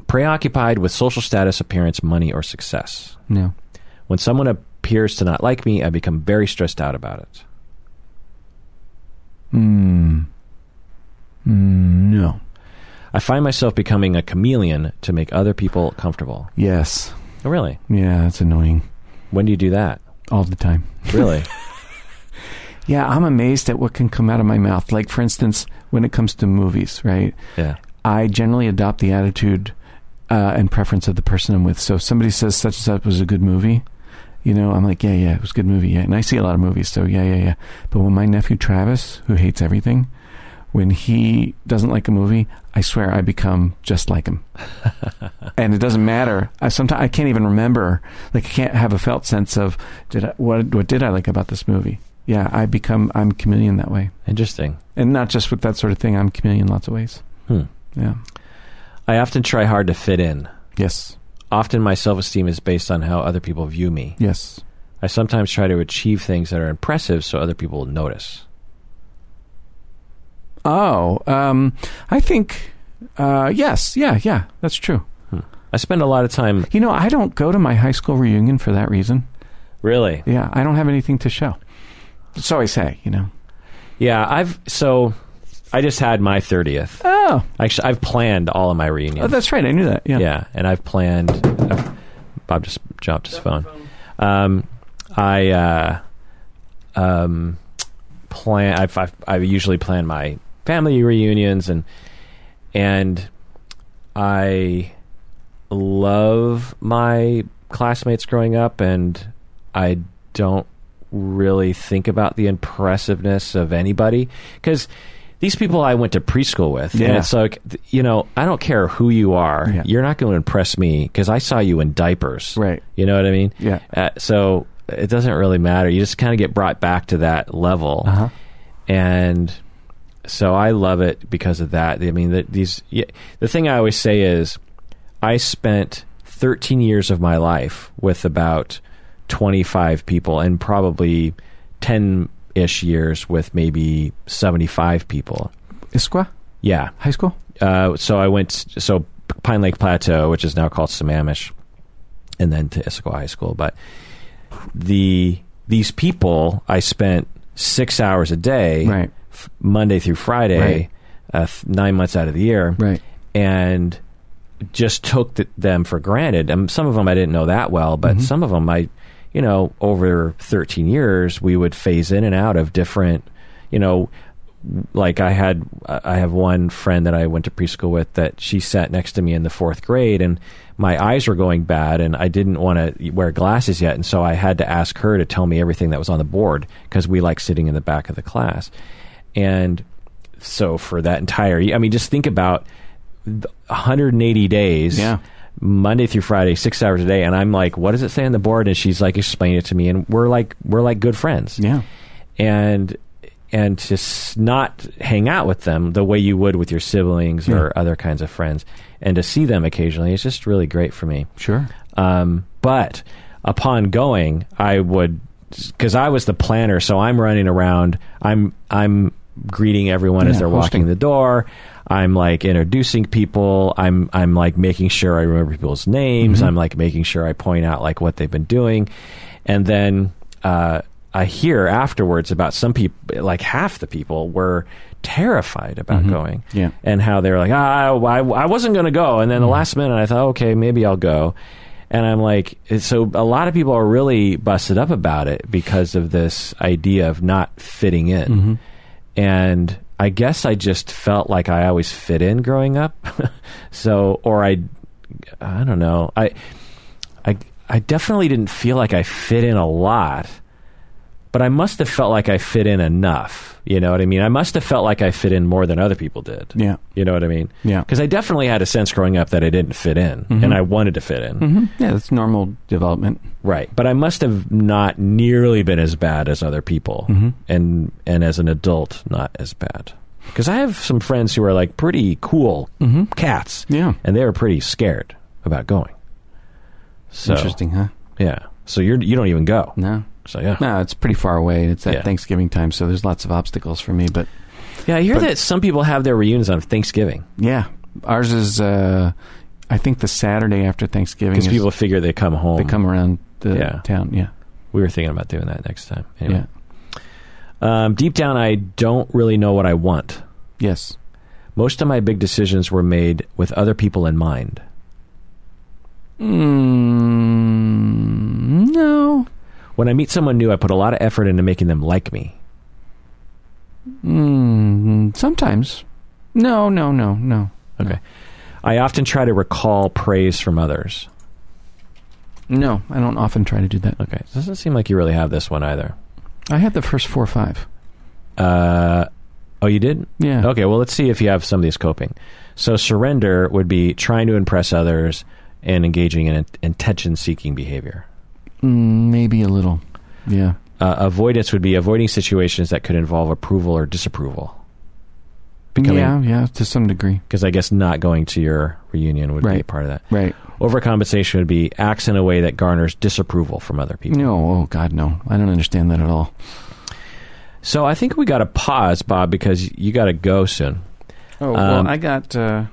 [SPEAKER 2] preoccupied with social status, appearance, money, or success.
[SPEAKER 3] No.
[SPEAKER 2] When someone appears to not like me, I become very stressed out about it.
[SPEAKER 3] Mm. Mm, no.
[SPEAKER 2] I find myself becoming a chameleon to make other people comfortable.
[SPEAKER 3] Yes.
[SPEAKER 2] Oh, really?
[SPEAKER 3] Yeah, that's annoying.
[SPEAKER 2] When do you do that?
[SPEAKER 3] All the time.
[SPEAKER 2] Really?
[SPEAKER 3] Yeah, I'm amazed at what can come out of my mouth. Like, for instance, when it comes to movies, right?
[SPEAKER 2] yeah.
[SPEAKER 3] I generally adopt the attitude uh, and preference of the person I'm with. So if somebody says such and such was a good movie, you know, I'm like, yeah, yeah, it was a good movie, yeah. And I see a lot of movies, so yeah, yeah, yeah. But when my nephew Travis, who hates everything, when he doesn't like a movie, I swear I become just like him. and it doesn't matter. I sometimes I can't even remember. Like I can't have a felt sense of did I, what what did I like about this movie? Yeah, I become I'm chameleon that way.
[SPEAKER 2] Interesting.
[SPEAKER 3] And not just with that sort of thing, I'm chameleon lots of ways.
[SPEAKER 2] Hmm.
[SPEAKER 3] Yeah.
[SPEAKER 2] I often try hard to fit in.
[SPEAKER 3] Yes.
[SPEAKER 2] Often my self esteem is based on how other people view me.
[SPEAKER 3] Yes.
[SPEAKER 2] I sometimes try to achieve things that are impressive so other people will notice.
[SPEAKER 3] Oh, um, I think, uh, yes, yeah, yeah, that's true.
[SPEAKER 2] I spend a lot of time.
[SPEAKER 3] You know, I don't go to my high school reunion for that reason.
[SPEAKER 2] Really?
[SPEAKER 3] Yeah, I don't have anything to show. So I say, you know.
[SPEAKER 2] Yeah, I've. So I just had my 30th.
[SPEAKER 3] Oh,
[SPEAKER 2] Actually, I've planned all of my reunions.
[SPEAKER 3] oh that's right. I knew that. Yeah.
[SPEAKER 2] yeah. and I've planned. I've, Bob just dropped his phone. Um, I uh, um, plan. I've, I've I usually plan my family reunions and and I love my classmates growing up, and I don't really think about the impressiveness of anybody because. These people I went to preschool with, and
[SPEAKER 3] Yeah.
[SPEAKER 2] it's like th- you know, I don't care who you are,
[SPEAKER 3] Yeah.
[SPEAKER 2] you're not going to impress me because I saw you in diapers,
[SPEAKER 3] Right.
[SPEAKER 2] you know what I mean?
[SPEAKER 3] Yeah.
[SPEAKER 2] Uh, so it doesn't really matter. You just kind of get brought back to that level,
[SPEAKER 3] Uh huh.
[SPEAKER 2] and so I love it because of that. I mean, the, these yeah, the thing I always say is, I spent 13 years of my life with about 25 people, and probably 10 ish years with maybe 75 people.
[SPEAKER 3] Isqua
[SPEAKER 2] Yeah.
[SPEAKER 3] High School?
[SPEAKER 2] Uh, so I went so Pine Lake Plateau, which is now called Sammamish, and then to Issaquah High School. But the these people, I spent six hours a day,
[SPEAKER 3] Right.
[SPEAKER 2] f- Monday through Friday,
[SPEAKER 3] Right.
[SPEAKER 2] uh, f- nine months out of the year,
[SPEAKER 3] Right.
[SPEAKER 2] and just took th- them for granted. And some of them I didn't know that well, but some of them I, you know, over 13 years, we would phase in and out of different, you know, like I had, I have one friend that I went to preschool with that she sat next to me in the fourth grade, and my eyes were going bad, and I didn't want to wear glasses yet, and so I had to ask her to tell me everything that was on the board because we like sitting in the back of the class, and so for that entire, year- I mean, just think about 180 days.
[SPEAKER 3] Yeah.
[SPEAKER 2] Monday through Friday, six hours a day, and I'm like, "What does it say on the board?" And she's like, "Explain it to me." And we're like, we're like good friends
[SPEAKER 3] Yeah.
[SPEAKER 2] and and to s- not hang out with them the way you would with your siblings or other kinds of friends, and to see them occasionally is just really great for me.
[SPEAKER 3] Sure.
[SPEAKER 2] Um, but upon going, I would because I was the planner, so I'm running around. I'm I'm greeting everyone as
[SPEAKER 3] Yeah,
[SPEAKER 2] they're
[SPEAKER 3] hosting.
[SPEAKER 2] walking the door. I'm like introducing people. I'm I'm like making sure I remember people's names.
[SPEAKER 3] Mm-hmm.
[SPEAKER 2] I'm like making sure I point out like what they've been doing, and then uh, I hear afterwards about some people, like half the people were terrified about going
[SPEAKER 3] Mm-hmm. Yeah.
[SPEAKER 2] and how they were like, ah, I, I wasn't going to go. And then the last minute, I thought, okay, maybe I'll go. And I'm like, so a lot of people are really busted up about it because of this idea of not fitting in.
[SPEAKER 3] Mm-hmm.
[SPEAKER 2] And I guess I just felt like I always fit in growing up. so, or I, I don't know. I, I, I definitely didn't feel like I fit in a lot, but I must have felt like I fit in enough. You know what I mean? I must have felt like I fit in more than other people did.
[SPEAKER 3] Yeah.
[SPEAKER 2] You know what I mean?
[SPEAKER 3] Yeah.
[SPEAKER 2] Because I definitely had a sense growing up that I didn't fit in and I wanted to fit in.
[SPEAKER 3] hmm Yeah, that's normal development.
[SPEAKER 2] Right. But I must have not nearly been as bad as other people
[SPEAKER 3] Mm-hmm.
[SPEAKER 2] and and as an adult not as bad. Cuz I have some friends who are like pretty cool
[SPEAKER 3] Mm-hmm.
[SPEAKER 2] cats
[SPEAKER 3] Yeah.
[SPEAKER 2] and they were pretty scared about going. So
[SPEAKER 3] Interesting, huh?
[SPEAKER 2] Yeah. So you're you don't even go.
[SPEAKER 3] No.
[SPEAKER 2] So yeah.
[SPEAKER 3] No, it's pretty far away. It's at
[SPEAKER 2] Yeah.
[SPEAKER 3] Thanksgiving time, so there's lots of obstacles for me, but
[SPEAKER 2] Yeah, I hear
[SPEAKER 3] But-
[SPEAKER 2] that some people have their reunions on Thanksgiving.
[SPEAKER 3] Yeah, ours is. Uh, I think the Saturday after Thanksgiving
[SPEAKER 2] because
[SPEAKER 3] is
[SPEAKER 2] people figure they come home.
[SPEAKER 3] they come around the
[SPEAKER 2] Yeah.
[SPEAKER 3] town. Yeah,
[SPEAKER 2] We were thinking about doing that next time.
[SPEAKER 3] yeah,
[SPEAKER 2] Anyway. Um, deep down, I don't really know what I want.
[SPEAKER 3] yes.
[SPEAKER 2] Most of my big decisions were made with other people in mind.
[SPEAKER 3] Mm, no.
[SPEAKER 2] When I meet someone new, I put a lot of effort into making them like me.
[SPEAKER 3] Mm, sometimes. No, no, no, no.
[SPEAKER 2] I often try to recall praise from others.
[SPEAKER 3] No, I don't often try to do that.
[SPEAKER 2] Okay, doesn't seem like you really have this one either.
[SPEAKER 3] I had the first four or five.
[SPEAKER 2] Uh, oh, you did?
[SPEAKER 3] Yeah.
[SPEAKER 2] Okay, well, let's see if you have some of these coping. So, surrender would be trying to impress others and engaging in intention seeking behavior.
[SPEAKER 3] Mm, maybe a little. Yeah.
[SPEAKER 2] Uh, avoidance would be avoiding situations that could involve approval or disapproval.
[SPEAKER 3] yeah, yeah, to some degree.
[SPEAKER 2] Because I guess not going to your reunion would be
[SPEAKER 3] Right.
[SPEAKER 2] part of that.
[SPEAKER 3] Right.
[SPEAKER 2] Overcompensation would be acts in a way that garners disapproval from other people.
[SPEAKER 3] No, oh God, no. I don't understand that at all.
[SPEAKER 2] So I think we got to pause, Bob, because you got to go soon.
[SPEAKER 3] Oh
[SPEAKER 2] Um,
[SPEAKER 3] well, I got, uh,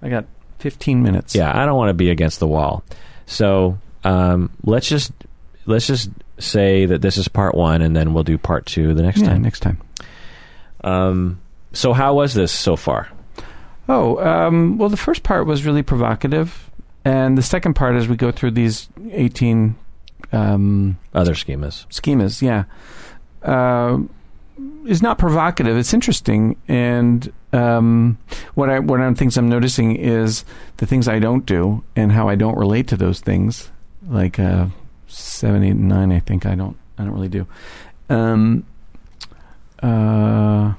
[SPEAKER 3] I got fifteen minutes.
[SPEAKER 2] Yeah, I don't want to be against the wall. So um, let's just let's just say that this is part one, and then we'll do part two the next
[SPEAKER 3] Yeah,
[SPEAKER 2] time.
[SPEAKER 3] next time.
[SPEAKER 2] Um, so how was this so far?
[SPEAKER 3] Oh, um, well, the first part was really provocative, and the second part is we go through these eighteen um,
[SPEAKER 2] Other schemas.
[SPEAKER 3] schemas. Yeah, uh, is not provocative. It's interesting, and um, what I what I'm things I'm noticing is the things I don't do and how I don't relate to those things. Like uh, seven, eight, and nine. I think I don't. I don't really do. Um, uh,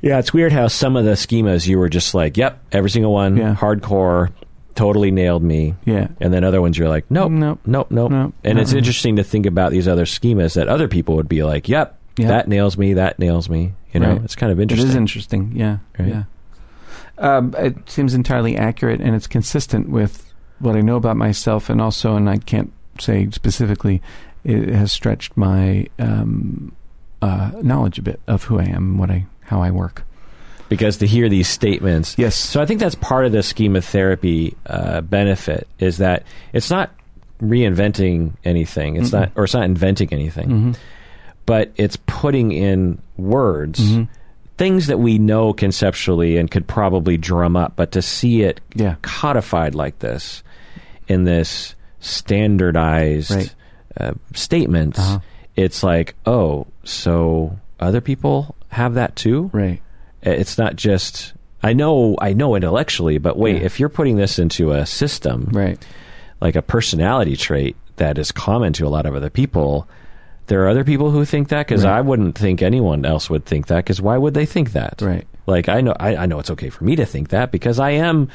[SPEAKER 2] Yeah, it's weird how some of the schemas you were just like, "Yep, every single one,
[SPEAKER 3] Yeah.
[SPEAKER 2] hardcore, totally nailed me,"
[SPEAKER 3] yeah.
[SPEAKER 2] and then other ones you're like, "Nope,
[SPEAKER 3] Nope.
[SPEAKER 2] nope, nope."
[SPEAKER 3] Nope.
[SPEAKER 2] And it's
[SPEAKER 3] Uh-uh.
[SPEAKER 2] interesting to think about these other schemas that other people would be like, "Yep,
[SPEAKER 3] Yeah.
[SPEAKER 2] that nails me, that nails me." You know,
[SPEAKER 3] Right.
[SPEAKER 2] it's kind of
[SPEAKER 3] It
[SPEAKER 2] interesting.
[SPEAKER 3] is interesting. Yeah.
[SPEAKER 2] Right.
[SPEAKER 3] Yeah. Um, it seems entirely accurate and it's consistent with what I know about myself and also, and I can't say specifically, it has stretched my um, uh, knowledge a bit of who I am, what I, how I work.
[SPEAKER 2] because to hear these statements.
[SPEAKER 3] Yes.
[SPEAKER 2] So I think that's part of the schema therapy uh, benefit is that it's not reinventing anything. It's
[SPEAKER 3] Mm-mm.
[SPEAKER 2] not, or it's not inventing anything,
[SPEAKER 3] Mhm.
[SPEAKER 2] but it's putting in words
[SPEAKER 3] Mhm.
[SPEAKER 2] things that we know conceptually and could probably drum up, but to see it
[SPEAKER 3] Yeah.
[SPEAKER 2] codified like this in this standardized
[SPEAKER 3] Right.
[SPEAKER 2] uh, statements,
[SPEAKER 3] Uh-huh.
[SPEAKER 2] it's like, oh, so other people have that too
[SPEAKER 3] Right.
[SPEAKER 2] it's not just I know I know intellectually, but wait,
[SPEAKER 3] Yeah.
[SPEAKER 2] if you're putting this into a system
[SPEAKER 3] Right.
[SPEAKER 2] like a personality trait that is common to a lot of other people, there are other people who think that because
[SPEAKER 3] Right.
[SPEAKER 2] I wouldn't think anyone else would think that because why would they think that?
[SPEAKER 3] Right.
[SPEAKER 2] Like I know I, I know it's okay for me to think that because I am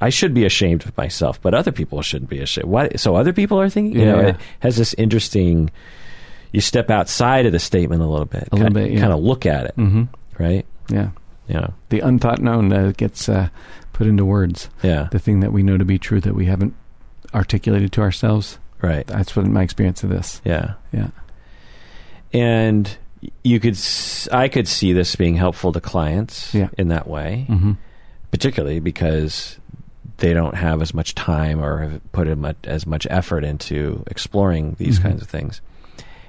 [SPEAKER 2] I should be ashamed of myself, but other people shouldn't be ashamed. Why? So other people are thinking. You know,
[SPEAKER 3] Yeah.
[SPEAKER 2] it has this interesting. You step outside of the statement a little bit,
[SPEAKER 3] A little bit, yeah.
[SPEAKER 2] kind of look at it,
[SPEAKER 3] hmm
[SPEAKER 2] right?
[SPEAKER 3] Yeah.
[SPEAKER 2] Yeah,
[SPEAKER 3] The unthought known uh, gets uh, put into words.
[SPEAKER 2] yeah,
[SPEAKER 3] The thing that we know to be true that we haven't articulated to ourselves.
[SPEAKER 2] right.
[SPEAKER 3] That's what my experience of this.
[SPEAKER 2] Yeah.
[SPEAKER 3] Yeah.
[SPEAKER 2] And you could s- I could see this being helpful to clients
[SPEAKER 3] Yeah.
[SPEAKER 2] in that way,
[SPEAKER 3] Mm-hmm.
[SPEAKER 2] particularly because they don't have as much time or have put in mu- as much effort into exploring these
[SPEAKER 3] Mhm.
[SPEAKER 2] kinds of things.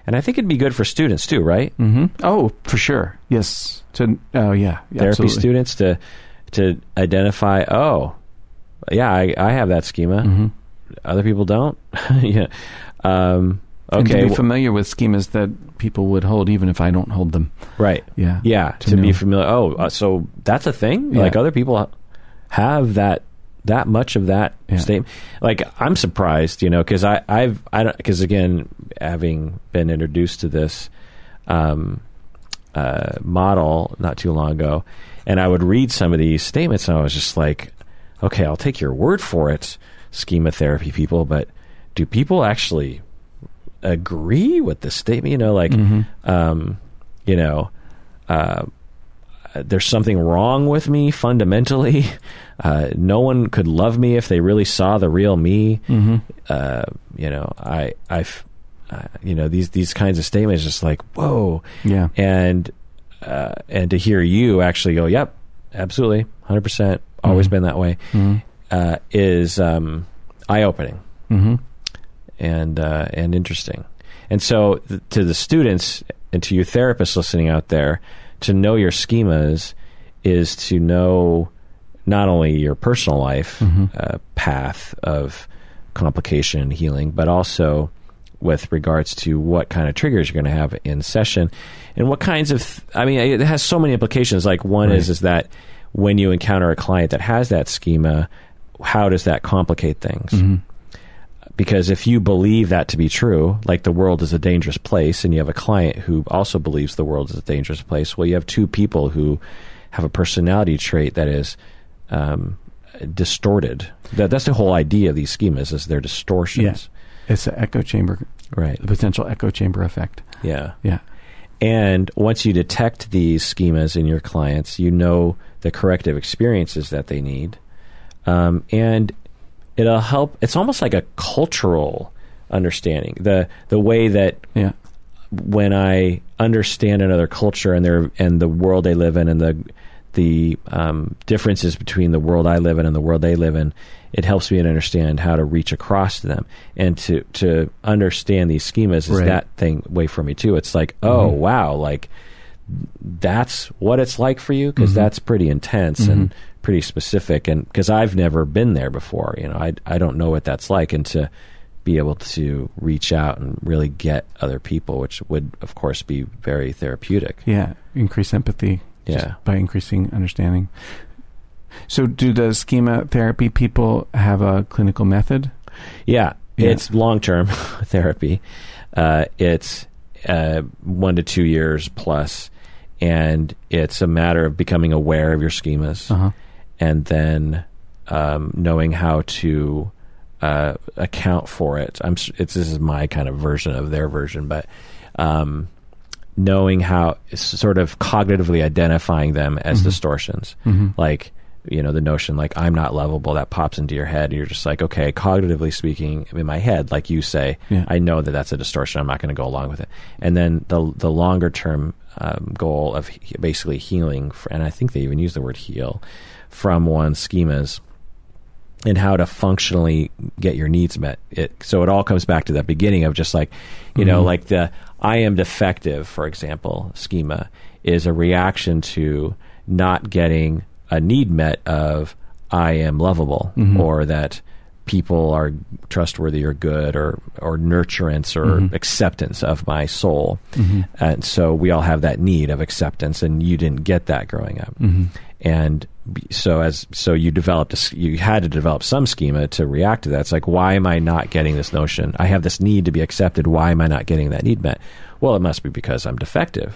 [SPEAKER 2] And I think it'd be good for students too, right?
[SPEAKER 3] hmm Oh, for sure. Yes. To oh yeah, yeah,
[SPEAKER 2] Therapy
[SPEAKER 3] absolutely.
[SPEAKER 2] students to to identify, oh, yeah, I, I have that schema.
[SPEAKER 3] Mhm.
[SPEAKER 2] Other people don't. yeah. Um,
[SPEAKER 3] And
[SPEAKER 2] okay.
[SPEAKER 3] to be
[SPEAKER 2] wh-
[SPEAKER 3] familiar with schemas that people would hold, even if I don't hold them.
[SPEAKER 2] right.
[SPEAKER 3] Yeah.
[SPEAKER 2] Yeah, to,
[SPEAKER 3] to
[SPEAKER 2] be
[SPEAKER 3] know.
[SPEAKER 2] familiar. Oh, uh, so that's a thing.
[SPEAKER 3] Yeah.
[SPEAKER 2] Like other people have that that much of that
[SPEAKER 3] Yeah.
[SPEAKER 2] statement. Like I'm surprised, you know, because I I've I don't because again having been introduced to this um, uh, model not too long ago, and I would read some of these statements, and I was just like, okay, I'll take your word for it, schema therapy people, but do people actually agree with this statement? You know, like
[SPEAKER 3] Mhm.
[SPEAKER 2] um, you know, uh, there's something wrong with me fundamentally. Uh, no one could love me if they really saw the real me.
[SPEAKER 3] Mhm.
[SPEAKER 2] Uh, you know, I, I, uh, you know, these these kinds of statements, just like whoa,
[SPEAKER 3] Yeah.
[SPEAKER 2] and uh, and to hear you actually go, yep, absolutely, hundred percent, always
[SPEAKER 3] Mhm.
[SPEAKER 2] been that way.
[SPEAKER 3] Mhm.
[SPEAKER 2] uh, is um, eye opening
[SPEAKER 3] Mm-hmm.
[SPEAKER 2] and uh, and interesting. And so, th- to the students and to your therapists listening out there, to know your schemas is to know not only your personal life
[SPEAKER 3] Mhm.
[SPEAKER 2] uh, path of complication and healing, but also with regards to what kind of triggers you're going to have in session and what kinds of. th- I mean, it has so many implications. Like one is
[SPEAKER 3] Right.
[SPEAKER 2] is that when you encounter a client that has that schema, how does that complicate things?
[SPEAKER 3] hmm
[SPEAKER 2] because if you believe that to be true, like the world is a dangerous place, and you have a client who also believes the world is a dangerous place, well, you have two people who have a personality trait that is um, distorted. That, that's the whole idea of these schemas is their distortions,
[SPEAKER 3] It's an echo chamber,
[SPEAKER 2] right?
[SPEAKER 3] the potential echo chamber effect.
[SPEAKER 2] Yeah,
[SPEAKER 3] Yeah.
[SPEAKER 2] And once you detect these schemas in your clients, you know the corrective experiences that they need. Um, and it'll help. It's almost like a cultural understanding. The, the way that
[SPEAKER 3] Yeah.
[SPEAKER 2] when I understand another culture and their and the world they live in and the the um, differences between the world I live in and the world they live in, it helps me to understand how to reach across to them and to to understand these schemas is
[SPEAKER 3] Right.
[SPEAKER 2] that thing way for me too. It's like oh
[SPEAKER 3] Mhm.
[SPEAKER 2] wow like that's what it's like for you because
[SPEAKER 3] Mhm.
[SPEAKER 2] that's pretty intense
[SPEAKER 3] Mhm.
[SPEAKER 2] and pretty specific and because I've never been there before you know I I don't know what that's like and to be able to reach out and really get other people, which would, of course, be very therapeutic.
[SPEAKER 3] Yeah. Increase empathy
[SPEAKER 2] Yeah.
[SPEAKER 3] by increasing understanding. So, do the schema therapy people have a clinical method?
[SPEAKER 2] Yeah.
[SPEAKER 3] Yeah.
[SPEAKER 2] It's long term therapy. Uh, it's uh, one to two years plus, and it's a matter of becoming aware of your schemas
[SPEAKER 3] Uh huh.
[SPEAKER 2] and then um, knowing how to uh, account for it. I'm s- it's this is my kind of version of their version, but um, knowing how s- sort of cognitively identifying them as
[SPEAKER 3] Mhm.
[SPEAKER 2] distortions,
[SPEAKER 3] Mm-hmm.
[SPEAKER 2] like you know the notion like I'm not lovable that pops into your head. And you're just like okay, cognitively speaking, in my head, like you say,
[SPEAKER 3] Yeah.
[SPEAKER 2] I know that that's a distortion. I'm not going to go along with it. And then the the longer term um, goal of he- basically healing, fr and I think they even use the word heal from one's schemas and how to functionally get your needs met. It, so it all comes back to that beginning of just like, you know,
[SPEAKER 3] Mhm.
[SPEAKER 2] like the I am defective, for example, schema is a reaction to not getting a need met of I am lovable
[SPEAKER 3] Mhm.
[SPEAKER 2] or that people are trustworthy or good or or nurturance or
[SPEAKER 3] Mhm.
[SPEAKER 2] acceptance of my soul.
[SPEAKER 3] Mm-hmm.
[SPEAKER 2] And so we all have that need of acceptance and you didn't get that growing up
[SPEAKER 3] Mm-hmm.
[SPEAKER 2] and b- so as so you developed a s you had to develop some schema to react to that it's like why am i not getting this notion i have this need to be accepted why am i not getting that need met well it must be because i'm defective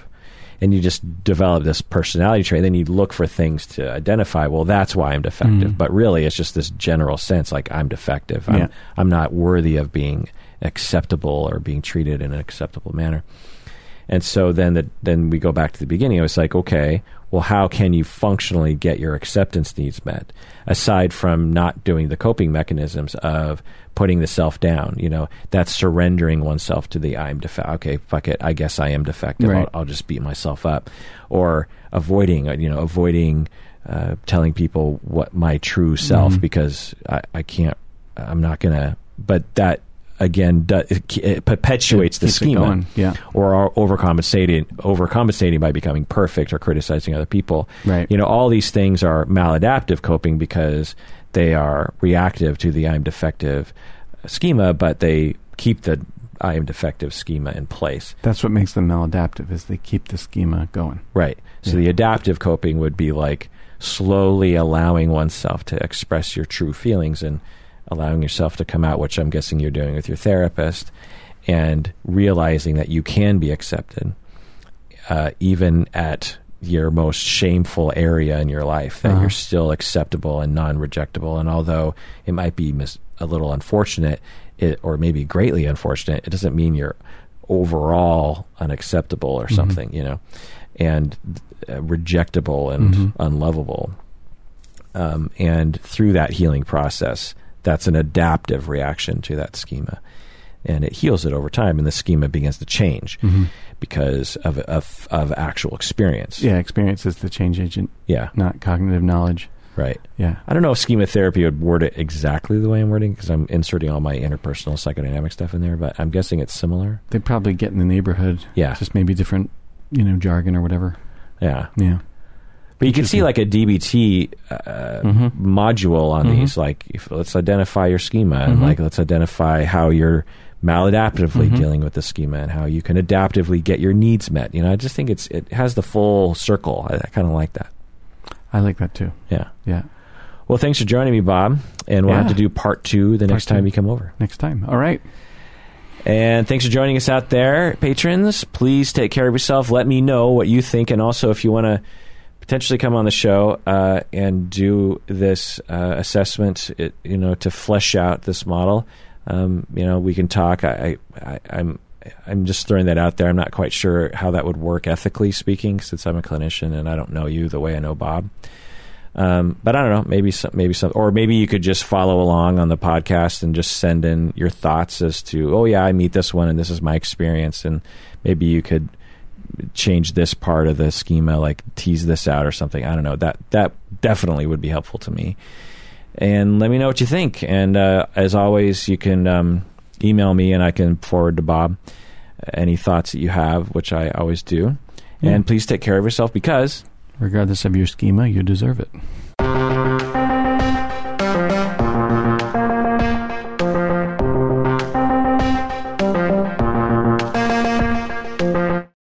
[SPEAKER 2] and you just develop this personality trait then you look for things to identify well that's why i'm defective
[SPEAKER 3] Mm.
[SPEAKER 2] but really it's just this general sense like i'm defective
[SPEAKER 3] Yeah.
[SPEAKER 2] I'm, I'm not worthy of being acceptable or being treated in an acceptable manner and so then the, then we go back to the beginning. It was like, okay, well, how can you functionally get your acceptance needs met aside from not doing the coping mechanisms of putting the self down? You know, that's surrendering oneself to the I'm defective. Okay, fuck it. I guess I am defective.
[SPEAKER 3] Right.
[SPEAKER 2] I'll, I'll just beat myself up, or avoiding. uh, You know, avoiding uh, telling people what my true self
[SPEAKER 3] Mhm.
[SPEAKER 2] because I, I can't. I'm not gonna. But that again, do, it, it perpetuates the
[SPEAKER 3] Keeps it
[SPEAKER 2] schema
[SPEAKER 3] going. Yeah.
[SPEAKER 2] or are overcompensating overcompensating by becoming perfect or criticizing other people.
[SPEAKER 3] Right.
[SPEAKER 2] You know, all these things are maladaptive coping because they are reactive to the I'm defective schema, but they keep the I am defective schema in place.
[SPEAKER 3] That's what makes them maladaptive is they keep the schema going.
[SPEAKER 2] Right.
[SPEAKER 3] Yeah.
[SPEAKER 2] So the adaptive coping would be like slowly allowing oneself to express your true feelings and allowing yourself to come out, which I'm guessing you're doing with your therapist, and realizing that you can be accepted uh, even at your most shameful area in your life, that
[SPEAKER 3] Uh-huh.
[SPEAKER 2] you're still acceptable and non rejectable. And although it might be mis- a little unfortunate, it, or maybe greatly unfortunate, it doesn't mean you're overall unacceptable or
[SPEAKER 3] Mhm.
[SPEAKER 2] something, you know and uh, rejectable and
[SPEAKER 3] Mhm.
[SPEAKER 2] unlovable. Um, and through that healing process, that's an adaptive reaction to that schema. And it heals it over time, and the schema begins to change
[SPEAKER 3] Mm-hmm.
[SPEAKER 2] because of, of, of actual experience.
[SPEAKER 3] Yeah. Experience is the change agent,
[SPEAKER 2] Yeah.
[SPEAKER 3] not cognitive knowledge.
[SPEAKER 2] Right.
[SPEAKER 3] Yeah.
[SPEAKER 2] I don't know if schema therapy would word it exactly the way I'm wording because I'm inserting all my interpersonal psychodynamic stuff in there, but I'm guessing it's similar.
[SPEAKER 3] They probably get in the neighborhood.
[SPEAKER 2] Yeah.
[SPEAKER 3] Just maybe different, you know, jargon or whatever.
[SPEAKER 2] Yeah.
[SPEAKER 3] Yeah.
[SPEAKER 2] But you can see like a DBT uh,
[SPEAKER 3] Mhm.
[SPEAKER 2] module on
[SPEAKER 3] Mhm.
[SPEAKER 2] these. Like, if, let's identify your schema and
[SPEAKER 3] Mhm.
[SPEAKER 2] like let's identify how you're maladaptively
[SPEAKER 3] Mhm.
[SPEAKER 2] dealing with the schema and how you can adaptively get your needs met. You know, I just think it's it has the full circle. I, I kind of like that.
[SPEAKER 3] I like that too.
[SPEAKER 2] Yeah.
[SPEAKER 3] Yeah.
[SPEAKER 2] Well, thanks for joining me, Bob. And we'll have
[SPEAKER 3] Yeah.
[SPEAKER 2] to do part two the
[SPEAKER 3] Part
[SPEAKER 2] next time
[SPEAKER 3] two.
[SPEAKER 2] you come over.
[SPEAKER 3] Next time. All right.
[SPEAKER 2] And thanks for joining us out there, patrons. Please take care of yourself. Let me know what you think, and also if you want to potentially come on the show uh, and do this uh, assessment, it, you know, to flesh out this model. Um, you know, we can talk. I, I, I- I'm, I'm just throwing that out there. I'm not quite sure how that would work ethically speaking, since I'm a clinician and I don't know you the way I know Bob. Um, but I don't know. Maybe some, maybe some, or maybe you could just follow along on the podcast and just send in your thoughts as to, oh yeah, I meet this one and this is my experience, and maybe you could change this part of the schema, like tease this out or something. I don't know. That that definitely would be helpful to me. And let me know what you think. And uh, as always, you can um, email me and I can forward to Bob any thoughts that you have, which I always do.
[SPEAKER 3] Yeah.
[SPEAKER 2] And please take care of yourself because
[SPEAKER 3] Regardless of your schema, you deserve it.